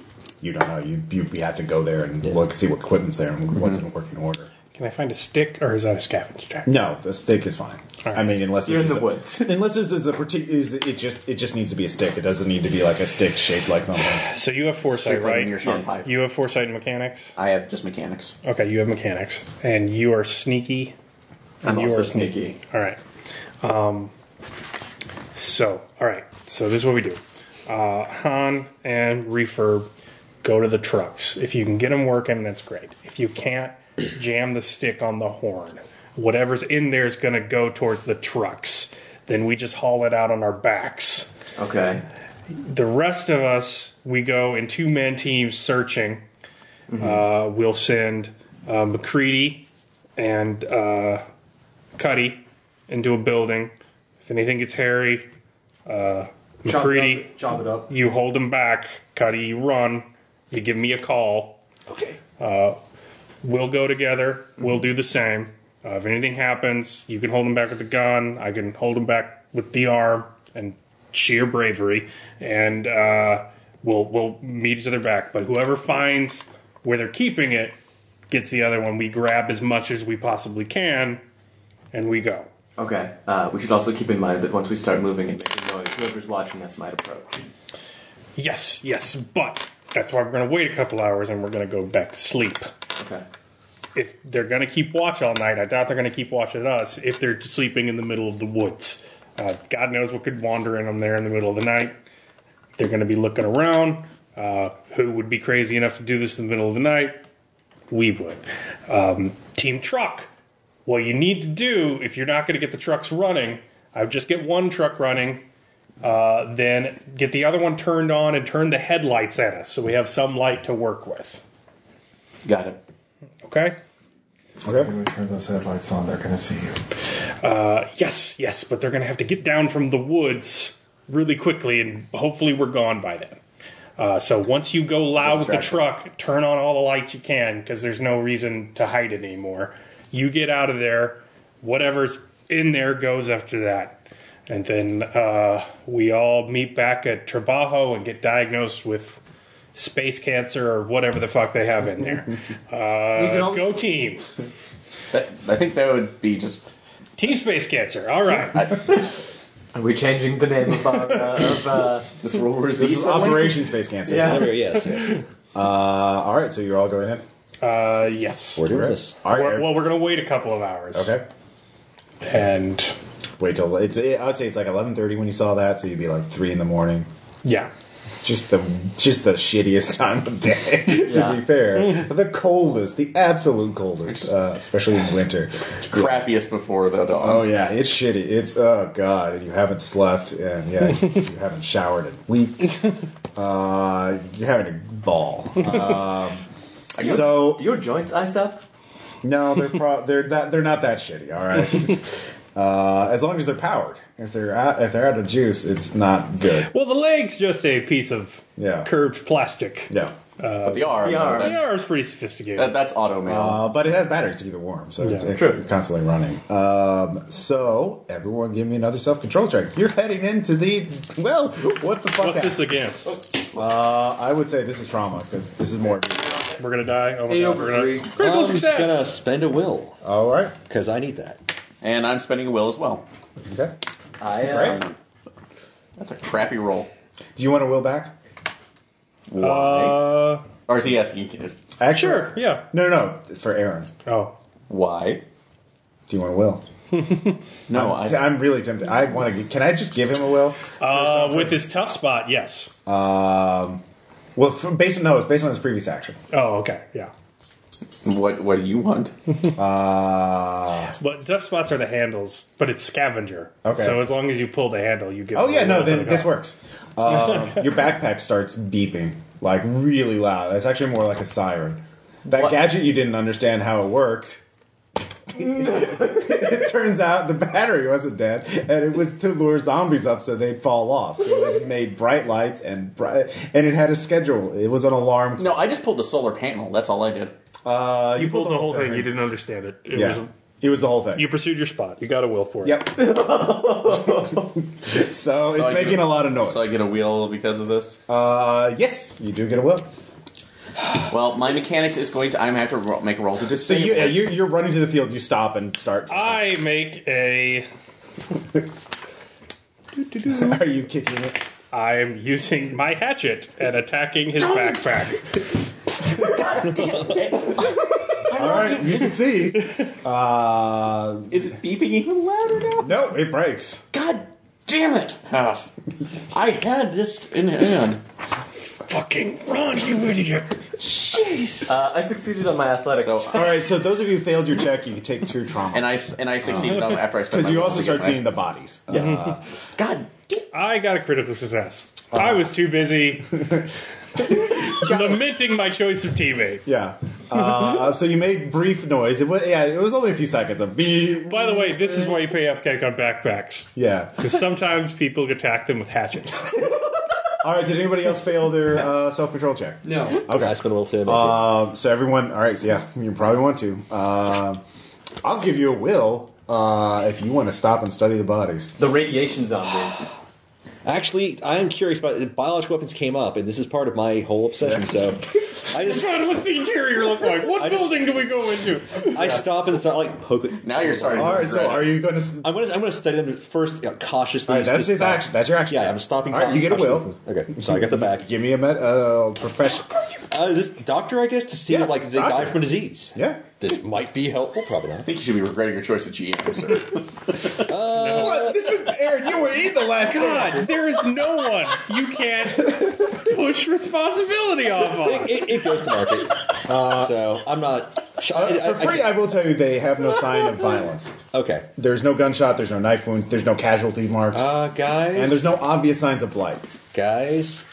You don't know. You, you, you have to go there and look, see what equipment's there and what's in working order.
can I find a stick, or is that a scavenge track?
No, a stick is fine. I mean, unless
You're
this
in
is
the
a-
woods.
Unless this is a particular, is it just it just needs to be a stick. It doesn't need to be like a stick shaped like something.
So you have foresight,
Stick like
right?
in your short Yes. pipe.
You have foresight and mechanics.
I have just mechanics.
Okay, you have mechanics, and you are sneaky. and
I'm
you
also
are
sneaky.
All right. Um, so, all right. So this is what we do. Uh, Han and Refurb go to the trucks. If you can get them working, that's great. If you can't, jam the stick on the horn. Whatever's in there is going to go towards the trucks. Then we just haul it out on our backs.
Okay.
The rest of us, we go in two man teams searching. Uh, we'll send uh, McCready and uh, Cuddy into a building. If anything gets hairy, uh,
Chop
McCready,
it up. Chop it up.
you hold him back. Cuddy, you run. You give me a call.
Okay.
Uh, we'll go together. We'll do the same. Uh, if anything happens, you can hold him back with the gun. I can hold him back with the arm and sheer bravery. And uh, we'll we'll meet each other back. But whoever finds where they're keeping it gets the other one. We grab as much as we possibly can, and we go.
Okay. Uh, we should also keep in mind that once we start moving and making noise, whoever's watching us might approach.
Yes, yes, but that's why we're going to wait a couple hours and we're going to go back to sleep.
Okay.
If they're going to keep watch all night, I doubt they're going to keep watching us if they're sleeping in the middle of the woods. Uh, God knows what could wander in them there in the middle of the night. They're going to be looking around. Uh, who would be crazy enough to do this in the middle of the night? We would. Um, team Truck,
What you need to do if you're not going to get the trucks running, I would just get one truck running, uh, then get the other one turned on and turn the headlights at us so we have some light to work with.
Got it.
Okay?
So okay. when we turn those headlights on, they're going to see you.
Uh, yes, yes, but they're going to have to get down from the woods really quickly, and hopefully we're gone by then. Uh, so once you go loud with the truck, turn on all the lights you can because there's no reason to hide it anymore. You get out of there. Whatever's in there goes after that. And then uh, we all meet back at Trabajo and get diagnosed with space cancer or whatever the fuck they have in there.
can
Uh,
always-
go team.
I think that would be just.
Team space cancer. All right.
Are we changing the name of our uh, of uh,
This rule where
This is Operation Space Cancer.
Yeah.
yes, yes.
Uh, all right, so you're all going in.
Uh, yes.
We're doing
Right.
this.
All right,
We're- well, we're going to wait a couple of hours.
Okay.
And
Wait till it's. I would say it's like 11:30 when you saw that, so you'd be like three in the morning.
yeah.
Just the just the shittiest time of day. to
Yeah.
be fair, the coldest, the absolute coldest, uh, especially in winter.
Crappiest before, though, dog.
Oh yeah, it's shitty. It's oh god, and you haven't slept, and yeah, you, you haven't showered in weeks. Uh, you're having a ball. Um, so
do your joints ice up?
no, they're pro- they're not they're not that shitty. All right. Uh, as long as they're powered, if they're out, if they're out of juice, it's not good.
Well, the leg's just a piece of
Yeah.
curved plastic.
No,
But the arm.
The
though,
arm.
That's,
The arm's pretty sophisticated.
That, that's auto mail.
uh, but it has batteries to keep it warm, so it's,
Yeah.
it's constantly running. Um, so everyone, give me another self control check. You're heading into the well. What the fuck?
What's
happened?
this against?
Uh, I would say this is trauma because this is more.
We're gonna die. Oh my
Eight
god,
over
we're gonna
three.
critical
I'm
success.
gonna spend a will
All right.
because I need that.
and I'm spending a will as well.
Okay.
I uh,
Um, that's a crappy roll.
Do you want a will back?
Why?
Uh,
or is he asking you?
Actually,
sure. Yeah.
No, no, no. For Aaron,
Oh,
Why?
do you want a will?
No,
I'm,
I.
I'm really tempted. I want to. Can I just give him a will?
uh, with his tough spot, yes.
Um, well, from, based on no, it's based on his previous action.
Oh, okay, yeah.
What What do you want?
Uh,
But tough spots are the handles, but it's scavenger.
Okay.
So as long as you pull the handle, you get.
oh yeah, no,
the
then
guy.
this works. Um, your backpack starts beeping like really loud. It's actually more like a siren. That
What?
gadget you didn't understand how it worked.
Mm.
it turns out the battery wasn't dead, and it was to lure zombies up so they'd fall off. So it made bright lights and bright, and it had a schedule. It was an alarm.
No, I just pulled a solar panel. That's all I did.
Uh,
You pulled the whole thing. You didn't understand it. It
Yeah,
was.
it was the whole thing.
You pursued your spot. You got a will for it.
Yep. so it's
I
making
get-
a lot of noise.
So I get a wheel because of this.
uh, yes, you do get a will.
Well, my mechanics is going to. I'm going to have to ro- make a roll to
So
disable
you,
it.
you you're running to the field. You stop and start.
I make a.
Are you kicking it?
I'm using my hatchet and attacking his backpack.
All right, you succeed. Uh,
Is it beeping even louder now?
no, it breaks.
God damn it! Ah, I had this in hand.
Fucking run, you idiot!
uh, I succeeded on my athletic.
So,
All right, so those of you who failed your check, you can take two
and
trauma
I and I succeeded on after I
because
spent. my
Uh-huh. you
will
also
to
start
get
seeing the bodies. Uh,
my- God damn.
I got a critical success. I was too busy lamenting my choice of teammate.
yeah. Uh, so you made brief noise. It was yeah. It was only a few seconds of beep.
By the way, this is why you pay upcake on backpacks.
Yeah.
Because sometimes people attack them with hatchets.
All right. Did anybody else fail their uh, self control check?
No.
Okay, I spend a will to. Make it.
Um, so everyone, all right, so yeah, you probably want to. Um I'll give you a will uh, if you want to stop and study the bodies.
the radiation zombies.
Actually, I am curious about biological weapons came up, and this is part of my whole obsession. So, I just
God, what's the interior look like? What
I just-
building do we go into?
I stop and start like poke it.
Now you're starting.
All
to
right, so
regret
are
it.
you going to?
I'm gonna I'm gonna study them first yeah, cautiously.
All right,
just
that's
to
his
stop.
action. That's your action.
Yeah, I'm stopping.
All right, you get a
cautiously.
will.
Okay, so I got the back.
Give me a med- uh, profession.
Uh, this doctor, I guess, to see
Yeah,
if like they
doctor.
die from a disease.
Yeah.
This might be helpful, probably not.
I think you should be regretting your choice of GM, sir.
What? This is Aaron. You were in the last
God, there is no one you can't push responsibility off on.
It, it goes to market, so I'm not.
Uh, For free, I will tell you they have no sign of violence.
Okay.
There's no gunshot, there's no knife wounds, there's no casualty marks.
Uh, guys.
And there's no obvious signs of blight.
Guys.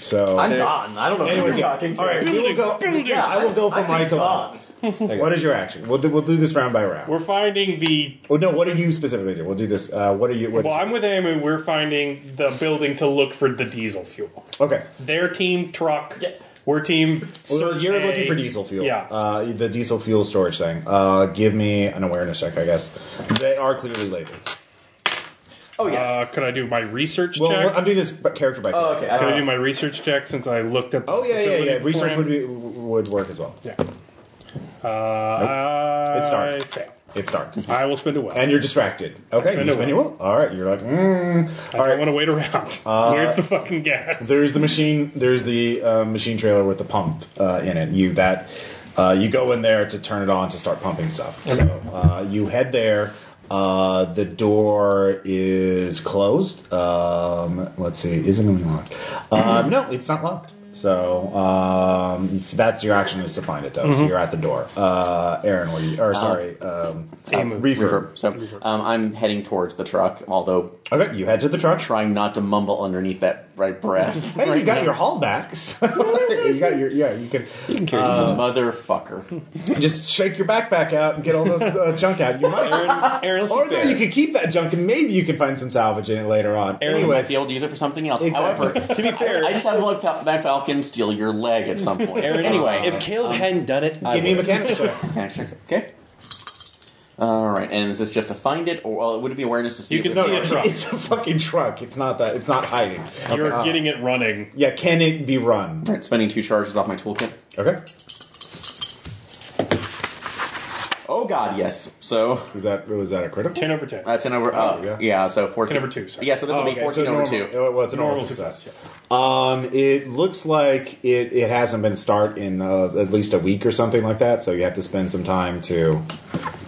So.
I'm gone. I don't know who
Anyways,
you're
yeah.
talking to.
All right, we will go.
Yeah,
I will go
I'm
from right to
gone.
left. What is your action? We'll do, we'll do this round by round.
We're finding the.
Well, no. What do you specifically do? We'll do this. Uh, what are you? What
Well, I'm with Amy. We're finding the building to look for the diesel fuel.
okay.
Their team truck. We're team.
Well,
search
you're
A.
looking for diesel fuel.
Yeah.
Uh, the diesel fuel storage thing. Uh, give me an awareness check, I guess. They are clearly labeled.
Oh
Uh, could I do my research
Well,
check?
I'm doing this b- character by
Oh,
character.
okay.
Could
I
I do my research check since I looked at? The
Oh yeah, yeah,
facility
yeah. Research
plan?
would be would work as well.
Yeah. Uh,
It's dark.
I fail.
It's dark,
I will spend a well.
and you're distracted. Okay,
spend
you
a
spend your will. All right, you're like, mm.
I
all
don't
right.
want to wait around.
Uh,
Where's the fucking gas?
There's the machine. There's the uh, machine trailer with the pump uh, in it. You that uh, you go in there to turn it on to start pumping stuff. So uh, you head there. Uh, the door is closed. Um, let's see. Is it going to be locked? Um, no, it's not locked. So um, if that's your action is to find it though. So you're at the door. Uh, Aaron, what do you? Or sorry, um, uh, Reefer.
Reverb. So um, I'm heading towards the truck, although
Okay, you head to the truck.
trying not to mumble underneath that right breath.
Hey, you got your haul back. So you got your yeah. You can
You can carry
Uh,
this motherfucker.
Just shake your backpack out and get all those uh, junk out. You might.
Aaron, Aaron let's be
Or no,
fair.
you could keep that junk and maybe you can find some salvage in it later on.
Aaron might
Anyways,
be able to use it for something else.
Exactly.
However, to be
fair-
I, I just have to let Fal- that Falcon steal your leg at some point.
Aaron,
anyway,
if Caleb hadn't done it, I
Um, give me a
would've.
mechanics check.
Can I check it? Okay. All right, and is this just to find it, or well, would it be awareness to see?
You
if
can
it's-
see
No,
a truck.
it's a fucking truck. It's not that. It's not hiding.
You're
Uh,
getting it running.
Yeah, can it be run?
All right, spending two charges off my toolkit.
Okay.
Oh God, yes. So
Was that was that a critical?
Ten over ten.
uh, ten over. Uh,
yeah.
yeah. so fourteen
10 over two, sorry.
Yeah, so this will
Oh,
be
okay,
fourteen
so
over
normal-
two.
oh, well, it's a normal,
Normal
success.
success,
Um, it looks like it, it hasn't been start in uh, at least a week or something like that. So you have to spend some time to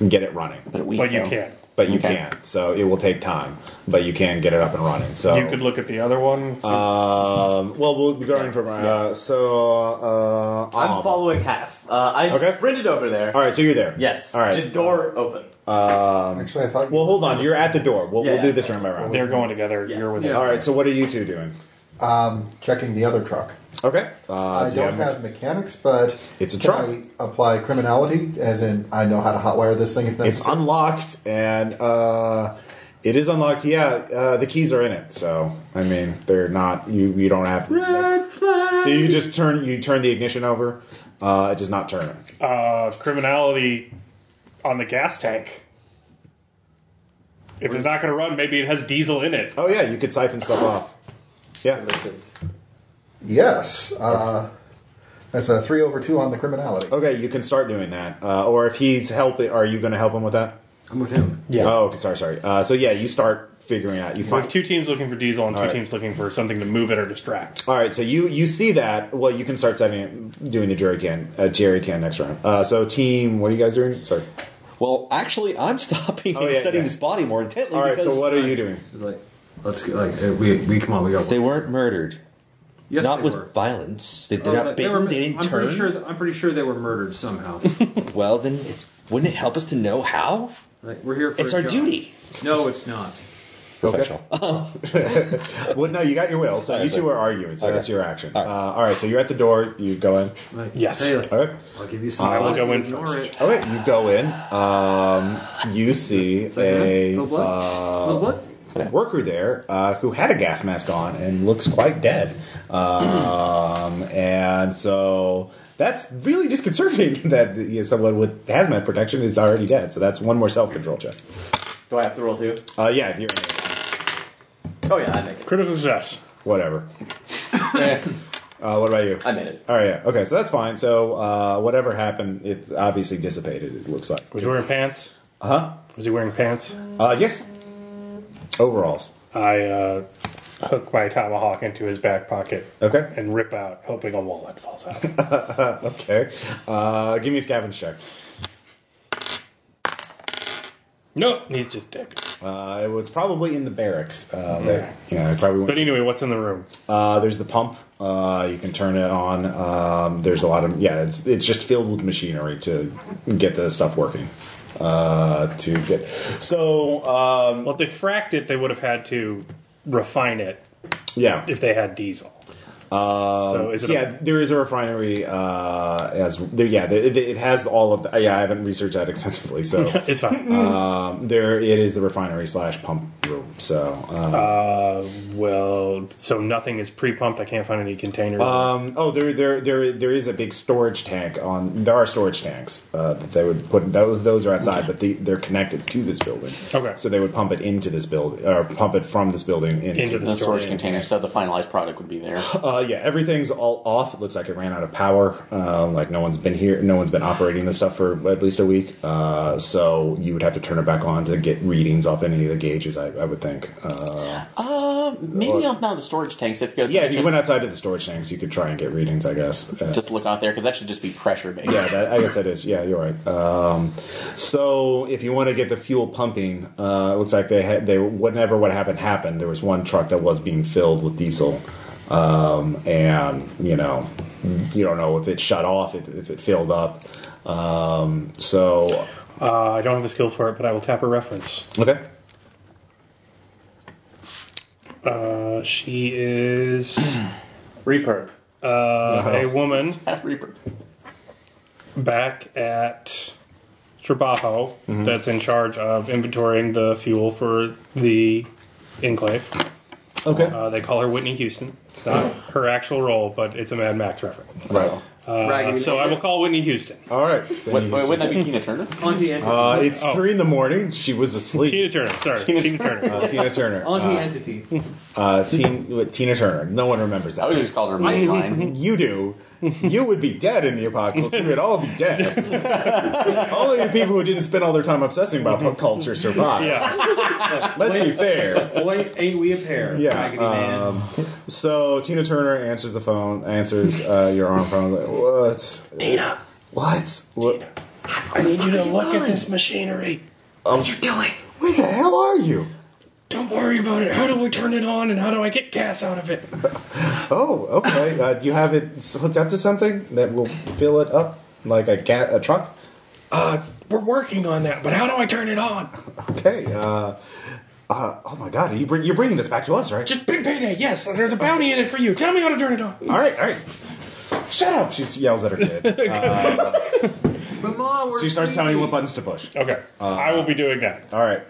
get it running.
But, we
But you
know.
can't.
But you
Okay.
can. So it will take time. But you can get it up and running. So
You could look at the other one. So
Um, well, we'll be going from uh, so. Uh,
I'm
um,
following half. Uh, I
Okay.
sprinted over there.
All right, so you're there.
Yes.
All right.
Just door open.
Actually, I thought.
Um, well, hold on. You're at the door. We'll,
Yeah,
we'll do
yeah.
this round by round.
They're going together. You're with
All
them.
right. So what are you two doing?
um, checking the other truck.
Okay. Uh,
I
do you
don't have mechanics, but
It's a
can
truck.
I apply criminality, as in I know how to hotwire this thing if
It's
necessary.
unlocked and uh, it is unlocked. Yeah, uh, the keys are in it. So I mean, they're not. You you don't have.
Red flag.
So you just turn you turn the ignition over. Uh, it does not turn.
Uh, criminality on the gas tank. If it's not going to run, maybe it has diesel in it.
Oh yeah, you could siphon stuff off. Yeah.
yes. Uh, that's a three over two on the criminality.
Okay, you can start doing that. Uh, or if he's helping, are you going to help him with that?
I'm with him.
Yeah.
Oh, okay, sorry, sorry. Uh, so yeah, you start figuring out. You
We have
find.
two teams looking for diesel and two
All right.
teams looking for something to move it or distract.
All right, so you you see that. Well, you can start setting it, doing the jerry can, uh, jerry can next round. Uh, so team, what are you guys doing? Sorry.
Well, actually, I'm stopping
Oh,
and
yeah,
studying
yeah.
this body more intently.
All right, so
because
what are you doing?
Like, let's get like uh, we we come on. We got
They weren't murdered.
yes,
not
they
with
were.
violence. They, they're
Oh,
not
but
bitten.
were-
they didn't
I'm
turn.
Pretty sure that, I'm pretty sure they were murdered somehow.
Well, then it, wouldn't it help us to know how?
like, we're here for
It's
a
our
job.
duty.
No, it's not.
Professional.
Well, no, you got your will. So
All
you
right,
two
so-
are arguing. So
okay.
that's your action.
All right.
Uh, all right, so you're at the door. You go in.
Like,
Yes.
hey, like,
All right.
I'll give you some.
I will
money
go
if
in
you ignore
first.
it.
All right, you go in. Um, you see
It's like, huh?
a
no blood.
uh,
no blood.
worker there uh, who had a gas mask on and looks quite dead. Um, and so that's really disconcerting that you know, someone with hazmat protection is already dead. So that's one more self control check.
Do I have to roll too?
Uh, yeah, if you're
Oh yeah, I make it.
Critical success.
whatever. Uh, what about you?
I made it.
All right, yeah. Okay, so that's fine. So uh, whatever happened, it obviously dissipated. It looks like.
Was he wearing pants?
Uh-huh.
Was he wearing pants?
Uh Yes. Overalls.
I uh, hook my tomahawk into his back pocket
Okay.
and rip out, hoping a wallet falls out.
Okay. Uh, give me a scavenge check.
nope, he's just dead.
Uh, it was probably in the barracks. Uh, there. Yeah, I probably went
But anyway, what's in the room?
Uh, there's the pump. Uh, you can turn it on. Um, there's a lot of yeah. It's it's just filled with machinery to get the stuff working. Uh, to get so um,
well, if they fracked it, they would have had to refine it.
Yeah.
if they had diesel.
Um,
So is it a-
yeah, there is a refinery. Uh, as there, yeah, there- it, it has all of. The, yeah, I haven't researched that extensively, so
It's fine.
Um, there, it is the refinery slash pump room. So, um,
Uh, well, so nothing is pre-pumped. I can't find any containers.
Um, oh, there, there, there, there is a big storage tank on. There are storage tanks uh, that they would put. Those, those are outside, but the, they're connected to this building.
Okay.
So they would pump it into this building, or pump it from this building into,
the storage container, so the finalized product would be there.
Uh, yeah, everything's all off. It looks like it ran out of power. Uh, like no one's been here, no one's been operating this stuff for at least a week. Uh, so you would have to turn it back on to get readings off any of the gauges. I, I would think. Uh,
Uh, maybe off now the storage tanks. If it goes,
yeah, if you
just,
went outside to the storage tanks, you could try and get readings. I guess. Uh,
just look out there because that should just be pressure based.
yeah, that, I guess that is. Yeah, you're right. Um, so if you want to get the fuel pumping, uh, it looks like they had they whatever what happened happened. There was one truck that was being filled with diesel, um, and you know you don't know if it shut off, if, if it filled up. Um, so
Uh, I don't have the skill for it, but I will tap a reference.
okay,
Uh, she is
Reaper.
uh,
No.
a woman
Half Reaper.
back at Trabajo that's in charge of inventorying the fuel for the enclave.
Okay.
Uh, they call her Whitney Houston. It's not her actual role, but it's a Mad Max reference.
right.
Uh,
Raggedy
so I will call Whitney Houston.
All right.
Wait, wait, wouldn't that be Tina Turner?
Onto the entity.
Uh, it's
Oh.
three in the morning. She was asleep.
Tina Turner. Sorry, Tina, Turner.
Uh, Tina Turner.
Onto the
Uh,
entity.
uh, teen, what, Tina Turner. No one remembers
I
that.
would have just called her mainline.
You do. You would be dead in the apocalypse. We would all be dead. Only the people who didn't spend all their time obsessing about pop culture survive.
yeah.
Let's be fair.
Boy, ain't we a pair?
Yeah.
Raggedy man.
um, so Tina Turner answers the phone, answers uh, your arm phone. Like, what? Tina. What? What?
I need you to look at this machinery.
Um, Where the hell are you?
Don't worry about it. How do I turn it on and how do I get gas out of it?
Oh, okay. Uh, do you have it s- hooked up to something that will fill it up like a ga- a truck?
Uh, we're working on that, but how do I turn it on?
Okay. Uh, uh, oh my God! You bring, you're bringing this back to us, right?
Just big payday. Yes, there's a bounty in it for you. Tell me how to turn it on.
All right, all right. Shut up! She yells at her kids. Uh,
But
Oh,
mom, we're
she starts telling you what
sleepy.
buttons to push.
Okay. I will be doing that.
All right,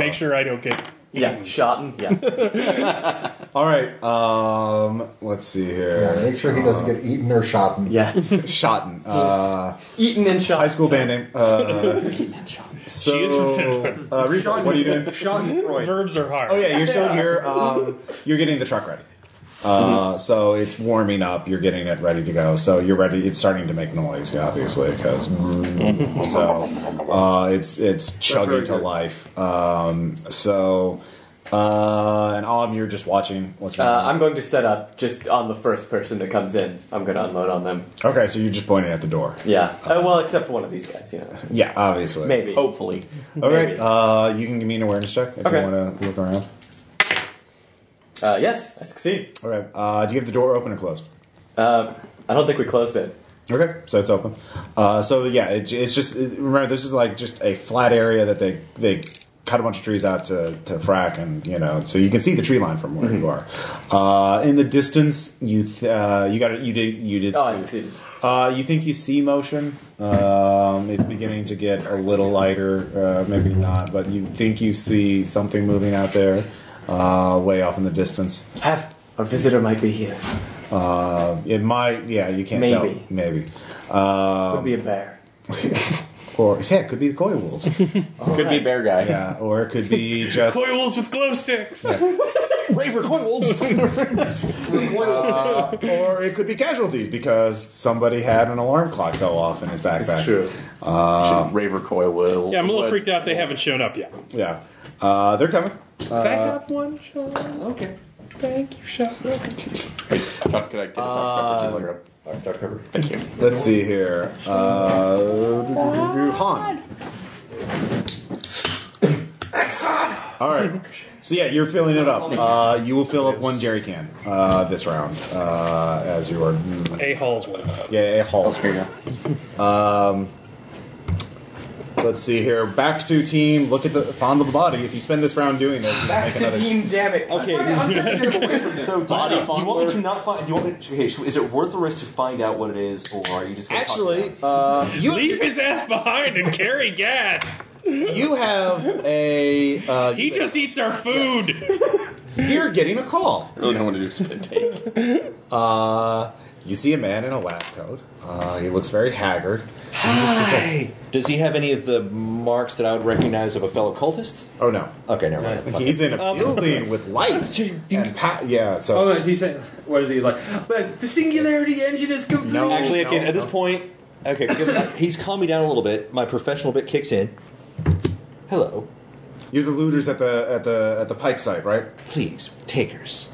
Make sure I don't get.
Yeah, shot and yeah.
all right. Um, let's see
Yeah,
here.
make sure he doesn't get eaten or shot. And
yes.
Shotten, uh,
Eaten and shot.
high school band name. Uh, so,
She is from Finland.
uh, Reaper, what are you doing?
Shot and Freud.
Verbs are hard.
Oh yeah, you're still here. Um, you're getting the truck ready. Uh, so it's warming up. You're getting it ready to go. So you're ready. It's starting to make noise, obviously, because so uh, it's it's chugging
very
to
good.
life. Um, so uh, and Om, you're just watching what's
Uh,
going on.
I'm going to set up just on the first person that comes in. I'm going to unload on them.
okay, so you're just pointing at the door.
Yeah. Uh, well, except for one of these guys, you know.
Yeah, obviously.
Maybe.
Hopefully,
All right.
maybe.
Uh, you can give me an awareness check if
Okay.
you want to look around.
Uh, yes, I succeed.
All right. Uh, do you have the door open or closed?
Uh, I don't think we closed it.
Okay, so it's open. Uh, so yeah, it, it's just it- remember this is like just a flat area that they they cut a bunch of trees out to, to frack, and you know, so you can see the tree line from where
Mm-hmm.
you are. Uh, in the distance, you th- uh, you got you did you did.
Oh, I succeeded.
Uh, you think you see motion? Um, it's beginning to get a little lighter, uh, maybe not, but you think you see something moving out there, uh, way off in the distance.
Have our visitor might be here.
Uh, it might, yeah, you can't tell.
Maybe.
Maybe. Um,
Could be a bear.
or yeah, it could be the koi wolves.
could be bear guy.
yeah, or it could be just
Koi wolves with glow sticks.
raver koi wolves. Uh, or it could be casualties because somebody had an alarm clock go off in his backpack.
It's true.
Uh, Raver Coil will.
Yeah, I'm a little freaked out. They haven't shown up yet.
Yeah, uh, they're coming.
Back up one shot. Okay. Thank you, shot.
Wait, could I get a uh, later up? Thank you.
Let's see here. Uh, Han.
son!
All right. So yeah, you're filling it up. Uh, you will fill up one jerry can uh, this round uh, as you are.
A Hall's worth.
Yeah, a Hall's Um, let's see here. Back to team. Look at the fondle the body. If you spend this round doing this, you can make another.
damn it.
Okay. so
Body
body do you want
fondler.
me to not find? Do you want me to, okay, so is it worth the risk to find out what it is, or are you just gonna talk it
Actually, uh, you
Leave his ass behind and carry gas.
you have a. Uh,
He just eats our food.
you're getting a call.
I really don't want to do spit take.
Uh, you see a man in a lab coat. Uh, he looks very haggard.
out? Does he have any of the marks that I would recognize of a fellow cultist?
Oh no.
Okay, never mind. Fuck it.
He's in a building with lights. and pa- yeah, so.
Oh, no, is he saying? What is he like? Like the singularity engine is complete.
No.
Actually, okay,
no,
at this
no.
point, okay, because he's calmed me down a little bit. My professional bit kicks in. Hello,
You're the looters at the at the at the Pike site, right?
please, takers.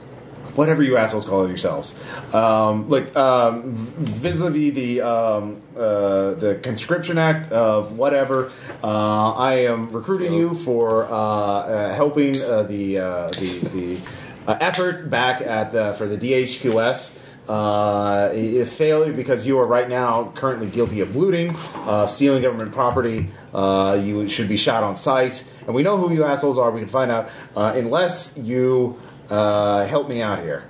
Whatever you assholes call yourselves. Um, look, um, v- vis-a-vis the um, uh, the conscription act of whatever, uh, I am recruiting you for uh, uh, helping uh, the uh, the the uh, effort back at the for the DHQS. Uh, it failed because you are right now currently guilty of looting, uh, stealing government property. Uh, you should be shot on sight. And we know who you assholes are. We can find out uh, unless you uh, help me out here.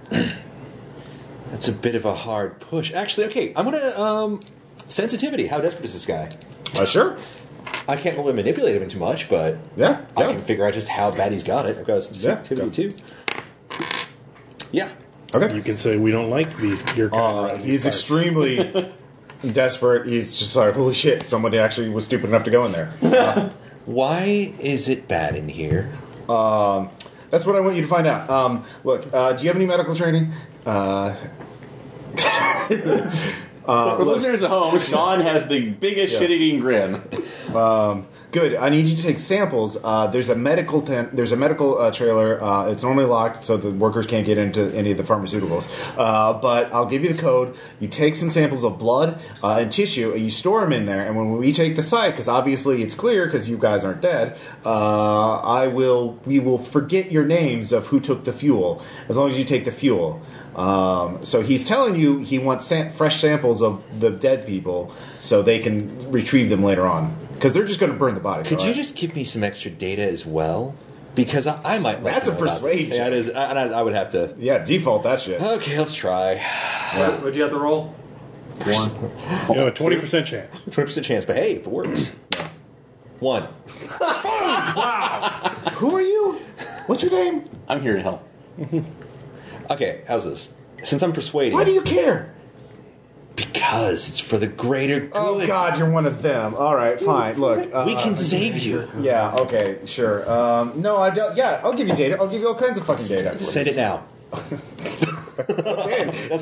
That's a bit of a hard push. Actually, okay, I'm gonna um, sensitivity. How desperate is this guy?
Uh, sure.
I can't really manipulate him too much, but
Yeah.
I
yeah.
can figure out just how bad he's got it. I've got sensitivity too. Yeah.
Okay.
You can say we don't like these. Your
Uh, he's extremely desperate. He's just like, holy shit, somebody actually was stupid enough to go in there.
Why is it bad in here?
Um, that's what I want you to find out. Um, look, uh, do you have any medical training? Uh,
For listeners at home, Sean has the biggest shit eating grin.
Good. I need you to take samples. Uh, there's a medical tent. There's a medical uh, trailer. Uh, it's normally locked, so the workers can't get into any of the pharmaceuticals. Uh, but I'll give you the code. You take some samples of blood uh, and tissue, and you store them in there. And when we take the site, because obviously it's clear, because you guys aren't dead, uh, I will. We will forget your names of who took the fuel, as long as you take the fuel. Um, so he's telling you he wants sam- fresh samples of the dead people, so they can retrieve them later on. Because they're just going to burn the body.
Could you just give me some extra data as well? Because I, I might. like
That's
to
a
know about this.
persuasion.
Yeah, it is, and I, I would have to.
Yeah, default that shit.
Okay, let's try.
What, would you have to roll?
You know, a twenty percent chance.
Twenty percent chance, but hey, if it works. One.
Who are you? What's your name?
I'm here to help.
Okay, how's this? Since I'm persuading,
Why do you care?
because it's for the greater good.
Oh God, you're one of them. All right, fine. Look, uh,
we can save you.
Yeah. Okay. Sure. Um, no, I don't. Yeah, I'll give you data. I'll give you all kinds of fucking data.
Send it now. that's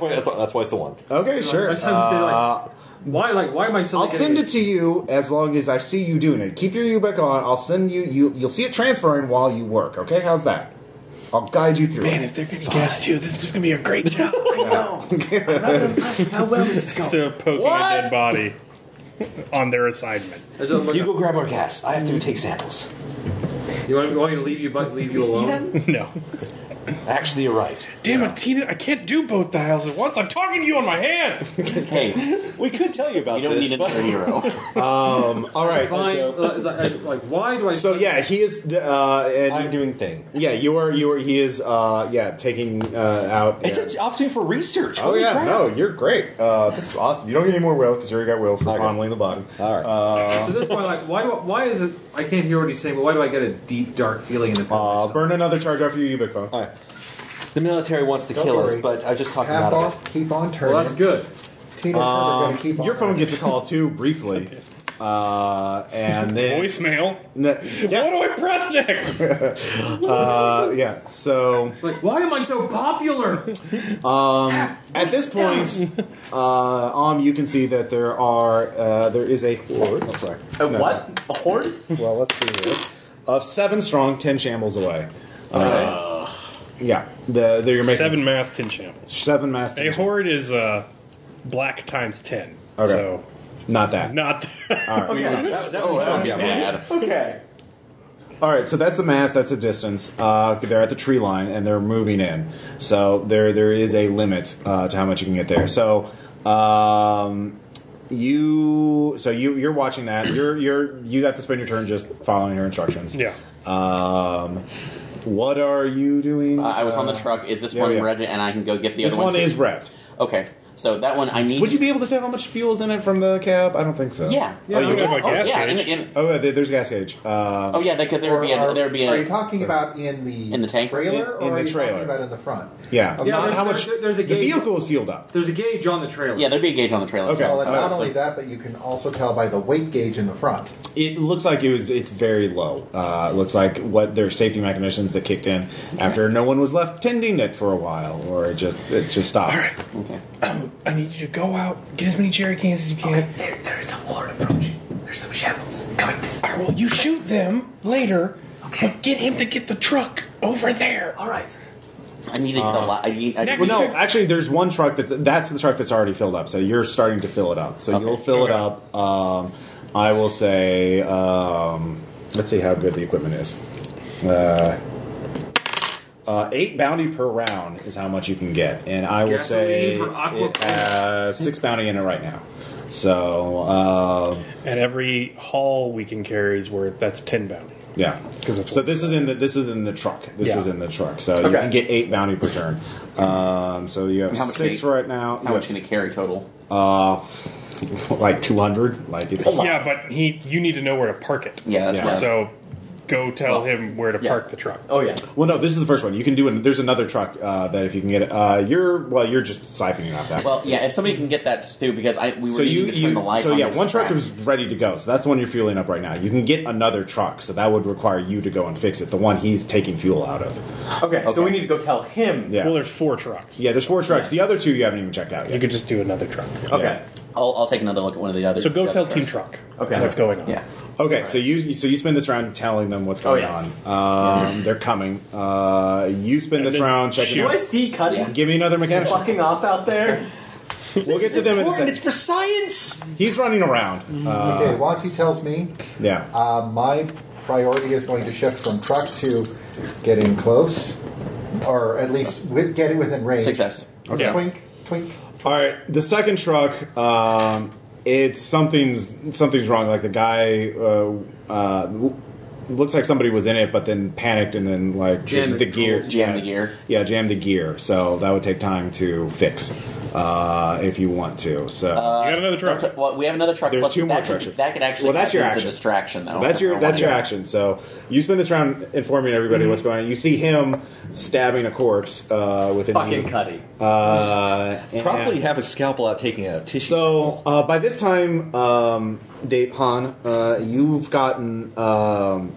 why. That's, that's why it's the one.
Okay. Sure.
I just have to say, like,
Uh,
why? Like, why am I so?
I'll send it to you as long as I see you doing it. Keep your UBIC on. I'll send you. You you'll see it transferring while you work. Okay. How's that? I'll guide you through.
Man,
it.
if they're gonna gas you, this is gonna be a great job.
So poking a dead body on their assignment.
Is it look,
You
you,
go grab our gas. I have to take samples.
want, you want me to leave you, but leave you alone?
No.
Actually, you're right.
Damn it, Tina! I can't do both dials at once. I'm talking to you on my hand.
Hey,
We could tell you about
you don't
this,
need an
but
inner hero.
Um. All right.
Fine.
so-
uh, is that- like, why do I?
So yeah, he is. the- Uh,
I'm
and
doing thing.
yeah, you are. You are. He is. Uh. Yeah. Taking uh, out.
It's
yeah.
an opportunity for research.
Oh
Holy
yeah,
crap.
no, you're great. Uh, this is awesome. You don't get any more will because you already got will for
Okay.
fondling the body.
All right.
At this point, like, why? Do I, why is it? I can't hear what he's saying, but why do I get a deep, dark feeling in the
Uh,
back?
burn another charge off your ubic phone.
All right. The military wants to kill us,
worry.
but I was just talking
Half
about it.
off, keep on turning.
well, that's good.
Teenagers are going to keep on
Um, Your phone
turning.
gets a call too briefly, uh, and then
Voicemail.
N-
What
yeah,
do I press next?
uh, yeah. So
Like, why am I so popular?
at this point, uh, um, you can see that there are uh, there is a horde. I'm sorry.
A
No,
what? A horde?
Well, let's see here. Of seven strong, ten shambles away. Uh, yeah, the, the, you're making
Seven mass tin shambles.
seven mass.
A horde is uh, black times ten.
Okay. Uh.
So
Not that.
not.
All right.
That, that would be
That would be
fun.
bad.
Okay.
All right, so that's the mass. That's the distance. Uh, they're at the tree line and they're moving in. So there, there is a limit uh, to how much you can get there. So, um, you, so you, you're watching that. You're, you're, you have to spend your turn just following her instructions.
Yeah.
Um, what are you doing?
I was on the
Uh,
truck. Is this
yeah,
one
yeah.
red and I can go get the
This
other one?
one
too?
is revved.
Okay, so that one I need.
Would you be able to tell how much fuel's in it from the cab? I don't think so.
Yeah.
oh,
Yeah,
you
I'm
would?
talking about Oh, gas yeah, gauge. in-
oh, yeah, there- there's a gas gauge. Um,
Oh yeah, because there would be a,
Or
there would be a
are you talking about in the
in the tank.
trailer,
In- in
or
the
are you
trailer.
talking about in the front?
Yeah.
Of
Yeah,
not-
there's,
how much-
there- there's a
the
gauge.
vehicle is fueled up.
There's a gauge on the trailer.
Yeah, there'd be a gauge on the trailer.
Okay.
well, and
Oh,
not
so-
only that, but you can also tell by the weight gauge in the front.
It looks like it was. It's very low. Uh, it looks like what their safety mechanisms that kicked in after no one was left tending it for a while, or it just it just stopped.
Okay.
Um, I need you to go out, get as many jerry cans as you can.
There, there is a horde approaching. There's some shambles coming this
All right, well, you shoot them later, but get him to get the truck over there.
All right.
I needed a lot. I need. I,
Well, no, actually, there's one truck that that's the truck that's already filled up. So you're starting to fill it up. So you'll fill it up. Um, I will say. Um, let's see how good the equipment is. Uh, uh, eight bounty per round is how much you can get, and I will say
Gasoline for aqua-
it has six bounty in it right now. So uh,
And every haul we can carry is worth that's ten bounty.
yeah,
'Cause it's-
so this is in the this is in the truck. This
Yeah.
is in the truck. So you
Okay.
can get eight bounty per turn. Um, so you have
How much
six
can you-
right now.
how
You
much
have
can it carry total?
Uh, like 200. Like it's a lot.
Yeah, but he you need to know where to park it.
Yeah, that's
Yeah.
what I-
So go tell him where to
yeah.
park the truck.
Oh yeah.
Well, no, this is the first one. You can do an, There's another truck uh, that if you can get it. Uh, you're well, you're just siphoning off that.
Well,
one.
yeah. If somebody can get that too, because I we were
So you,
needing to turn
you
the light.
so
on
yeah,
to
one truck
distract.
is ready to go. So that's the one you're fueling up right now. You can get another truck. So that would require you to go and fix it. The one he's taking fuel out of.
Okay,
Okay.
so we need to go tell him.
Yeah.
Well, there's four trucks.
yeah, there's four trucks. The other two you haven't even checked out
You
yet.
could just do another truck.
Okay.
I'll, I'll take another look at one of the other.
So go
the
tell
other
Team
trucks.
Truck.
Okay.
What's going on?
Yeah.
Okay, so you so you spend this round telling them what's
Oh,
going
yes.
on. Um, they're coming. Uh, you spend
And
this
then
round checking.
Do I
Out.
see Cuddy
Give me another mechanic.
fucking off out there?
We'll get to them in a
Important. It's
second.
for science.
He's running
Mm-hmm.
around. Uh,
okay, once he tells me,
yeah.
uh, my priority is going to shift from truck to getting close, or at least with, get it within range.
Success.
Okay.
Twink, twink.
All right, the second truck, um, it's something's something's wrong. Like the guy uh, uh, w- looks like somebody was in it, but then panicked and then like
Jammed
the,
the
gear,
controls.
Jammed the gear.
yeah, jammed the gear. So that would take time to fix uh, if you want to. So
Uh,
You got another truck.
That's- Well, we have another truck.
There's
Plus,
two more
that could,
trucks.
That could actually
Well, that's your
use
action.
the distraction, though.
that's your
I
that's your
wanna-
action. So you spend this round informing everybody
Mm-hmm.
what's going on. You see him stabbing a corpse uh, with an
Fucking
needle.
Cuddy.
Uh, and-
Probably have a scalpel out taking a tissue.
So uh, by this time, um, Dave Han, uh, you've gotten um,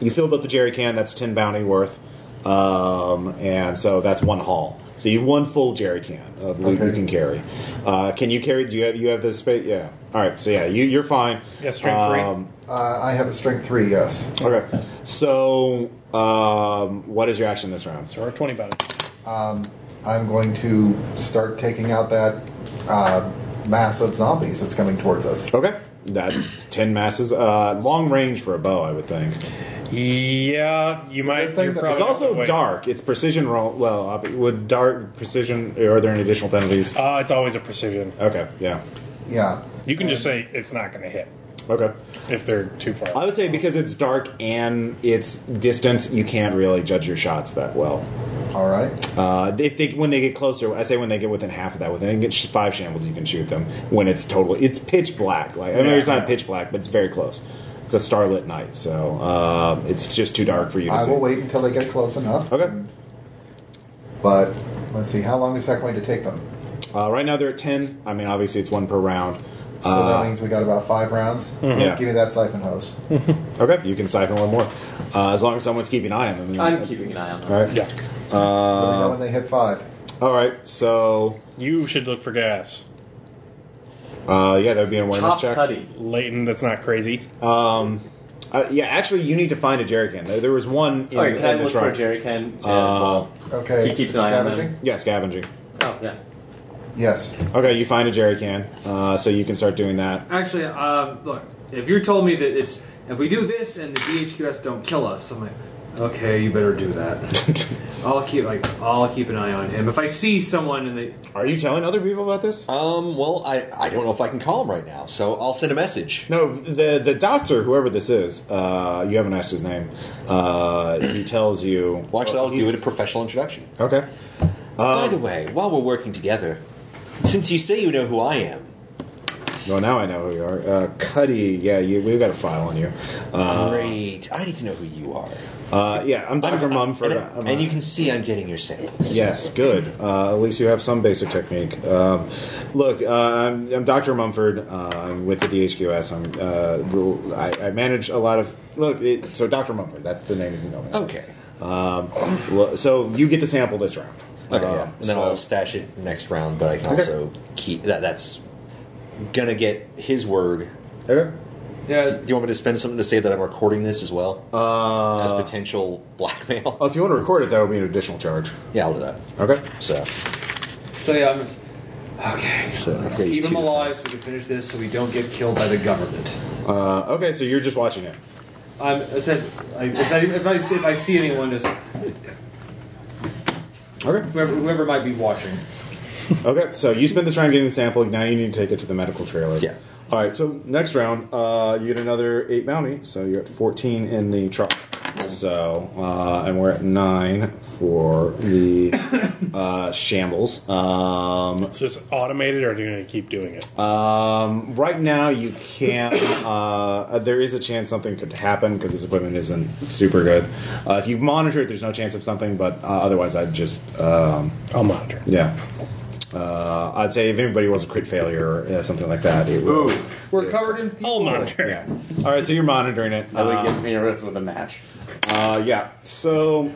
you filled up the jerry can. That's ten bounty worth, um, and so that's one haul. So you have one full jerry can of loot you
Okay.
can carry. Uh, can you carry? Do you have you have the space? Yeah. All right. So yeah, you, you're fine.
Yeah, strength three.
Uh, I have a strength three. Yes,
three. Okay. So um, what is your action this round?
So our twenty bounty.
I'm going to start taking out that uh, mass of zombies that's coming towards us.
Okay. That ten masses. Uh, long range for a bow, I would think.
Yeah, you might.
good thing
You're
that-
probably
It's
not
also
this way.
dark. It's precision roll. Well, uh, would dark precision? Are there any additional penalties?
Uh, it's always a precision.
Okay, yeah,
Yeah,
You can just say it's not going to hit
okay.
if they're too far.
I would say because it's dark and it's distance, you can't really judge your shots that well.
all right.
Uh, if they when they get closer, I say when they get within half of that, within they get sh- five shambles, you can shoot them. When it's total, it's pitch black. Like I mean, it's not pitch black, but it's very close. It's a starlit night, so uh, it's just too dark for you to
I
see.
will wait until they get close enough.
Okay.
But let's see, how long is that going to take them?
Uh, right now they're at ten. I mean, obviously it's one per round.
So
Uh,
that means we got about five rounds.
Yeah.
Give me that siphon hose.
Okay, you can siphon one more. Uh, as long as someone's keeping an eye on them. then-
I'm keeping an eye on
All
them.
right.
yeah,
Let me know
Uh,
when they hit five.
all right. So
you should look for gas.
uh, yeah, that would be an awareness
Chop
check.
Cuddy.
Leighton, that's not crazy.
Uh, yeah, actually, you need to find a jerry can. There, there was one in,
All right, can I
in the
look for
truck.
a jerry can? and-
Uh,
Okay.
He keeps an eye on them.
scavenging.
yeah, scavenging.
oh yeah.
Yes.
Okay, you find a jerry can, uh, so you can start doing that.
Actually, um, look, if you told me that it's if we do this and the DHQS don't kill us, I'm like, okay, you better do that. I'll keep like I'll keep an eye on him. If I see someone and they
Are you telling other people about this?
Um, well, I, I don't know if I can call him right now, so I'll send a message.
No, the the doctor, whoever this is, uh, you haven't asked his name. Uh, he tells you.
Well, actually, I'll do it a professional introduction.
Okay.
By the way, while we're working together, since you say you know who I am,
Well, now I know who you are. Uh, Cuddy, yeah, you, we've got a file on you. Uh,
great. I need to know who you are.
Uh, yeah, I'm Dr. Mumford.
and,
I'm
and
a-
you can see I'm getting your samples.
Yes, good. Uh, at least you have some basic technique. Um, look, uh, I'm, I'm Dr. Mumford uh, I'm with the DHQS. I'm, uh, I, I manage a lot of. Look, it, so Dr. Mumford, that's the name you can go with.
Okay.
Um, lo- so you get to sample this round.
Oh. Okay,
Um,
yeah. and then
so-
I'll stash it next round, but I can also keep that. That's gonna get his word.
Okay.
Do you want me to spend something to say that I'm recording this as well
Uh,
as potential blackmail?
Oh, if you want to record it, that would be an additional charge.
Yeah, I'll do that.
Okay.
So,
So yeah, I'm just okay.
so I've got these
Keep him
two.
alive so we can finish this, so we don't get killed by the government.
Uh, okay, so you're just watching it.
I'm, I said, I, if, I, if, I see, if I see anyone, just
Okay.
whoever, whoever might be watching.
Okay, so you spend this round getting the sample. Now you need to take it to the medical trailer.
Yeah.
All right. So next round, uh, you get another eight bounty. So you're at fourteen in the truck. So uh, and we're at nine for the uh, shambles. Um,
It's just automated, or are you going to keep doing it?
um, right now, you can't. Uh, there is a chance something could happen because this equipment isn't super good. Uh, if you monitor it, there's no chance of something. But uh, otherwise, I'd just. Um,
I'll monitor.
yeah. Uh, I'd say if anybody was a crit failure or uh, something like that, it would.
Ooh.
We're covered in people.
I'll monitor.
Yeah. All right, so you're monitoring it.
I
Uh,
would give me a risk with a match.
uh, yeah. So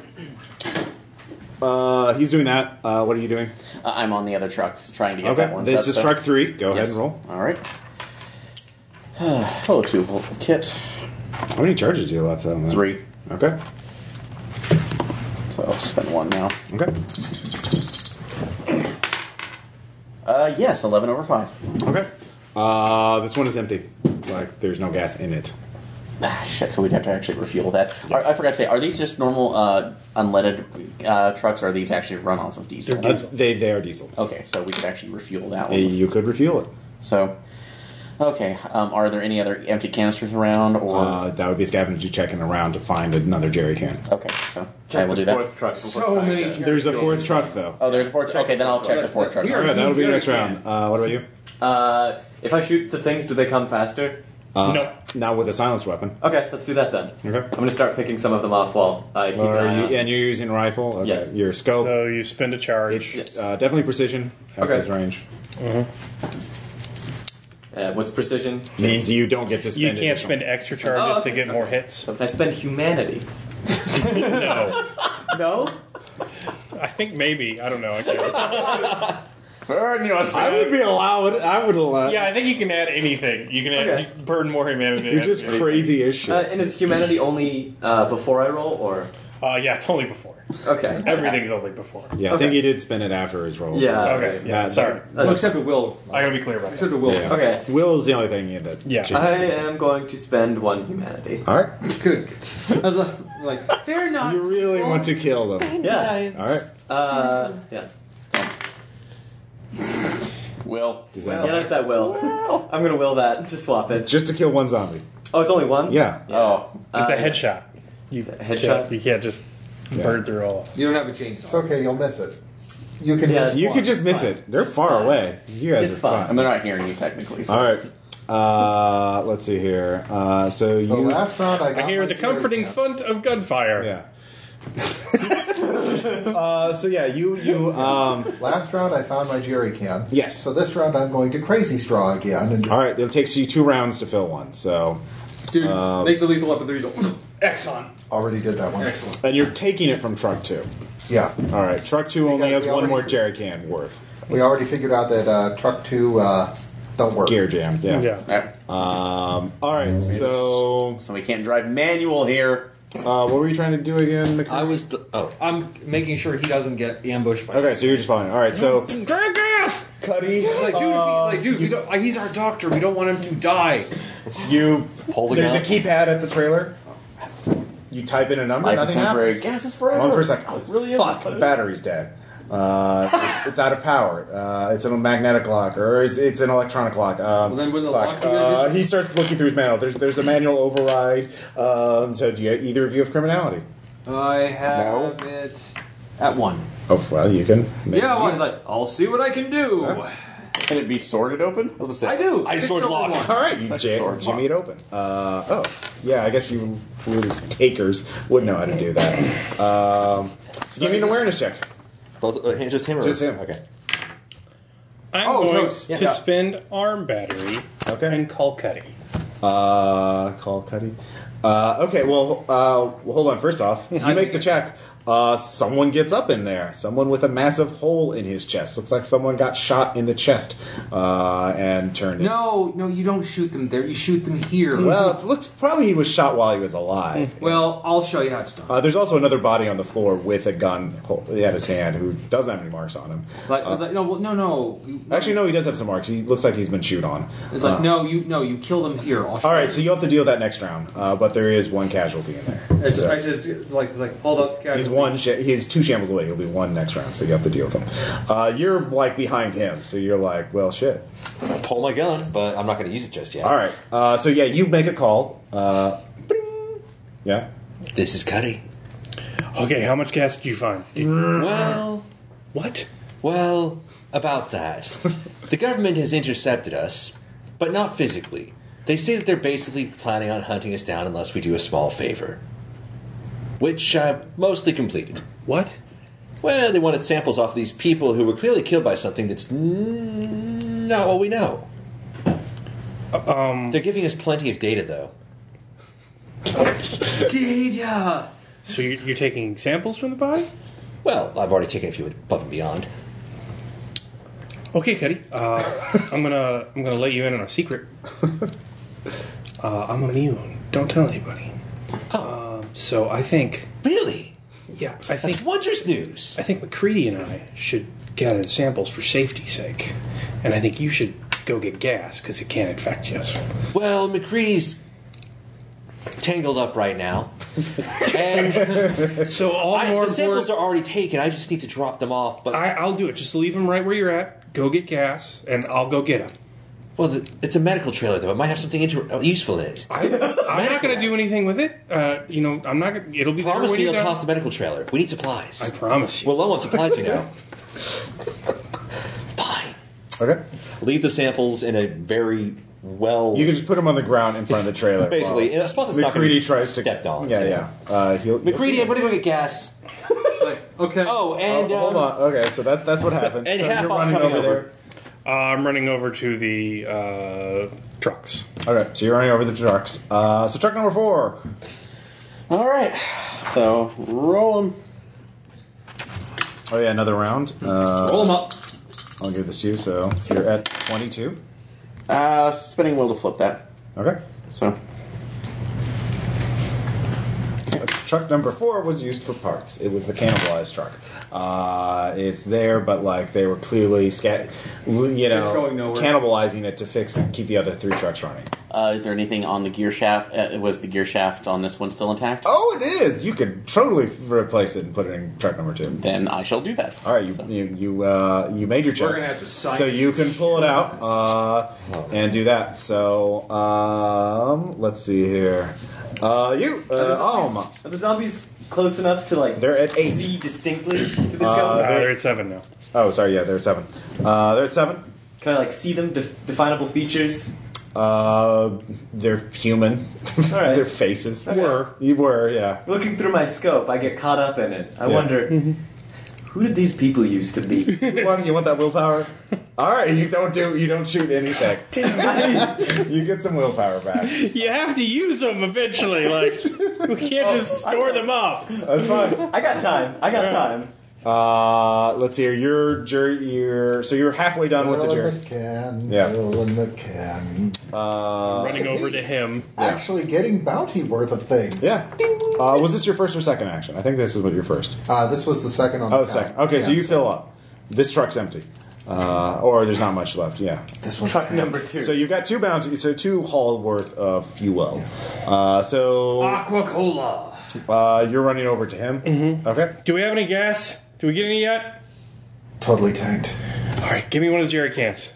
uh, he's doing that. Uh, what are you doing?
Uh, I'm on the other truck trying to get that
Okay.
one.
This
set,
is
so-
truck three. Go ahead
Yes.
and roll.
All right. Hello, two volt kit.
How many charges do you left on that?
Three.
Okay.
So I'll spend one now.
Okay.
Uh, yes, 11 over 5.
Okay. Uh, this one is empty. Like there's no gas in it.
Ah, shit, so we'd have to actually refuel that. Are- I forgot to say, are these just normal uh, unleaded uh, trucks, or are these actually run off of diesel? Oh.
Uh, they they are diesel.
Okay, so we could actually refuel that
Uh,
one.
You could refuel it.
So, okay, um, are there any other empty canisters around, or...
Uh, that would be scavenger checking around to find another jerry can.
okay, so I will
the
do that.
fourth truck before
So
tying
many
it.
There's a fourth truck though.
Oh, there's a fourth. Okay, then I'll check the fourth truck.
We
All
are
right, that'll be
team
next
jerry
round. Uh, what about you?
Uh, if I shoot the things, do they come faster?
Uh,
No.
Not with a silence weapon.
Okay, let's do that then.
Okay.
I'm gonna start picking some of them off while I keep
Or
an eye
Uh, you-
out.
and you're using rifle. Okay.
Yeah.
Your scope.
So you spend a
it's
charge.
uh, definitely precision. at
Okay.
this range
Uh, what's precision?
means you don't get to spend.
You can't
additional-
spend extra charges
Oh, okay.
to get more hits.
I spend humanity.
No,
No.
I think maybe I don't know. I can't.
Burn
I would be allowed. I would allow.
Yeah, I think you can add anything. You can add
Okay.
you can burden more humanity.
You're just crazy as shit.
Uh, and is humanity only uh, before I roll, or
Uh, yeah, it's only before.
okay?
Everything's only before.
yeah, I
okay.
think he did spend it after his roll.
Yeah.
Okay, yeah,
That-
sorry.
Well, except it will.
I gotta be clear about that.
Except it will.
Yeah.
Okay.
Will is the only thing that.
Yeah.
changed.
I uh, am going to spend one humanity.
All right.
Good. I was like, like, oh they're not.
You really want to kill them.
Yeah.
All right.
Uh, yeah.
Will.
Does that
Yeah, there's that will. I'm gonna will that to swap it.
Just to kill one zombie.
Oh, it's only one.
Yeah.
Oh,
Uh,
It's a headshot. You
a headshot?
can't- You can't just
Yeah.
burn through all. of them.
You don't have a
It's
chainsaw.
okay, you'll miss it. You can
Yeah,
miss
You
one.
could just miss it. They're far away. You guys
It's
are
fine.
fine.
and they're not hearing you technically. So.
All right. Uh, let's see here. Uh, so,
So
you.
last round, I got
I hear
my
the
cherry
comforting
can.
font of gunfire.
Yeah. uh, so yeah, you you um.
Last round, I found my jerry can.
Yes.
So this round, I'm going to crazy straw again. And
All right, it takes you two rounds to fill one. So
Dude,
Um,
make the lethal weapon three. Exxon.
already did that one.
Excellent.
and you're taking it from truck two.
Yeah.
All right, truck two only has
Because we
one
already-
more jerry can worth.
We already figured out that uh, truck two uh, don't work.
Gear jam. Yeah.
Yeah.
All right.
Um. All right. So
So we can't drive manual here.
Uh, what were you trying to do again? I was.
oh,
I'm making sure he doesn't get ambushed by.
Okay, so you're just fine. All right, so uh,
Drink ass,
Cuddy.
Like, dude, if he- like, dude, we don't, he's our doctor. We don't want him to die.
you
Pull the
there's
gun.
a keypad at the trailer. You type in a number.
Life is
nothing
temporary.
happens.
Gas is forever.
One for a second. Oh,
It really is.
fuck! The battery's dead. Uh, it's out of power. Uh, it's in a magnetic lock, or it's, it's an electronic lock. Um,
Well, then when the
fuck.
lock-
uh, he starts looking through his manual. There's there's a manual override. Um, so do you, either of you have criminality?
I have it at one.
Oh well, you can.
Yeah, well, he's like, I'll see what I can do.
Can it be sorted open? I, was
I do. Six over one.
All right, you jam, jimmy it open. Uh, oh, yeah. I guess you weird takers would know how to do that. Um, so give me an awareness check.
Both, uh, just him. Or
Just him. Okay.
I'm
Oh,
going
totes.
to
Yeah.
spend arm battery
Okay.
and call Cuddy.
Uh, call Cuddy. Uh, okay, well, uh, well, hold on. First off, you make the check. Uh, someone gets up in there. Someone with a massive hole in his chest. Looks like someone got shot in the chest uh, and turned. in.
No, no, you don't shoot them there. You shoot them here.
Hmm. Well, it looks probably he was shot while he was alive.
well, I'll show you how it's done.
Uh, there's also another body on the floor with a gun hol- at his hand who doesn't have any marks on him.
Like, it's like, no, well, no, no.
Uh. Actually, no, he does have some marks. He looks like he's been chewed on.
It's like,
Uh,
no, you, no, you kill them here. I'll show
All right, so you'll have to deal with that next round, uh, but there is one casualty in there.
you.
So-
I just it's like, like, hold up, guys.
He's one. Sh- he's two shambles away. He'll be one next round, so you have to deal with him. Uh, you're like behind him, so you're like, well, shit.
Pull my gun, but I'm not going to use it just yet.
All right. Uh, so yeah, you make a call. Uh, yeah.
This is Cuddy.
Okay, how much gas did you find?
Well,
what?
Well, about that. the government has intercepted us, but not physically. They say that they're basically planning on hunting us down unless we do a small favor, which I've mostly completed.
What?
Well, they wanted samples off these people who were clearly killed by something that's n- not what we know.
Um,
they're giving us plenty of data, though.
Data.
So you're, you're taking samples from the body?
Well, I've already taken a few above and beyond.
Okay, Cuddy. Uh, I'm gonna I'm gonna let you in on a secret. Uh, I'm immune. Don't tell anybody.
Oh.
Um, so I think
really,
yeah, I think
wondrous news.
I think McCready and I should gather the samples for safety's sake, and I think you should go get gas because it can infect you.
Well, McCready's tangled up right now. and
so all
I, the samples are already taken. I just need to drop them off. But
I, I'll do it. Just leave him right where you're at. Go get gas, and I'll go get him.
Well, the, it's a medical trailer, though. It might have something inter- uh, useful in it.
I, I'm not going to do anything with it. Uh, you know, I'm not. Gonna, it'll be
promise
there when
me
you're
you'll
done.
toss the medical trailer. We need supplies. I
promise you.
We're low on supplies, you know. Fine.
Okay.
Leave the samples in a very well.
You can just put him on the ground in front of the trailer.
Basically, in
Well,
a spot that's not gonna
McCready
be
tries to
stepped on.
Yeah, yeah. Uh, he'll,
McCready, I'm going to go get gas.
okay.
Oh, and
Oh, hold
um,
on. Okay, so that, that's what happened.
And
so
half
you're
off
running
coming
over there.
over.
Uh, I'm running over to the uh, trucks.
Okay, so you're running over the trucks. Uh, so truck number four.
All right. So roll them.
Oh yeah, another round. Uh,
Roll 'em up.
I'll give this to you. So you're at twenty-two.
Uh, spinning wheel to flip that.
Okay.
So
Truck number four was used for parts. It was the cannibalized truck. Uh, it's there, but like they were clearly scat, you know,
It's going nowhere.
cannibalizing it to fix and keep the other three trucks running.
Uh, is there anything on the gear shaft? Uh, was the gear shaft on this one still intact?
Oh, it is. You could totally replace it and put it in truck number two.
Then I shall do that.
All right, you you you, uh, you made your check.
We're gonna have to sign
so
this
you can pull it out uh, and do that. So um, let's see here. Uh, you, uh,
Are the zombies-
Alma.
Are the zombies close enough to like?
They're at eight.
See distinctly to the
Uh,
skeleton.
they're
at seven now.
Oh, sorry. Yeah, they're at seven. Uh, they're at seven.
Can I like see them def- definable features?
Uh, they're human.
All right.
Their faces.
Okay. Were.
You were, yeah.
Looking through my scope, I get caught up in it. I
Yeah. Mm-hmm.
wonder who did these people used to be.
you, want, you want that willpower? All right, you don't do, you don't shoot anything. you get some willpower back.
You have to use them eventually. Like we can't just store them up.
That's fine.
I got time. I got time.
Uh, let's hear your jury. Your so you're halfway done with the
Fill in
jury.
the can,
Yeah.
fill in the can.
Uh,
Running over to him.
Actually, getting bounty worth of things.
Yeah. Uh, was this your first or second action? I think this is what your first.
Uh, this was the second on
Oh,
the
second. Okay, so you fill up. This truck's empty. Uh, or there's not much left, yeah.
This one's
truck number two. So you've got two bounties, so two haul worth of fuel. Uh, so.
Aqua Cola.
Uh, you're running over to him. Mm-hmm. Okay.
Do we have any gas? Do we get any yet?
Totally tanked.
All right, give me one of the jerry cans.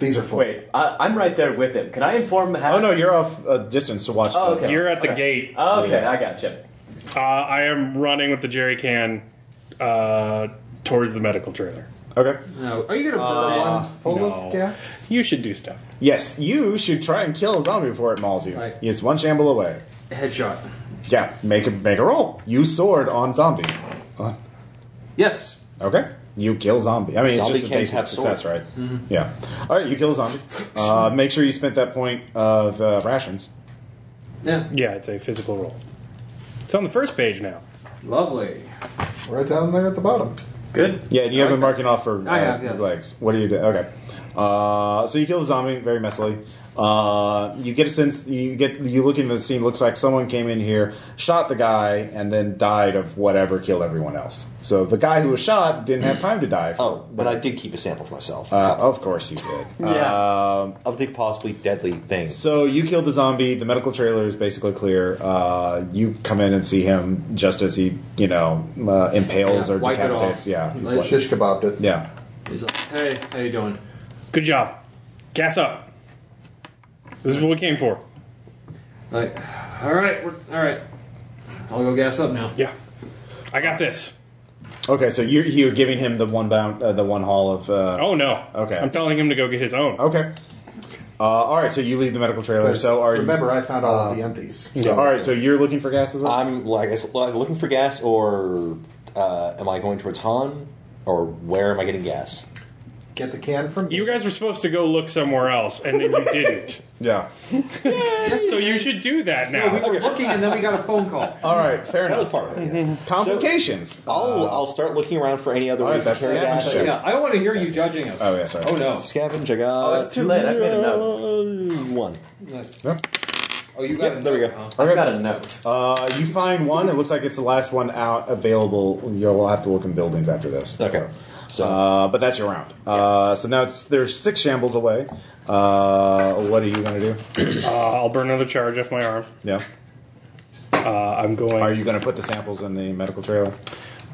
These are full.
Wait, I, I'm right there with him. Can I inform how?
Oh, no, you're off a distance to watch
Oh,
the-
okay.
You're at the
Okay.
gate.
Oh, okay,
Yeah.
I got you.
Uh, I am running with the jerry can uh, towards the medical trailer.
Okay.
No. Are you gonna
burn Uh, one
full
No.
of gas?
You should do stuff.
Yes, you should try and kill a zombie before it mauls you. It's one shamble away.
Headshot.
Yeah, make a make a roll. Use sword on zombie. Uh,
Yes.
Okay, you kill zombie. I mean,
Zombie
it's just a
can't
basic
have sword.
success, right?
Mm-hmm.
Yeah. All right, you kill a zombie. Uh, make sure you spent that point of uh, rations.
Yeah.
Yeah, it's a physical roll. It's on the first page now.
Lovely.
Right down there at the bottom.
Good.
Yeah, you have been marking off for
I
uh,
have, yes.
legs. What do you do? Okay. Uh, so you kill the zombie very messily. Uh, you get a sense. You get. You look into the scene. Looks like someone came in here, shot the guy, and then died of whatever killed everyone else. So the guy who was shot didn't have time to die. For,
Oh, but I did keep a sample for myself.
Uh, of course you did.
Uh,
Yeah.
Um,
of the possibly deadly things.
so you killed the zombie. The medical trailer is basically clear. Uh, you come in and see him just as he, you know, uh, impales
Yeah,
or
wipe it off.
decapitates. Yeah, he's
Like
wiped.
Shish kebabbed it.
yeah.
He's like, hey, how you doing?
Good job. Gas up. This is what we came for.
Like, all right, we're, all right. I'll go gas up now.
Yeah. I got this.
Okay, so you're, you're giving him the one bound, uh, the one haul of. Uh,
Oh no.
Okay.
I'm telling him to go get his own.
Okay. Uh, all right, so you leave the medical trailer. So are you- uh,
remember, I found all of the empties. So.
all right, so you're looking for gas as well.
I'm like I s- like, looking for gas, or uh, am I going towards Han, or where am I getting gas?
Get the can from
You guys were supposed to go look somewhere else, and then you didn't.
yeah.
so you should do that
No,
now.
we were looking and then we got a phone call.
All right, fair
That was
enough.
part of it. yeah.
Complications.
I'll I'll start looking around for any other
All right,
ways to
that's
carry
the
gas.
action.
Yeah, I want to hear you judging us.
Oh, yeah, sorry.
Oh no.
Scavenge, I got.
Oh, it's too late. I've made a
uh, One.
Oh, you got
Yep,
it.
there we go.
I've got a note.
Uh, you find one. It looks like it's the last one out available. You'll have to look in buildings after this.
Okay.
So, uh, but that's your round. Uh, so now it's there's six shambles away. Uh, what are you gonna do?
Uh, I'll burn another charge off my arm.
Yeah.
Uh, I'm going.
Are you gonna put the samples in the medical trailer?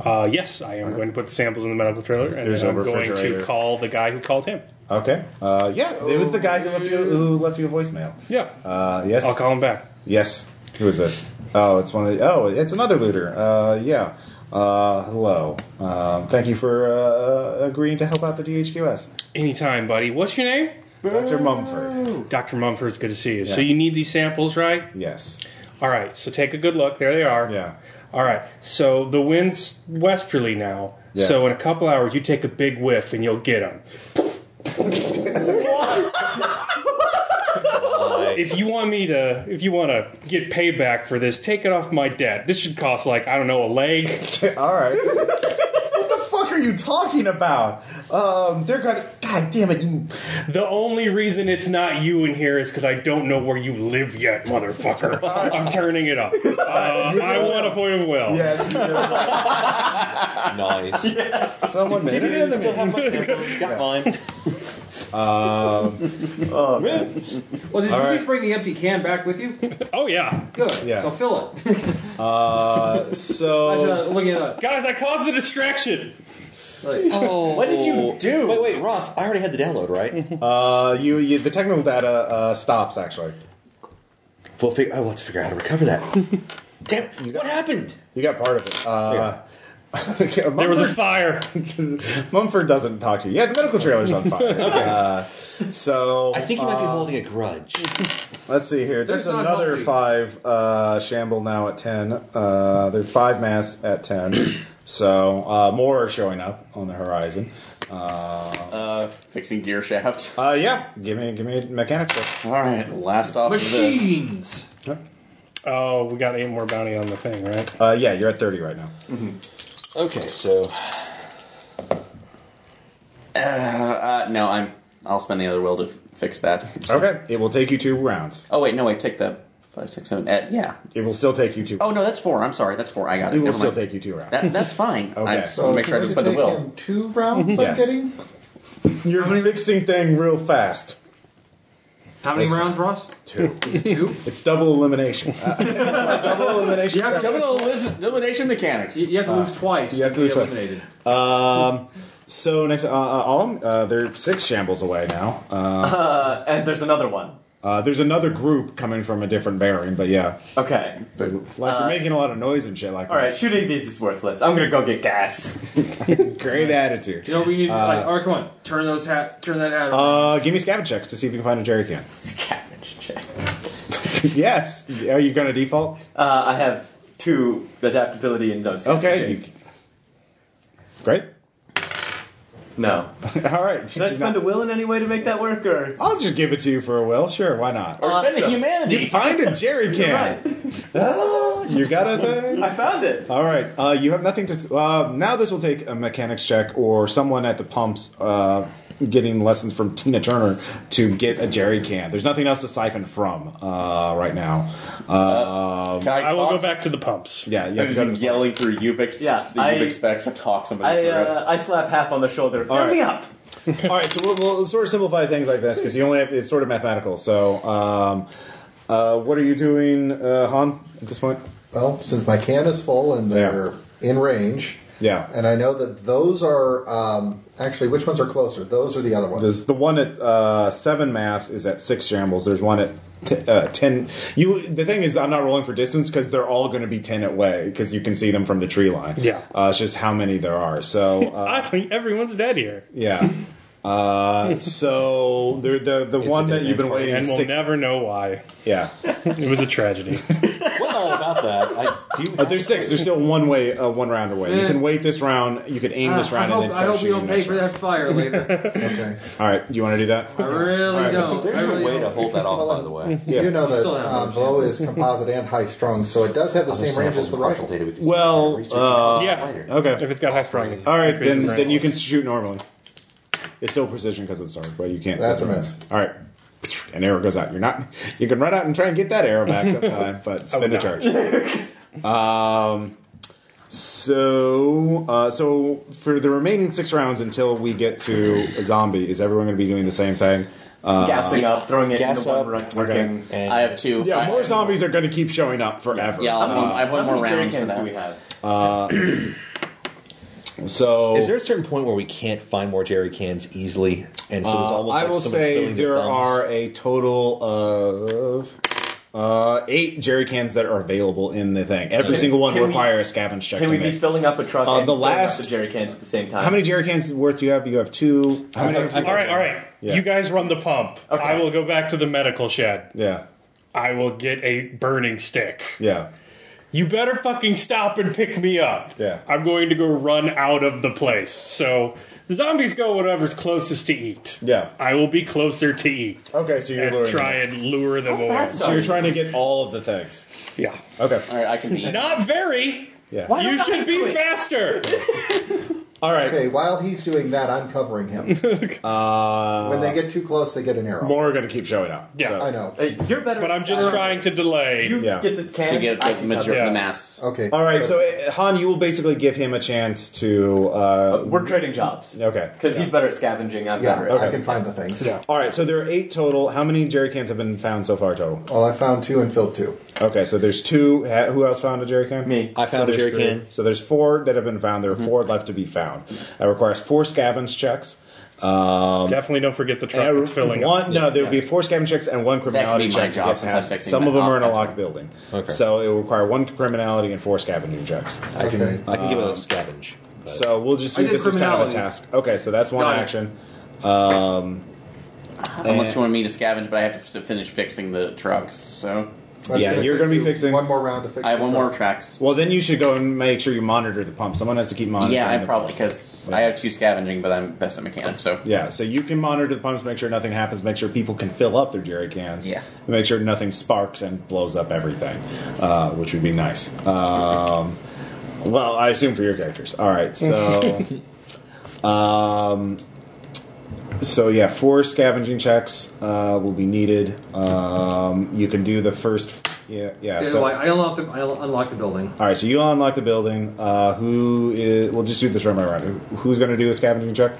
Uh, yes, I am going to put the samples in the medical trailer, and
There's
then I'm
no
going to
refrigerator.
call the guy who called him.
Okay. Uh, yeah, it was the guy who left you who left you a voicemail.
Yeah.
Uh, yes.
I'll call him back.
Yes. Who is this? Oh, it's one of the, oh, it's another looter. Uh, yeah. Uh, hello. Um, thank you for uh, agreeing to help out the DHQS,
Anytime, buddy. What's your name?
Doctor Mumford.
Dr. Mumford, it's good to see you. So
Yeah.
you need these samples, right?
Yes.
All right, so take a good look. There they are.
Yeah.
All right, so the wind's westerly now.
Yeah.
So in a couple hours, you take a big whiff and you'll get them. If you want me to, if you want to get payback for this, take it off my debt. This should cost like I don't know a leg.
All right. what the fuck are you talking about? Um, they're gonna. God damn it! you-
The only reason it's not you in here is because I don't know where you live yet, motherfucker. I'm turning it up. Uh, I want a point of will.
Yes. you-
Nice.
Someone made it in the
Still have my samples. Got mine.
Um,
Oh
Well,
man,
did you
All
at
right.
least bring the empty can back with you?
Oh yeah,
Good.
Yeah.
So fill it.
uh,
Imagine,
so
uh, looking at that.
guys, I caused a distraction.
Like,
Oh,
what did you do?
Wait, wait, Ross. I already had the download, right?
uh, you, you the technical data uh, stops actually.
we'll fig- I will have to figure out how to recover that. Damn! what happened?
You got part of it. Uh, there
There was a fire.
Mumford doesn't talk to you. Yeah, the medical trailer's on fire. uh, so
I think you might be holding a grudge.
let's see here. There's
That's not
another
healthy.
five uh, shamble now at ten. Uh, there's five mass at ten. so uh, more are showing up on the horizon. Uh,
Uh, fixing gear shaft.
uh, yeah, give me give me a mechanic check.
All right, last off of this.
machines.
Oh, we got eight more bounty on the thing, right?
Uh, yeah, you're at thirty right now.
Okay, so
Uh, uh, no, I'm. I'll spend the other will to f- fix that.
Oh. Okay, it will take you two rounds.
Oh wait, no wait, take that. five, six, seven. eh, yeah.
It will still take you two.
Oh no, that's four. I'm sorry, that's four. I got it.
It will
Never
still
mind.
take you two rounds.
That, that's fine. I just want to make
it's
sure I didn't
going to
put the
take
will.
him two rounds. I'm
Yes.
getting.
You're fixing thing real fast.
How many rounds, Ross?
Two.
two?
It's double elimination. double elimination.
You have, to-
Double elis- elimination mechanics.
you- you have to lose twice
Uh, you have to
be
lose twice.
eliminated.
Um, so next, uh, uh, all uh, they're six shambles away now. Uh,
Uh, and there's another one.
uh, there's another group coming from a different bearing, but yeah,
Okay.
like you're making a lot of noise and shit like
Uh, All right, shooting these is worthless. I'm gonna go get gas.
that. Great attitude.
You know, we need,
Uh,
like, all right, come on. Turn those hat, turn that hat on.
Uh, give me scavenge checks to see if you can find a jerry can.
Scavenge check.
yes. Are you going to default?
Uh, I have two adaptability and no. scavenge
Okay.
check.
you- Great.
No.
All right. you
Should I
did
spend
not-
a will in any way to make that work, or
I'll just give it to you for a will. Sure, why not?
Or spending
Awesome.
humanity.
You find a jerry can. Ah, you got a thing.
I found it.
All right. Uh, you have nothing to. s- Uh, now this will take a mechanics check or someone at the pumps uh, getting lessons from Tina Turner to get a jerry can. There's nothing else to siphon from uh, right now. Um,
Can
I will go
talk-
back to the pumps.
yeah, you have to go to
Just
the
yelling through Ubix.
Yeah,
the
I-
Ubix specs to talk somebody
I
through
uh, I slap half on the shoulder. Fill
right.
me up.
All right, so we'll, we'll sort of simplify things like this because you only have it's sort of mathematical. So, um, uh, what are you doing, uh, Han, at this point?
Well, since my can is full and they're in range,
Yeah,
and I know that those are um, actually which ones are closer? Those are the other ones.
There's the one at uh, seven mass is at six shambles. There's one at t- uh, ten. You the thing is, I'm not rolling for distance because they're all going to be ten at way because you can see them from the tree line.
Yeah.
uh, it's just how many there are. So uh,
I think everyone's dead here.
yeah. Uh, so they're the the one that you've been waiting
And we'll
six-
never know why.
yeah.
It was a tragedy.
Well, about that, I do.
Uh, there's six. There's still one way, uh, one round away. You
Eh.
can wait this round. You can aim this
Ah,
round.
I hope,
and then
I
start
hope we don't
shooting
pay
next
for
round.
that fire later.
okay.
All right, you want to do that?
I really
Alright.
don't. I
There's
really
a way to
don't.
hold that off, by the way.
Yeah.
You know that
Still have
uh,
those,
bow is composite and high strung, so it does have the same range as the rifle.
Well, uh,
yeah. If
Okay.
it's got high strung.
All right, then
Increases
then you can shoot normally. It's still precision because it's hard, but you can't.
That's a miss.
All right. An arrow goes out. You're not. You can run out and try and get that arrow back sometime, but spend a
no.
charge. Um. So, uh, so for the remaining six rounds until we get to a zombie, is everyone going to be doing the same thing? Uh,
Gassing up, throwing it
gas
into one
up,
run-
okay.
working.
And
I have two.
Yeah,
I,
more zombies are going to keep showing up forever.
Yeah, I'll have one- I have one
How
more round
many jerry
for
cans
that.
do we have?
So
Is there a certain point where we can't find more jerry cans easily? And so it's
Uh,
almost
I
like
will
someone
say
filling their
there
thumbs?
are a total of uh, eight jerry cans that are available in the thing. Every single one
Can we-
requires a scavenge check.
Can
to
we be
make.
filling up a truck
Uh,
and
the
filling up
last-
the jerry cans at the same time?
How many jerry cans worth do you have? You have two. How many?
All right, all right.
Yeah.
You guys run the pump.
Okay.
I will go back to the medical shed.
Yeah,
I will get a burning stick.
yeah.
You better fucking stop and pick me up.
Yeah.
I'm going to go run out of the place. So the zombies go whatever's closest to eat.
Yeah.
I will be closer to eat
Okay, so you're
and
luring
try and lure them away.
them. So you're trying to get all of the things.
Yeah.
Okay.
All right, I can be.
Not very.
Yeah.
You should be faster.
All right.
Okay, while he's doing that, I'm covering him.
Uh,
when they get too close, they get an arrow.
more are going to keep showing up.
Yeah.
so-
I know.
Uh, you're better.
But
at
I'm just
scavenge.
trying to delay.
You
Yeah.
get the cans.
To get
I
the
can
majority
cover.
of
Yeah.
the mass.
Okay.
All right. So uh, Han, you will basically give him a chance to. Uh,
We're trading jobs.
okay.
Because he's better at scavenging. I'm
yeah,
better at.
I can find the things.
Yeah.
All right, so there are eight total. How many jerry cans have been found so far total?
Well, I found two and filled two.
Okay, so there's two. ha- Who else found a jerry can?
Me.
I
So
found a
there's
jerry
three.
can.
So there's four that have been found. There are four left to be found. That requires four scavenge checks. Um,
Definitely don't forget the truck
and
that's filling up.
one, no, there would be four scavenge checks and one criminality
be my
check. to
job
get
since
past.
I fixed
Some
my
of them are in a
office.
locked building.
Okay.
So it will require one criminality and four scavenging checks.
I can,
Okay.
I can give it a scavenge. but-
Um, So we'll just
I
see.
did
This is kind of a
criminality.
task. Okay, so that's one
Got it.
action. Um,
Unless you want me to scavenge, but I have to finish fixing the trucks. So
That's
Yeah, you're gonna be
take you
fixing-
one more round to fix.
I have
the
one
truck.
more tracks.
well, then you should go and make sure you monitor the pump. Someone has to keep monitoring.
Yeah, I
the
probably
pumps.
because I have two scavenging, but I'm best at mechanics. So
Yeah, so you can monitor the pumps, make sure nothing happens, make sure people can fill up their jerry cans,
Yeah.
and make sure nothing sparks and blows up everything, uh, which would be nice. Um, well, I assume for your characters. All right, so, um, so yeah, four scavenging checks uh, will be needed. Um, you can do the first Yeah, yeah.
Okay,
so-
well, I unlock the I unlock the building.
All right, so you unlock the building. Uh, who is? We'll just do this round by round. Who- Who's going to do a scavenging check?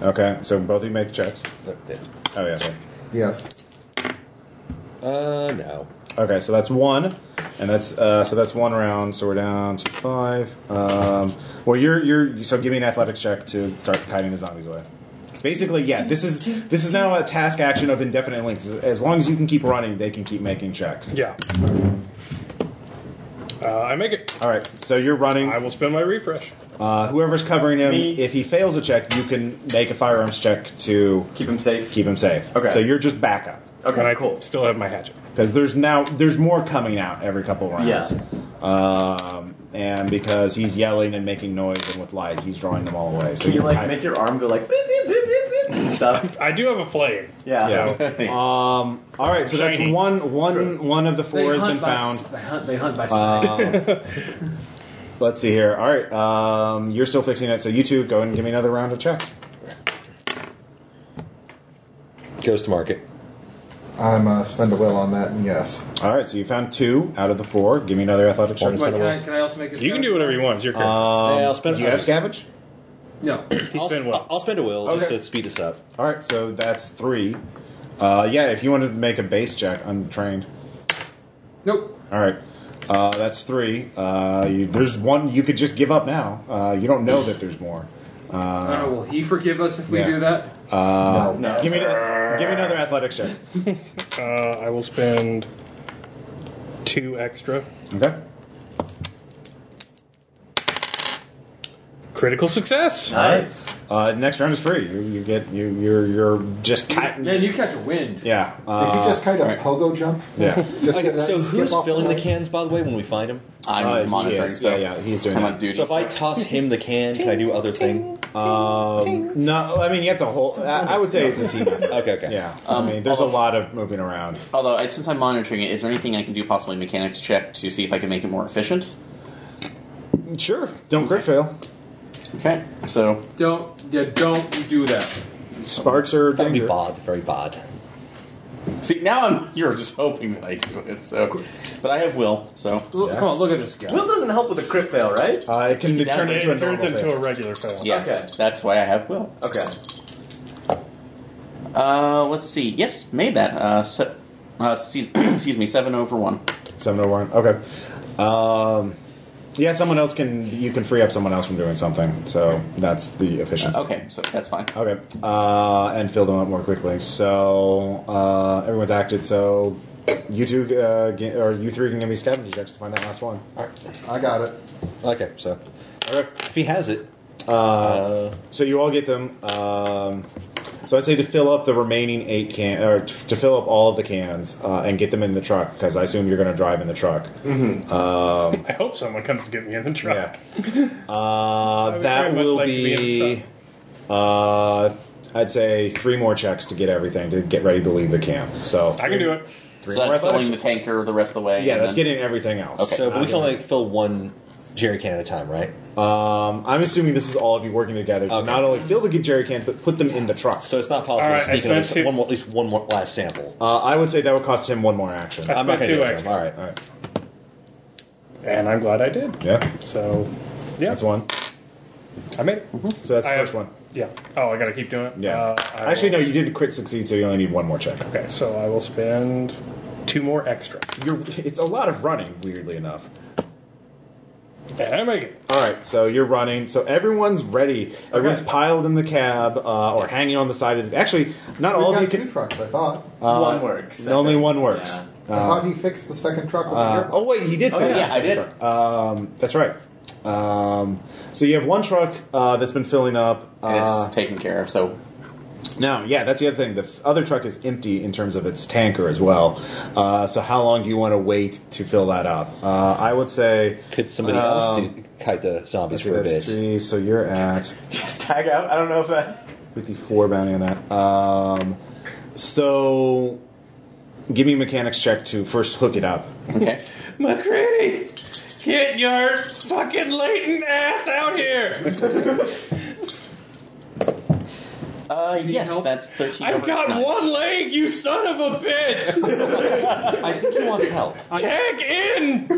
Okay, so both of you make checks. Oh yeah. Sorry.
Yes.
Uh, no. Okay, so that's one, and that's uh, so that's one round. So we're down to five. Um, well, you're you're so give me an athletics check to start kiting the zombies away. Basically, yeah, this is this is now a task action of indefinite length. As long as you can keep running, they can keep making checks.
Yeah. Uh, I make it.
All right, so you're running.
I will spend my refresh.
Uh, whoever's covering him,
Me.
if he fails a check, you can make a firearms check to keep him safe. Keep him safe.
Okay.
So you're just backup.
Okay, and I cool. Still have my hatchet.
because there's now there's more coming out every couple rounds.
Yeah.
Um, and because he's yelling and making noise and with light, he's drawing them all away. So
Can you like
kind-
make your arm go like beep, beep, beep, beep, beep, and stuff?
I do have a flame.
Yeah.
Yeah. um. All right. So that's
Shiny.
one one one of the four has been found.
They hunt. They hunt by
Um, let's see here. All right. Um, you're still fixing it, so you two go ahead and give me another round of check.
Goes to market.
I'm uh, spend a will on that, and yes.
All right. So you found two out of the four. Give me another athletic check.
Wait, can, I, can I also make this?
You can do whatever you want. It's your character.
Um,
Yeah, I'll spend-
do you have
I'll-
scavenge?
No.
I'll, spend will. I'll spend a will just to speed us up.
All right, so that's three. Uh, yeah, if you wanted to make a base check, untrained.
Nope.
All right, uh, that's three. Uh, you, there's one you could just give up now. Uh, you don't know that there's more.
I don't
Uh,
know. Will he forgive us if we
yeah.
do that?
uh,
No. No.
Give me, the, give me another athletics check.
Uh, I will spend two extra.
Okay.
Critical success.
Nice. Uh, next round is free. You, you get you you're you're just cutting.
Man, you catch a wind.
Yeah.
Did you
uh,
just kind of
all right.
pogo jump?
Yeah.
just
Okay,
get a
so
skip
who's
off
filling the
line?
cans, by the way, when we find him?
I'm
Uh, he
monitoring.
is.
so
Yeah, yeah, he's doing
I'm
that.
on duty.
So if I toss him the can, can I do other thing?
Um, no, I mean you have to hold. I, I would say it's a team effort.
Okay, okay.
Yeah,
Um,
I mean there's a lot of moving around.
Although, I- since I'm monitoring it, is there anything I can do, possibly a mechanics check, to see if I can make it more efficient?
Sure, don't crit fail.
Okay, so
Don't yeah, don't do that.
Sparks are
That'd be
danger.
bod, very bod.
see now I'm you're just hoping that I do it. So, but I have will. So
Look, Come on, look at this guy.
Will doesn't help with a crit fail, right?
Uh, it can
It
turn
does-
into a
it turns
normal
into
fail.
A regular fail.
yeah,
Okay.
that's why I have will.
Okay.
Uh, let's see. Yes, made that. Uh, se- uh excuse, excuse me, seven over one.
Seven oh one. Okay. Um, yeah, someone else can. You can free up someone else from doing something. So that's the efficiency.
Okay, so that's fine.
Okay. Uh, and fill them up more quickly. So uh, everyone's acted. So you two uh, ga- or you three can give me scavenging checks to find that last one.
I got it.
Okay, so
Okay.
if he has it,
Uh, so you all get them. Um, so I say to fill up the remaining eight can, or t- to fill up all of the cans uh, and get them in the truck because I assume you're going to drive in the truck.
Mm-hmm.
Um,
I hope someone comes to get me in the truck.
yeah. Uh,
would
that
very much
will
like to be in
be. uh, I'd say three more checks to get everything to get ready to leave the camp. So
I can do it.
Three
so
more
that's filling the
athletics.
tanker the rest of the way.
Yeah,
and
that's
then-
getting everything else.
Okay.
so but we
Not
can only fill one jerry can at a time, right?
Um, I'm assuming this is all of you working together to
Okay.
not only fill the jerry cans but put them in the truck.
So it's not possible
All right,
to sneak
I
in at
spent
least
two-
one, more- at least one more last sample.
Uh, I would say that would cost him one more action.
I
I'm not going
spent
to
two
do it. to him.
extra.
All right.
All right.
And I'm glad I did.
Yeah.
So, yeah,
That's Mm-hmm. one.
I made it.
So that's the
I
first
have-
one.
Yeah. Oh, I gotta keep doing it.
Yeah.
Uh, I
Actually,
will-
no, you did crit succeed, so you only need one more check.
Okay, so I will spend two more extra,
You're, it's a lot of running, weirdly enough.
and I make it.
All right, so you're running. So everyone's ready. Everyone's
Okay.
piled in the cab uh, or hanging on the side of the. Actually, not
We
all of
got
you
two
can.
trucks, I thought.
Uh,
one works. I
Only
think.
one works.
Yeah.
I
Uh,
thought he fixed the second truck. Over
uh,
here.
oh wait, he did.
Oh,
finish
yeah,
the
I
second
did.
truck. Um, that's right. Um, so you have one truck uh, that's been filling up.
and it's
Uh,
taken care of. So
No, yeah, that's the other thing. The f- other truck is empty in terms of its tanker as well. Uh, so how long do you want to wait to fill that up? Uh, I would say
Could somebody else do, kite the
let's
zombies
see,
for a
that's
bit?
three. So you're at
Just tag out. I don't know if I.
fifty-four bounty on that. Um, so give me a mechanics check to first hook it up.
okay,
McCready, get your fucking latent ass out here.
Uh, yes, that's 13.
I've got
Nine.
one leg, you son of a bitch!
I think he wants help.
Tag in!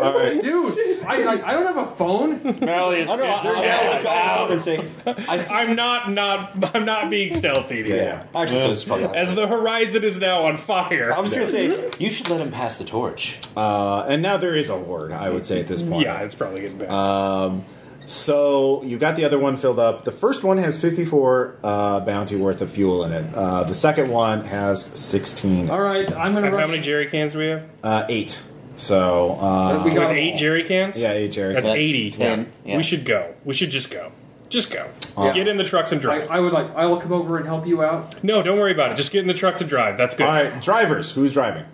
All right.
Dude, I like I don't have a phone.
Mally is
I don't know,
just-
I- I'll
go out and say,
I, am not not I'm not being stealthy. Yeah,
Actually, so it's probably-
as the horizon is now on fire.
I'm just gonna say you should let him pass the torch.
Uh, and now there is a ward, I would say, at this point.
Yeah, it's probably getting bad.
Um, so you've got the other one filled up. The first one has 54 uh, bounty worth of fuel in it. Uh, the second one has 16.
All right, I'm gonna
And
rush.
How many jerry cans do we have?
Uh, eight. So uh,
we got eight jerry cans.
Yeah, eight jerry
That's,
cans.
eighty.
Ten, yeah.
We should go. We should just go. Just go.
Yeah.
Get in the trucks and drive.
I, I would like. I will come over and help you out.
No, don't worry about it. Just get in the trucks and drive. That's good.
All right, drivers. Who's driving?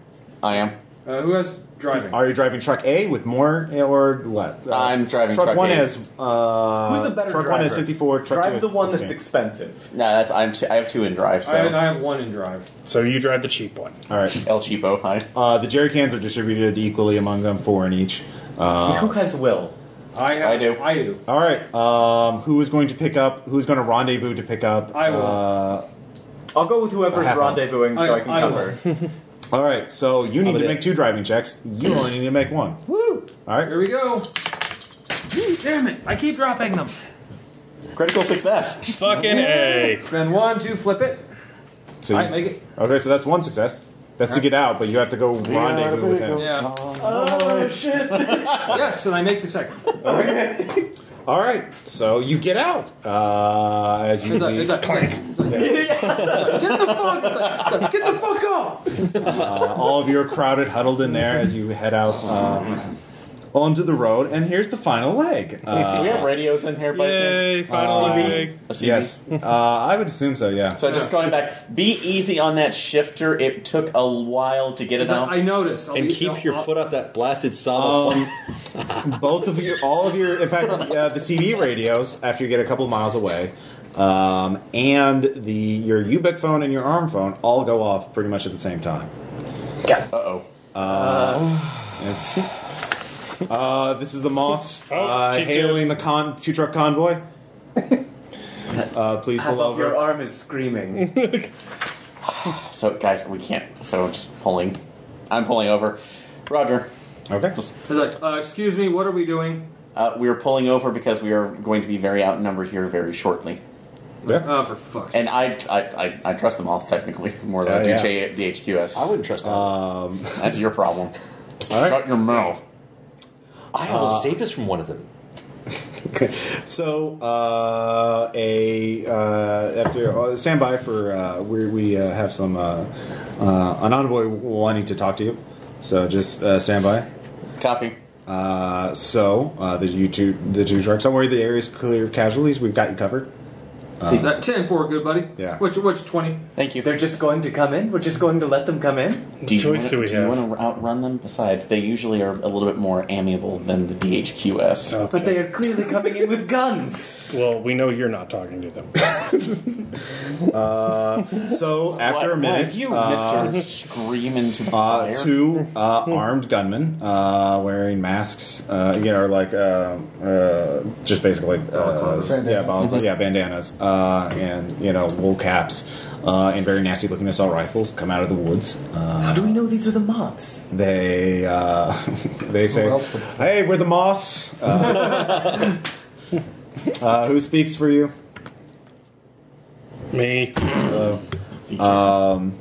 I am.
Uh, who has driving?
Are you driving truck A with more or what? Uh,
I'm driving truck
one
A.
has. Uh,
Who's the better
truck
driver?
one has 54. Truck two
Drive
has
the one
16.
that's expensive.
No, that's I'm two, I have two in drive. So
I- I
have one in drive.
So you drive the cheap one.
All right.
El Cheapo. Hi.
Uh, the jerry cans are distributed equally among them, four in each. Uh,
Who has will?
I,
have, I do.
I do.
All right. Um, who is going to pick up? Who's going to rendezvous to pick up?
I will.
Uh,
I'll go with whoever's
I have one.
rendezvousing so I, can cover.
All right. So you need to
I'll do
make two driving checks. You only need to make one.
Woo!
All right.
Here we go. Damn it! I keep dropping them.
Critical success.
Fucking A.
Spend one to flip it.
So
I
you-
make it.
Okay. So that's one success. That's to get out, but you have to go rendezvous with him.
Yeah.
Oh shit!
yes, and I make the second.
All right. So you get out uh, as you
It's like,
leave.
it's like, it's like, get the fuck! It's like, it's like, get the fuck up!
uh, all of you are crowded, huddled in there as you head out uh, onto the road. And here's the final leg. Uh,
do we have radios in here by chance?
uh,
A CB?
Yes, uh, I would assume so. Yeah.
So just going back, be easy on that shifter. It took a while to get it out.
I noticed.
and keep your foot off that blasted solid.
Um, both of you, all of your, in fact, uh, the CD radios after you get a couple miles away, um, and the your Ubic phone and your ARM phone all go off pretty much at the same time.
Yeah. Uh-oh.
Uh, it's. Uh, this is the moths uh,
she's
hailing the con- two truck convoy. Uh, please
Half
pull
of your
over.
arm is screaming.
So guys, we can't. So just pulling. I'm pulling over. Roger.
Okay.
It's like, uh, excuse me, what are we doing?
Uh, we are pulling over because we are going to be very outnumbered here very shortly.
Oh, for fuck's
And I, I, I, I trust them all technically more than
Uh, yeah.
I do J- the HQS. I
wouldn't trust
Um,
That's your problem.
All right.
Shut your mouth.
I almost saved us from one of them.
So, uh, a uh, after uh, stand by for uh, we we uh, have some uh, uh, an envoy wanting to talk to you. So just uh, stand by.
Copy.
Uh, so uh, the you two the two trucks. Don't worry, the area's clear of casualties. We've got you covered.
Is that 10 4, good buddy?
Yeah.
Which, which 20?
Thank you.
They're just going to come in. We're just going to let them come in.
Do you
choice
wanna,
do we have?
you want to outrun them? Besides, they usually are a little bit more amiable than the DHQS.
Uh,
But they are clearly coming in with guns.
Well, we know you're not talking to them.
Uh, so after a
Why-
minute,
why you,
uh,
Mister, scream into the
Uh,
fire.
two uh, armed gunmen uh, wearing masks, uh, you know, like uh, uh, just basically, uh,
Balaclavas.
yeah,
Bandanas.
balacla- yeah, bandanas, uh, and you know, wool caps, uh, and very nasty-looking assault rifles come out of the woods. Uh,
How do we know these are the moths?
they uh, they say,
else would-
"Hey, we're the moths." Uh, uh, who speaks for you?
Me.
Hello. Um,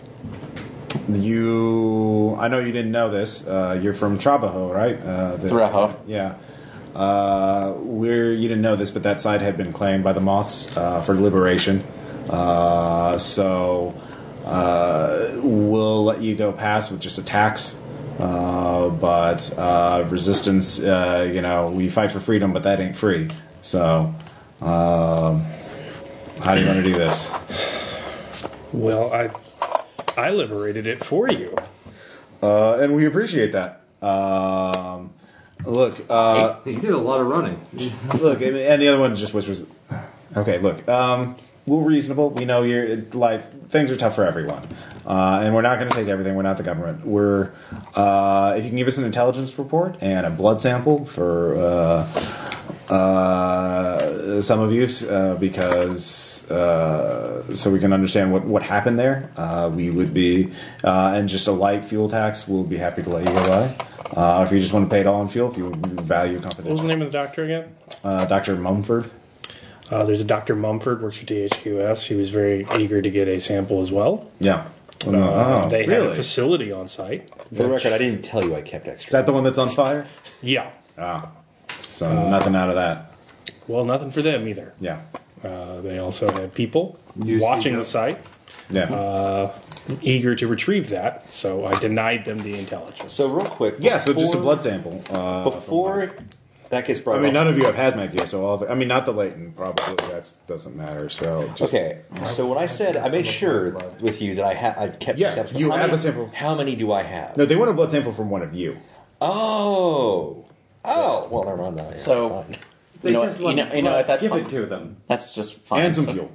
you, I know you didn't know this. Uh, you're from Trabajo, right? Uh, the-
Trabajo.
Yeah. Uh, we're you didn't know this, but that side had been claimed by the Moths uh, for liberation. Uh, so uh, we'll let you go past with just attacks. Uh, but uh, resistance, uh, you know, we fight for freedom, but that ain't free. So, um, how do you want to do this?
Well, I I liberated it for you.
Uh, and we appreciate that. Um, look, uh,
Hey, you did a lot of running.
look, and and the other one just whispers. Okay, look, um, we're reasonable. We know your life things are tough for everyone, uh, and we're not going to take everything. We're not the government. We're uh, if you can give us an intelligence report and a blood sample for uh, uh, some of you uh, because uh, so we can understand what, what happened there. Uh, we would be uh, and just a light fuel tax. We'll be happy to let you go by. Uh, if you just want to pay it all in fuel, if you value
What was
confidential,
the name of the doctor again?
uh, Doctor Mumford.
Uh, there's a Dr. Mumford, works for DHQS. He was very eager to get a sample as well.
Yeah.
Uh,
Ah,
they had a facility on site.
For the record, I
didn't tell you I kept extra.
Is that the one that's on fire?
Yeah.
Ah. So nothing out of that.
Well, nothing for them either.
Yeah.
Uh, they also had people
You speak
watching
up.
the site.
Yeah.
Uh, eager to retrieve that, so I denied them the intelligence.
So real quick.
Yeah, so just a
before-
blood sample. Uh,
before that gets brought
I mean,
up-
none of you have hazmat gear, so all of it. I mean, not the Leighton, probably. That doesn't matter. So just-
okay, so when I said I made sure with you that I ha- I kept
Yeah,
the sample.
you
how
have
many,
a sample.
How many do I have?
No, they want a blood sample from one of you.
Oh, oh. Well, never mind that.
So
They
you know,
just
what- you
want
know, you know what, that's
Give
fine.
it to them.
That's just fine.
And some
So-
fuel.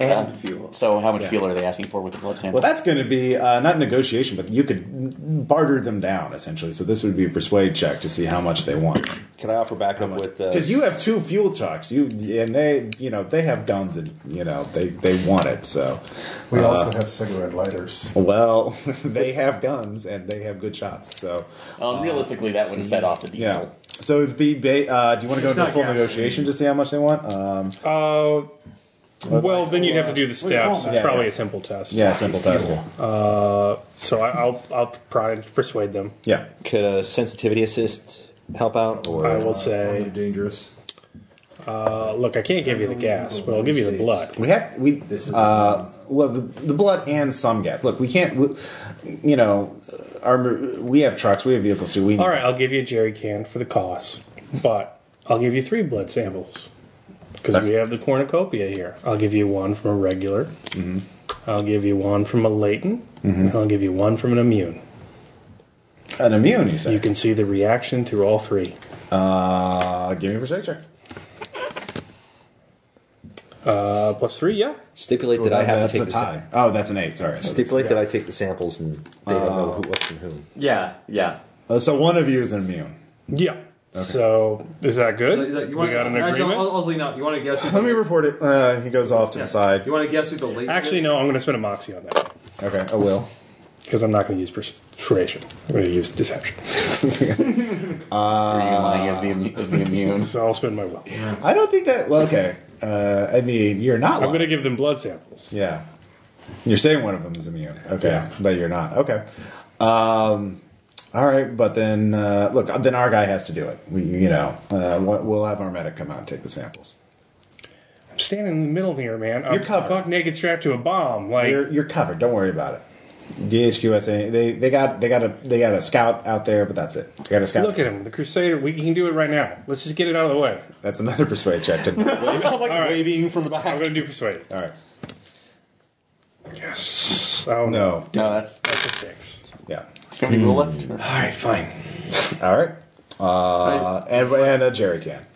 And
fuel.
So how much
Yeah.
fuel are they asking for with the blood sample?
Well, that's going to be uh, not negotiation, but you could barter them down essentially. So this would be a persuade check to see how much they want.
Can I offer backup with uh,
Because you have two fuel trucks, you and they, you know, they have guns and you know they they want it. So
We
uh,
also have cigarette lighters.
well, they have guns and they have good shots. So
um, realistically, that would have set off the diesel.
Uh, yeah. So it'd be. Ba- uh, do you want to go
It's
into
not
full
gas.
negotiation to see how much they want? Um,
Uh, well, then you'd have to do the
Wait, hold
steps.
on.
It's
Yeah,
probably
yeah.
a simple test.
yeah, simple test.
Uh, so I, I'll I'll try and persuade them.
Yeah.
Could a sensitivity assist help out? Or
I will say dangerous. Uh, look, I can't give you the gas, but I'll give you the blood.
We have we. This is uh, well, the, the blood and some gas. Look, we can't. We, you know, our we have trucks, we have vehicles, so we.
All right, I'll give you a jerry can for the cost, but I'll give you three blood samples because we have the cornucopia here. I'll give you one from a regular. I'll give you one from a latent. And I'll give you one from an immune.
An immune, you say?
You can see the reaction through all three.
Uh, give me a persuasion check.
Uh, plus three, yeah.
Stipulate that I have to take
a
the
tie.
sam-
Oh, that's an eight. Sorry.
Stipulate that I take the samples and they don't
Uh,
know who, what's from whom.
Yeah, yeah. Uh, so one of you is an immune.
Yeah. So is that good?
You wanna-
we got an
actually,
agreement.
I'll- I'll lean out. You want to guess?
Let me report it. Uh, he goes off to the side.
You want to guess who the late?
Actually, no. I'm going to spend a moxie on that
Okay, I will.
because I'm not going to use persuasion. I'm going to use deception.
Uh, the, immu- is the immune.
so I'll spend my will.
I don't think that. Well, okay. Uh, I mean, you're not.
I'm
lying.
going to give them blood samples.
Yeah. You're saying one of them is immune. Okay.
Yeah.
But you're not. Okay. Um, all right. But then, uh, look, then our guy has to do it. We, you know, uh, we'll we'll have our medic come out and take the samples.
I'm standing in the middle here, man.
You're
I'm
covered.
buck naked, strapped to a bomb. Like
You're, you're covered. Don't worry about it. DHQS, they, they got they got a they got a scout out there, but that's it. They got a scout.
Look at him, the Crusader. We can do it right now. Let's just get it out of the way.
That's another persuade check. Didn't it?
I'm like waving from the back.
I'm going to do persuade.
All right.
Yes. Oh
No.
No, that's
that's a six.
Yeah.
Do you have any rule left?
Hmm.
All right, fine.
All right. Uh, and, and a jerry can.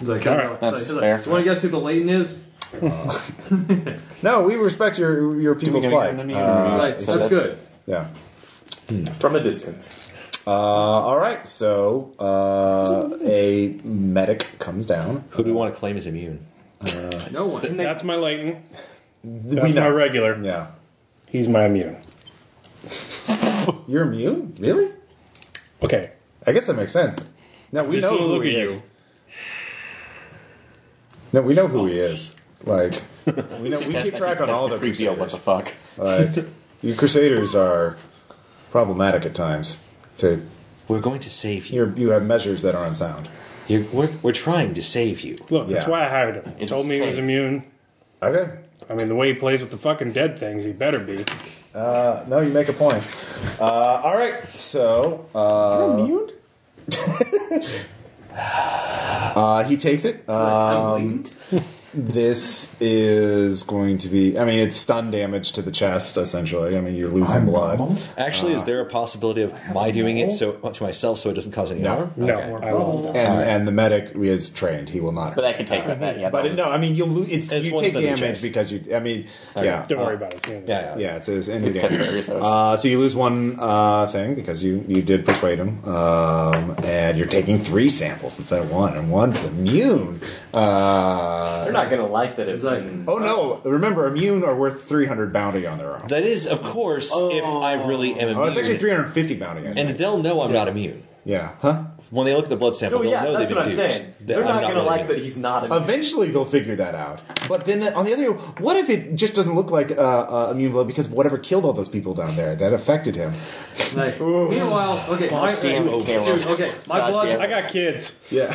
Like,
All right,
that's
like,
fair.
Do you want to guess who the Leighton is?
No, we respect your your people's plight. Uh,
Like,
it's
that's
just-
good.
Yeah.
Hmm. From a distance.
Uh, all right, so uh, a medic comes down.
Who do we want to claim as immune?
No one.
That's my Leighton.
we
That's
know.
my regular.
Yeah,
He's my immune.
you're immune, really?
Okay.
I guess that makes sense. No, we
Just
know
don't
who
look
he
at
is.
you.
No, we know who he is. Like we know, we keep track on all the
creepy. oh, What
crusaders.
the fuck?
Like you crusaders are problematic at times. To
We're going to save you.
you, you have measures that are unsound.
You're, we're, we're trying to save you.
Look, that's
Yeah.
why I hired him. He
It's
told me he was
safe.
immune.
Okay.
I mean, the way he plays with the fucking dead things, he better be.
Uh, no, you make a point. Uh, all right, so uh,
Immune?
uh, he takes it. Um,
I'm late.
This is going to be. I mean, it's stun damage to the chest, essentially. I mean, you're losing blood.
Actually,
Uh,
is there a possibility of my doing it so to myself so it doesn't cause any harm?
No.
Okay.
I will. And, and the medic is trained. He will not.
But I can take with that, yeah.
But it, no, I mean, you'll lose. It's,
It's
you
one
take
stun to
damage
chest.
because you. I mean, yeah.
Don't
uh,
worry about it. It's the end of the
Yeah, yeah.
Yeah, it's his ending
It's
game.
temporary, so it's-
Uh, so you lose one uh, thing because you, you did persuade him, um, and you're taking three samples instead of one, and one's immune. Uh,
They're not gonna like that. It's like
Oh no! Remember, immune are worth 300 bounty on their own.
That is, of course, if I really am immune.
Oh, it's actually 350 bounty. Actually.
and they'll know I'm not immune.
Yeah, huh?
When they look at the blood sample,
No,
they'll
Oh, yeah,
know
that's
they've
what I'm
been duped.
saying.
That
They're
I'm
not gonna
really
like
immune.
that he's not. A,
Eventually, they'll figure that out. But then, uh, on the other, hand, what if it just doesn't look like uh, uh, immune blood because whatever killed all those people down there that affected him?
Like, meanwhile, okay, my,
damn it,
dude,
Caleb.
okay, my
God
blood.
damn
I got kids.
Yeah.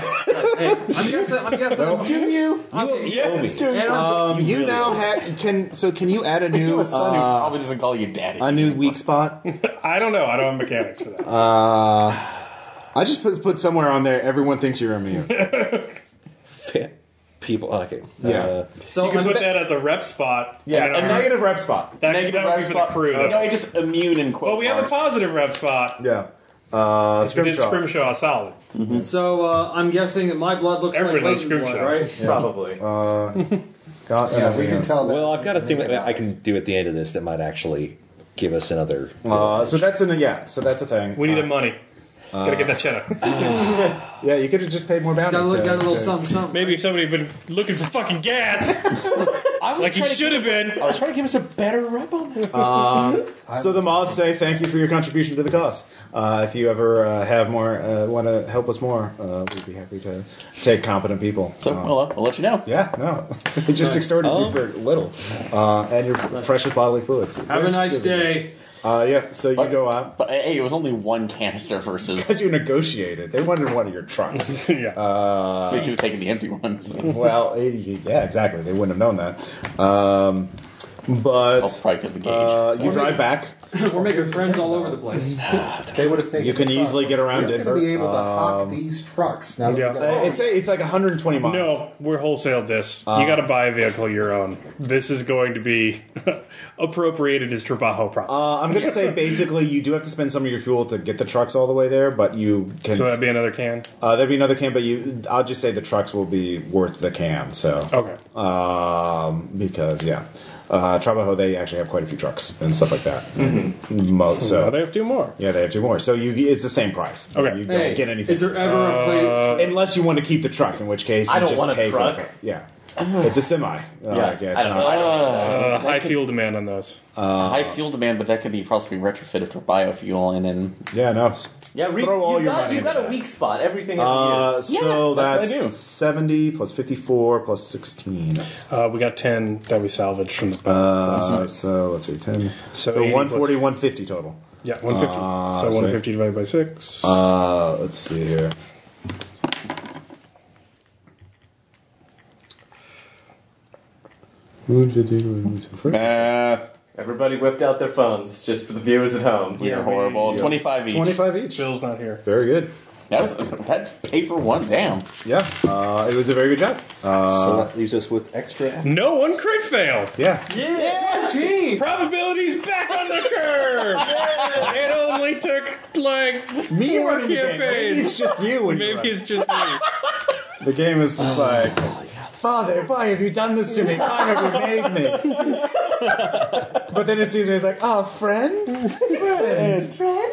Hey, I'm guessing. I'm guessing.
Do you?
Oh, okay,
Yes,
and I'm-
Um, you now have can. So can you add a new
a son who
uh,
probably doesn't call you daddy.
a new weak spot?
I don't know. I don't have mechanics for that.
Uh, I just put put somewhere on there. Everyone thinks you're immune.
People, okay.
Yeah.
Uh,
so
you can
I'm-
put that as a rep spot. and
a
then our-
negative rep spot.
that,
Negative
that
rep
would be for
spot.
the crew.
No, I just immune and quote.
Well, we have a
marks.
positive rep spot.
Yeah. Uh,
We did
Scrimshaw.
Scrimshaw solid.
So uh, I'm guessing that my blood looks
Everybody
like
likes
Leighton blood, right?
Scrimshaw.
probably.
Uh, got,
Yeah, we can tell that.
well, I've got a thing that I can do at the end of this that might actually give us another.
Uh, so that's an yeah. So that's a thing.
We need
Uh,
the money. Gotta get that cheddar.
Yeah, you could have just paid more bounty.
Got a
to-
little, got a little
to-
something, something.
Maybe if somebody had been looking for fucking gas, like he should have been.
I was trying to give us a better rep on that.
Uh, So the mods say thank you for your contribution to the cause. Uh, if you ever uh, have more, uh, want to help us more, uh, we'd be happy to take competent people.
So
Uh,
we'll, we'll let you know.
yeah, no, they just extorted you for little, uh, and your precious bodily fluids.
Oh. Have a nice day.
Uh, yeah, so you
But-
go out.
But hey, it was only one canister versus
Because you negotiated, they wanted one of your trucks.
yeah.
we two taking the empty one. So.
well, eh, yeah, exactly. They wouldn't have known that. Um, but
I'll probably give the gauge.
uh,
so.
you drive back.
We're making friends all over the place.
They would have taken.
You can
the truck.
easily get around
You're
Denver. Um,
going to be able to hop these trucks now. That
yeah.
we
Oh.
Uh,
got-
It's a, it's like 120 miles.
No, we're wholesaled this. you got to buy a vehicle your own. This is going to be appropriated as Trabajo property.
Uh, I'm going to say basically you do have to spend some of your fuel to get the trucks all the way there, but you can.
so that'd be another can.
uh, there'd be another cam, but you. I'll just say the trucks will be worth the cam. So
Okay.
um, because yeah, uh, Trabajo they actually have quite a few trucks and stuff like that. Mm-hmm. Mo-
Oh,
so
they have two more.
yeah, they have two more. So you, it's the same price.
Okay.
you don't
Hey,
get anything.
is there ever a
Uh,
place?
Unless you want to keep the truck, in which case you
I don't
just
want a
pay
truck.
for it. Yeah, it's a semi. Yeah, like, yeah it's
I don't
not-
know. I don't know.
Uh, high fuel demand on those.
uh,
High fuel demand, but that could be possibly retrofitted for biofuel and then
Yeah, no.
Yeah, re-
Throw all
you've
your
got,
money
you've got
into
a
that.
weak spot. Everything is.
Uh,
is.
so
that's
that's,
what I do.
70 plus 54 plus 16.
Uh, we got ten that we salvaged from the.
Uh, so let's see, 10.
So
So,
80 plus-
140, 150 total.
yeah, one fifty.
uh,
so
so-
one fifty divided by six.
Uh, let's see here.
uh,
Everybody whipped out their phones just for the viewers at home.
you're horrible.
we-
Twenty five each.
25 each.
Bill's not here.
Very good.
That's that's paper one. Damn.
Yeah, uh, it was a very good job. Uh,
so that leaves us with extra.
No one crit fail.
yeah.
Probability's back on the curve. it only took like
Me
four
running the game. Maybe
campaigns.
it's just you. and
Maybe it's just me.
The game is just like, Father, why have you done this to me? Why have you made me? but then it seems it's like, oh, friend? Friend.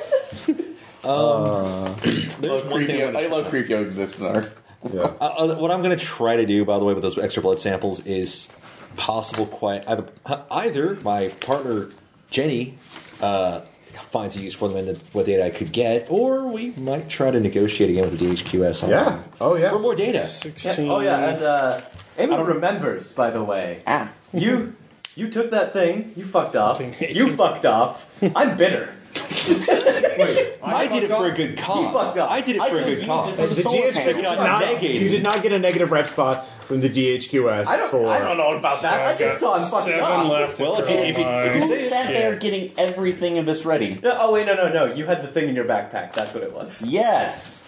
There's one thing I
Creepio,
wanna
I love Creepio exists in our.
Yeah.
Uh, uh, what I'm going to try to do, by the way, with those extra blood samples is possible quiet. Either, either my partner Jenny uh, finds a use for them and the, what data I could get, or we might try to negotiate again with the DHQS. On
Yeah. Oh, yeah.
For more data.
Yeah, Oh yeah, and uh, Amy remembers, by the way.
Ah.
You you took that thing. You fucked up. You fucked up. I'm bitter.
I, did it for a good cause.
fucked up.
I did it for a good cause.
The GHQ
panel.
did
It's
not,
negated.
you did not get a negative rep spot from the DHQS
I don't.
for.
I don't know about that. I just saw him fucking
seven
up.
left.
Well, if you, if you, if you
Who
say it,
sat there getting everything of this ready?
No, oh wait, no, no, no. You had the thing in your backpack. That's what it was.
Yes.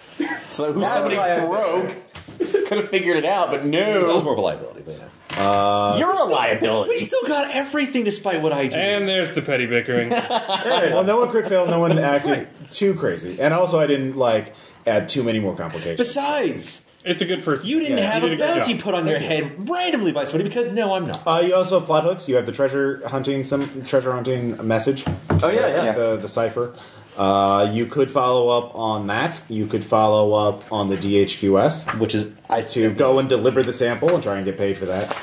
So who
That's
somebody
why I-
broke could have figured it out, but
that was
no.
more of a liability. But yeah. Uh,
You're a liability.
We still got everything despite what I do.
And there's the petty bickering.
well, no one crit failed, no one acted too crazy, and also I didn't like add too many more complications.
Besides,
it's a good first.
You didn't
Yeah,
have
you
a
did a good
bounty
job.
put on your
Thank you.
head randomly by somebody because no, I'm not.
Uh, you also have plot hooks. You have the treasure hunting, some treasure hunting message. Oh
yeah, yeah.
The, the cipher. Uh, you could follow up on that. You could follow up on the DHQS,
which is I
to go and deliver the sample and try and get paid for that.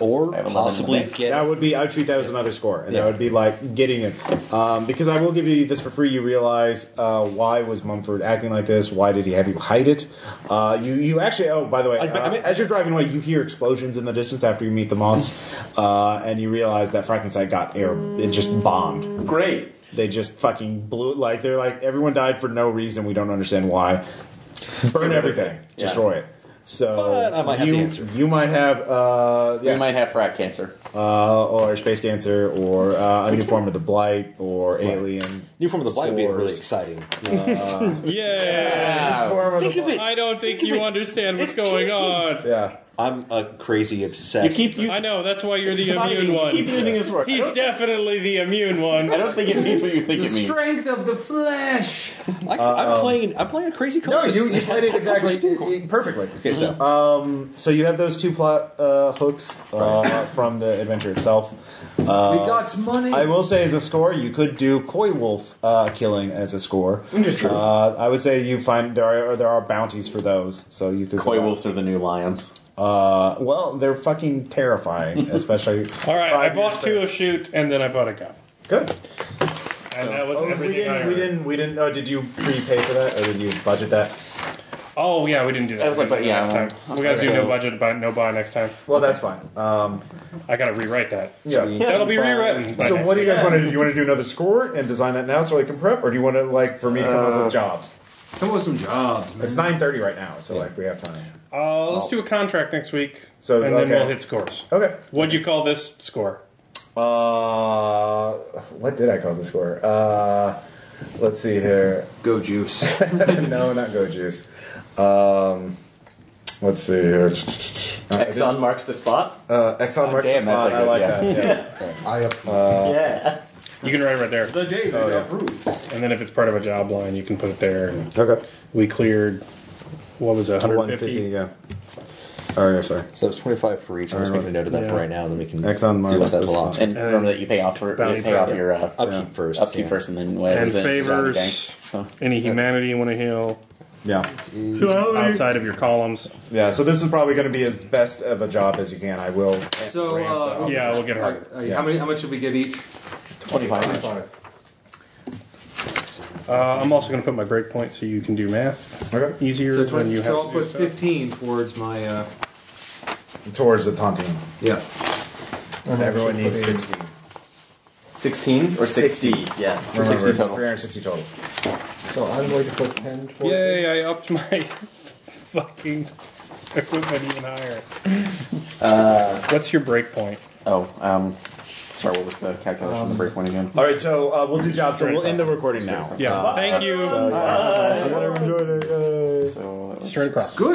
Or
possibly
get
that would be I would treat that as another score, and that would be like getting it um, because I will give you this for free. You realize uh, why was Mumford acting like this? Why did he have you hide it? Uh, you you actually oh by the way, uh, as you're driving away, you hear explosions in the distance after you meet the moths, uh, and you realize that Frankenstein got air it just bombed.
Great.
They just fucking blew it like they're like everyone died for no reason. We don't understand why. Burn everything,
Yeah.
destroy it. So
But I might have
you
the answer.
you might have uh,
We might have frack cancer.
uh, or space cancer, or uh, a new form of the blight, or alien.
New form of the blight would be
spores.
really exciting.
Uh,
Yeah.
Think of it.
I don't think you understand what's going on.
yeah.
I'm a crazy obsessed.
I know. That's why you're the
Sonny,
immune
you
one.
keep using this word. I
He's
don't-
definitely the immune one. I
don't think it means what you think
The strength of the flesh.
Like, I'm playing. I'm playing a crazy.
Um, No, you, you played it exactly perfectly.
Okay, so
um, so you have those two plot uh, hooks uh, from the adventure itself. Uh,
we got money.
I will say as a score, you could do koi wolf uh, killing as a score.
Interesting.
Uh, I would say you find there are there are bounties for those, so you could
Koi wolves are the new lions.
Uh, well, they're fucking terrifying, especially.
All right, I bought two of shoot, and then I bought a gun.
Good.
And that was
Oh, we
everything
didn't.
I earned.
We didn't. We didn't. Oh, did you prepay for that, or did you budget that?
Oh yeah, we didn't do that.
That was like,
We didn't
but
do
yeah,
that next time.
um,
we got to do
so-
no budget, buy, no buy next time.
Well, that's fine. Um,
I got to rewrite that.
Yeah.
that'll be rewritten. by
So,
next
what do you
week.
guys want to do? Do you want to do another score and design that now so I can prep, or do you want to like for me to come up with jobs? Come up with some jobs. It's nine thirty right now, so like we have time.
Uh,
Oh.
let's do a contract next week,
So,
and then
okay.
we'll hit scores.
Okay.
What'd you call this score?
Uh, what did I call the score? Uh, let's see here. Go juice. no, not go juice. Um, let's see here.
Exxon marks the spot.
Uh, Exxon marks the
Oh, damn, that's
spot.
a
I
good-
like
yeah.
that. Yeah. I approve. Uh,
yeah.
You can write right there.
Oh,
The day that approves.
And then if it's part of a job line, you can put it there. And
okay.
We cleared. What was it? 150.
yeah. Oh, yeah, sorry.
So it's 25 for each. I'm just
Alright,
making a note of that
yeah.
for right now, and then we can
Exxon
deal
Mark's
with that
the
later.
And remember that you pay off for
Bounty
you pay off
pay.
your uh,
Upkeep first,
upkeep
yeah.
first, and then whatever.
And
is in the gang.
favors.
So
Any humanity you want to heal
Yeah.
outside of your columns.
Yeah, so this is probably going to be as best of a job as you can. I will.
So, uh,
Yeah, we'll get hard.
uh, how many? How much did we get each?
twenty-five.
Uh, I'm also going to put my breakpoint so you can do math
Okay.
easier
So,
when
20,
you
so I'll
have to do
put
stuff.
fifteen towards my. Uh,
Towards the taunting.
yeah.
And everyone needs 60.
16 or 60. Yeah,
Remember,
60
it's
total.
360 total.
So I'm going to put 10 towards it.
Yay, I upped my fucking equipment even higher. What's your breakpoint?
Oh, um, sorry. What was the calculation on the break one again?
All right, so uh, we'll do jobs. So we'll end the recording now. Uh,
Yeah, thank you.
So, yeah. I hope everyone uh, enjoyed it. Yay.
So that was
Straight across.
Good.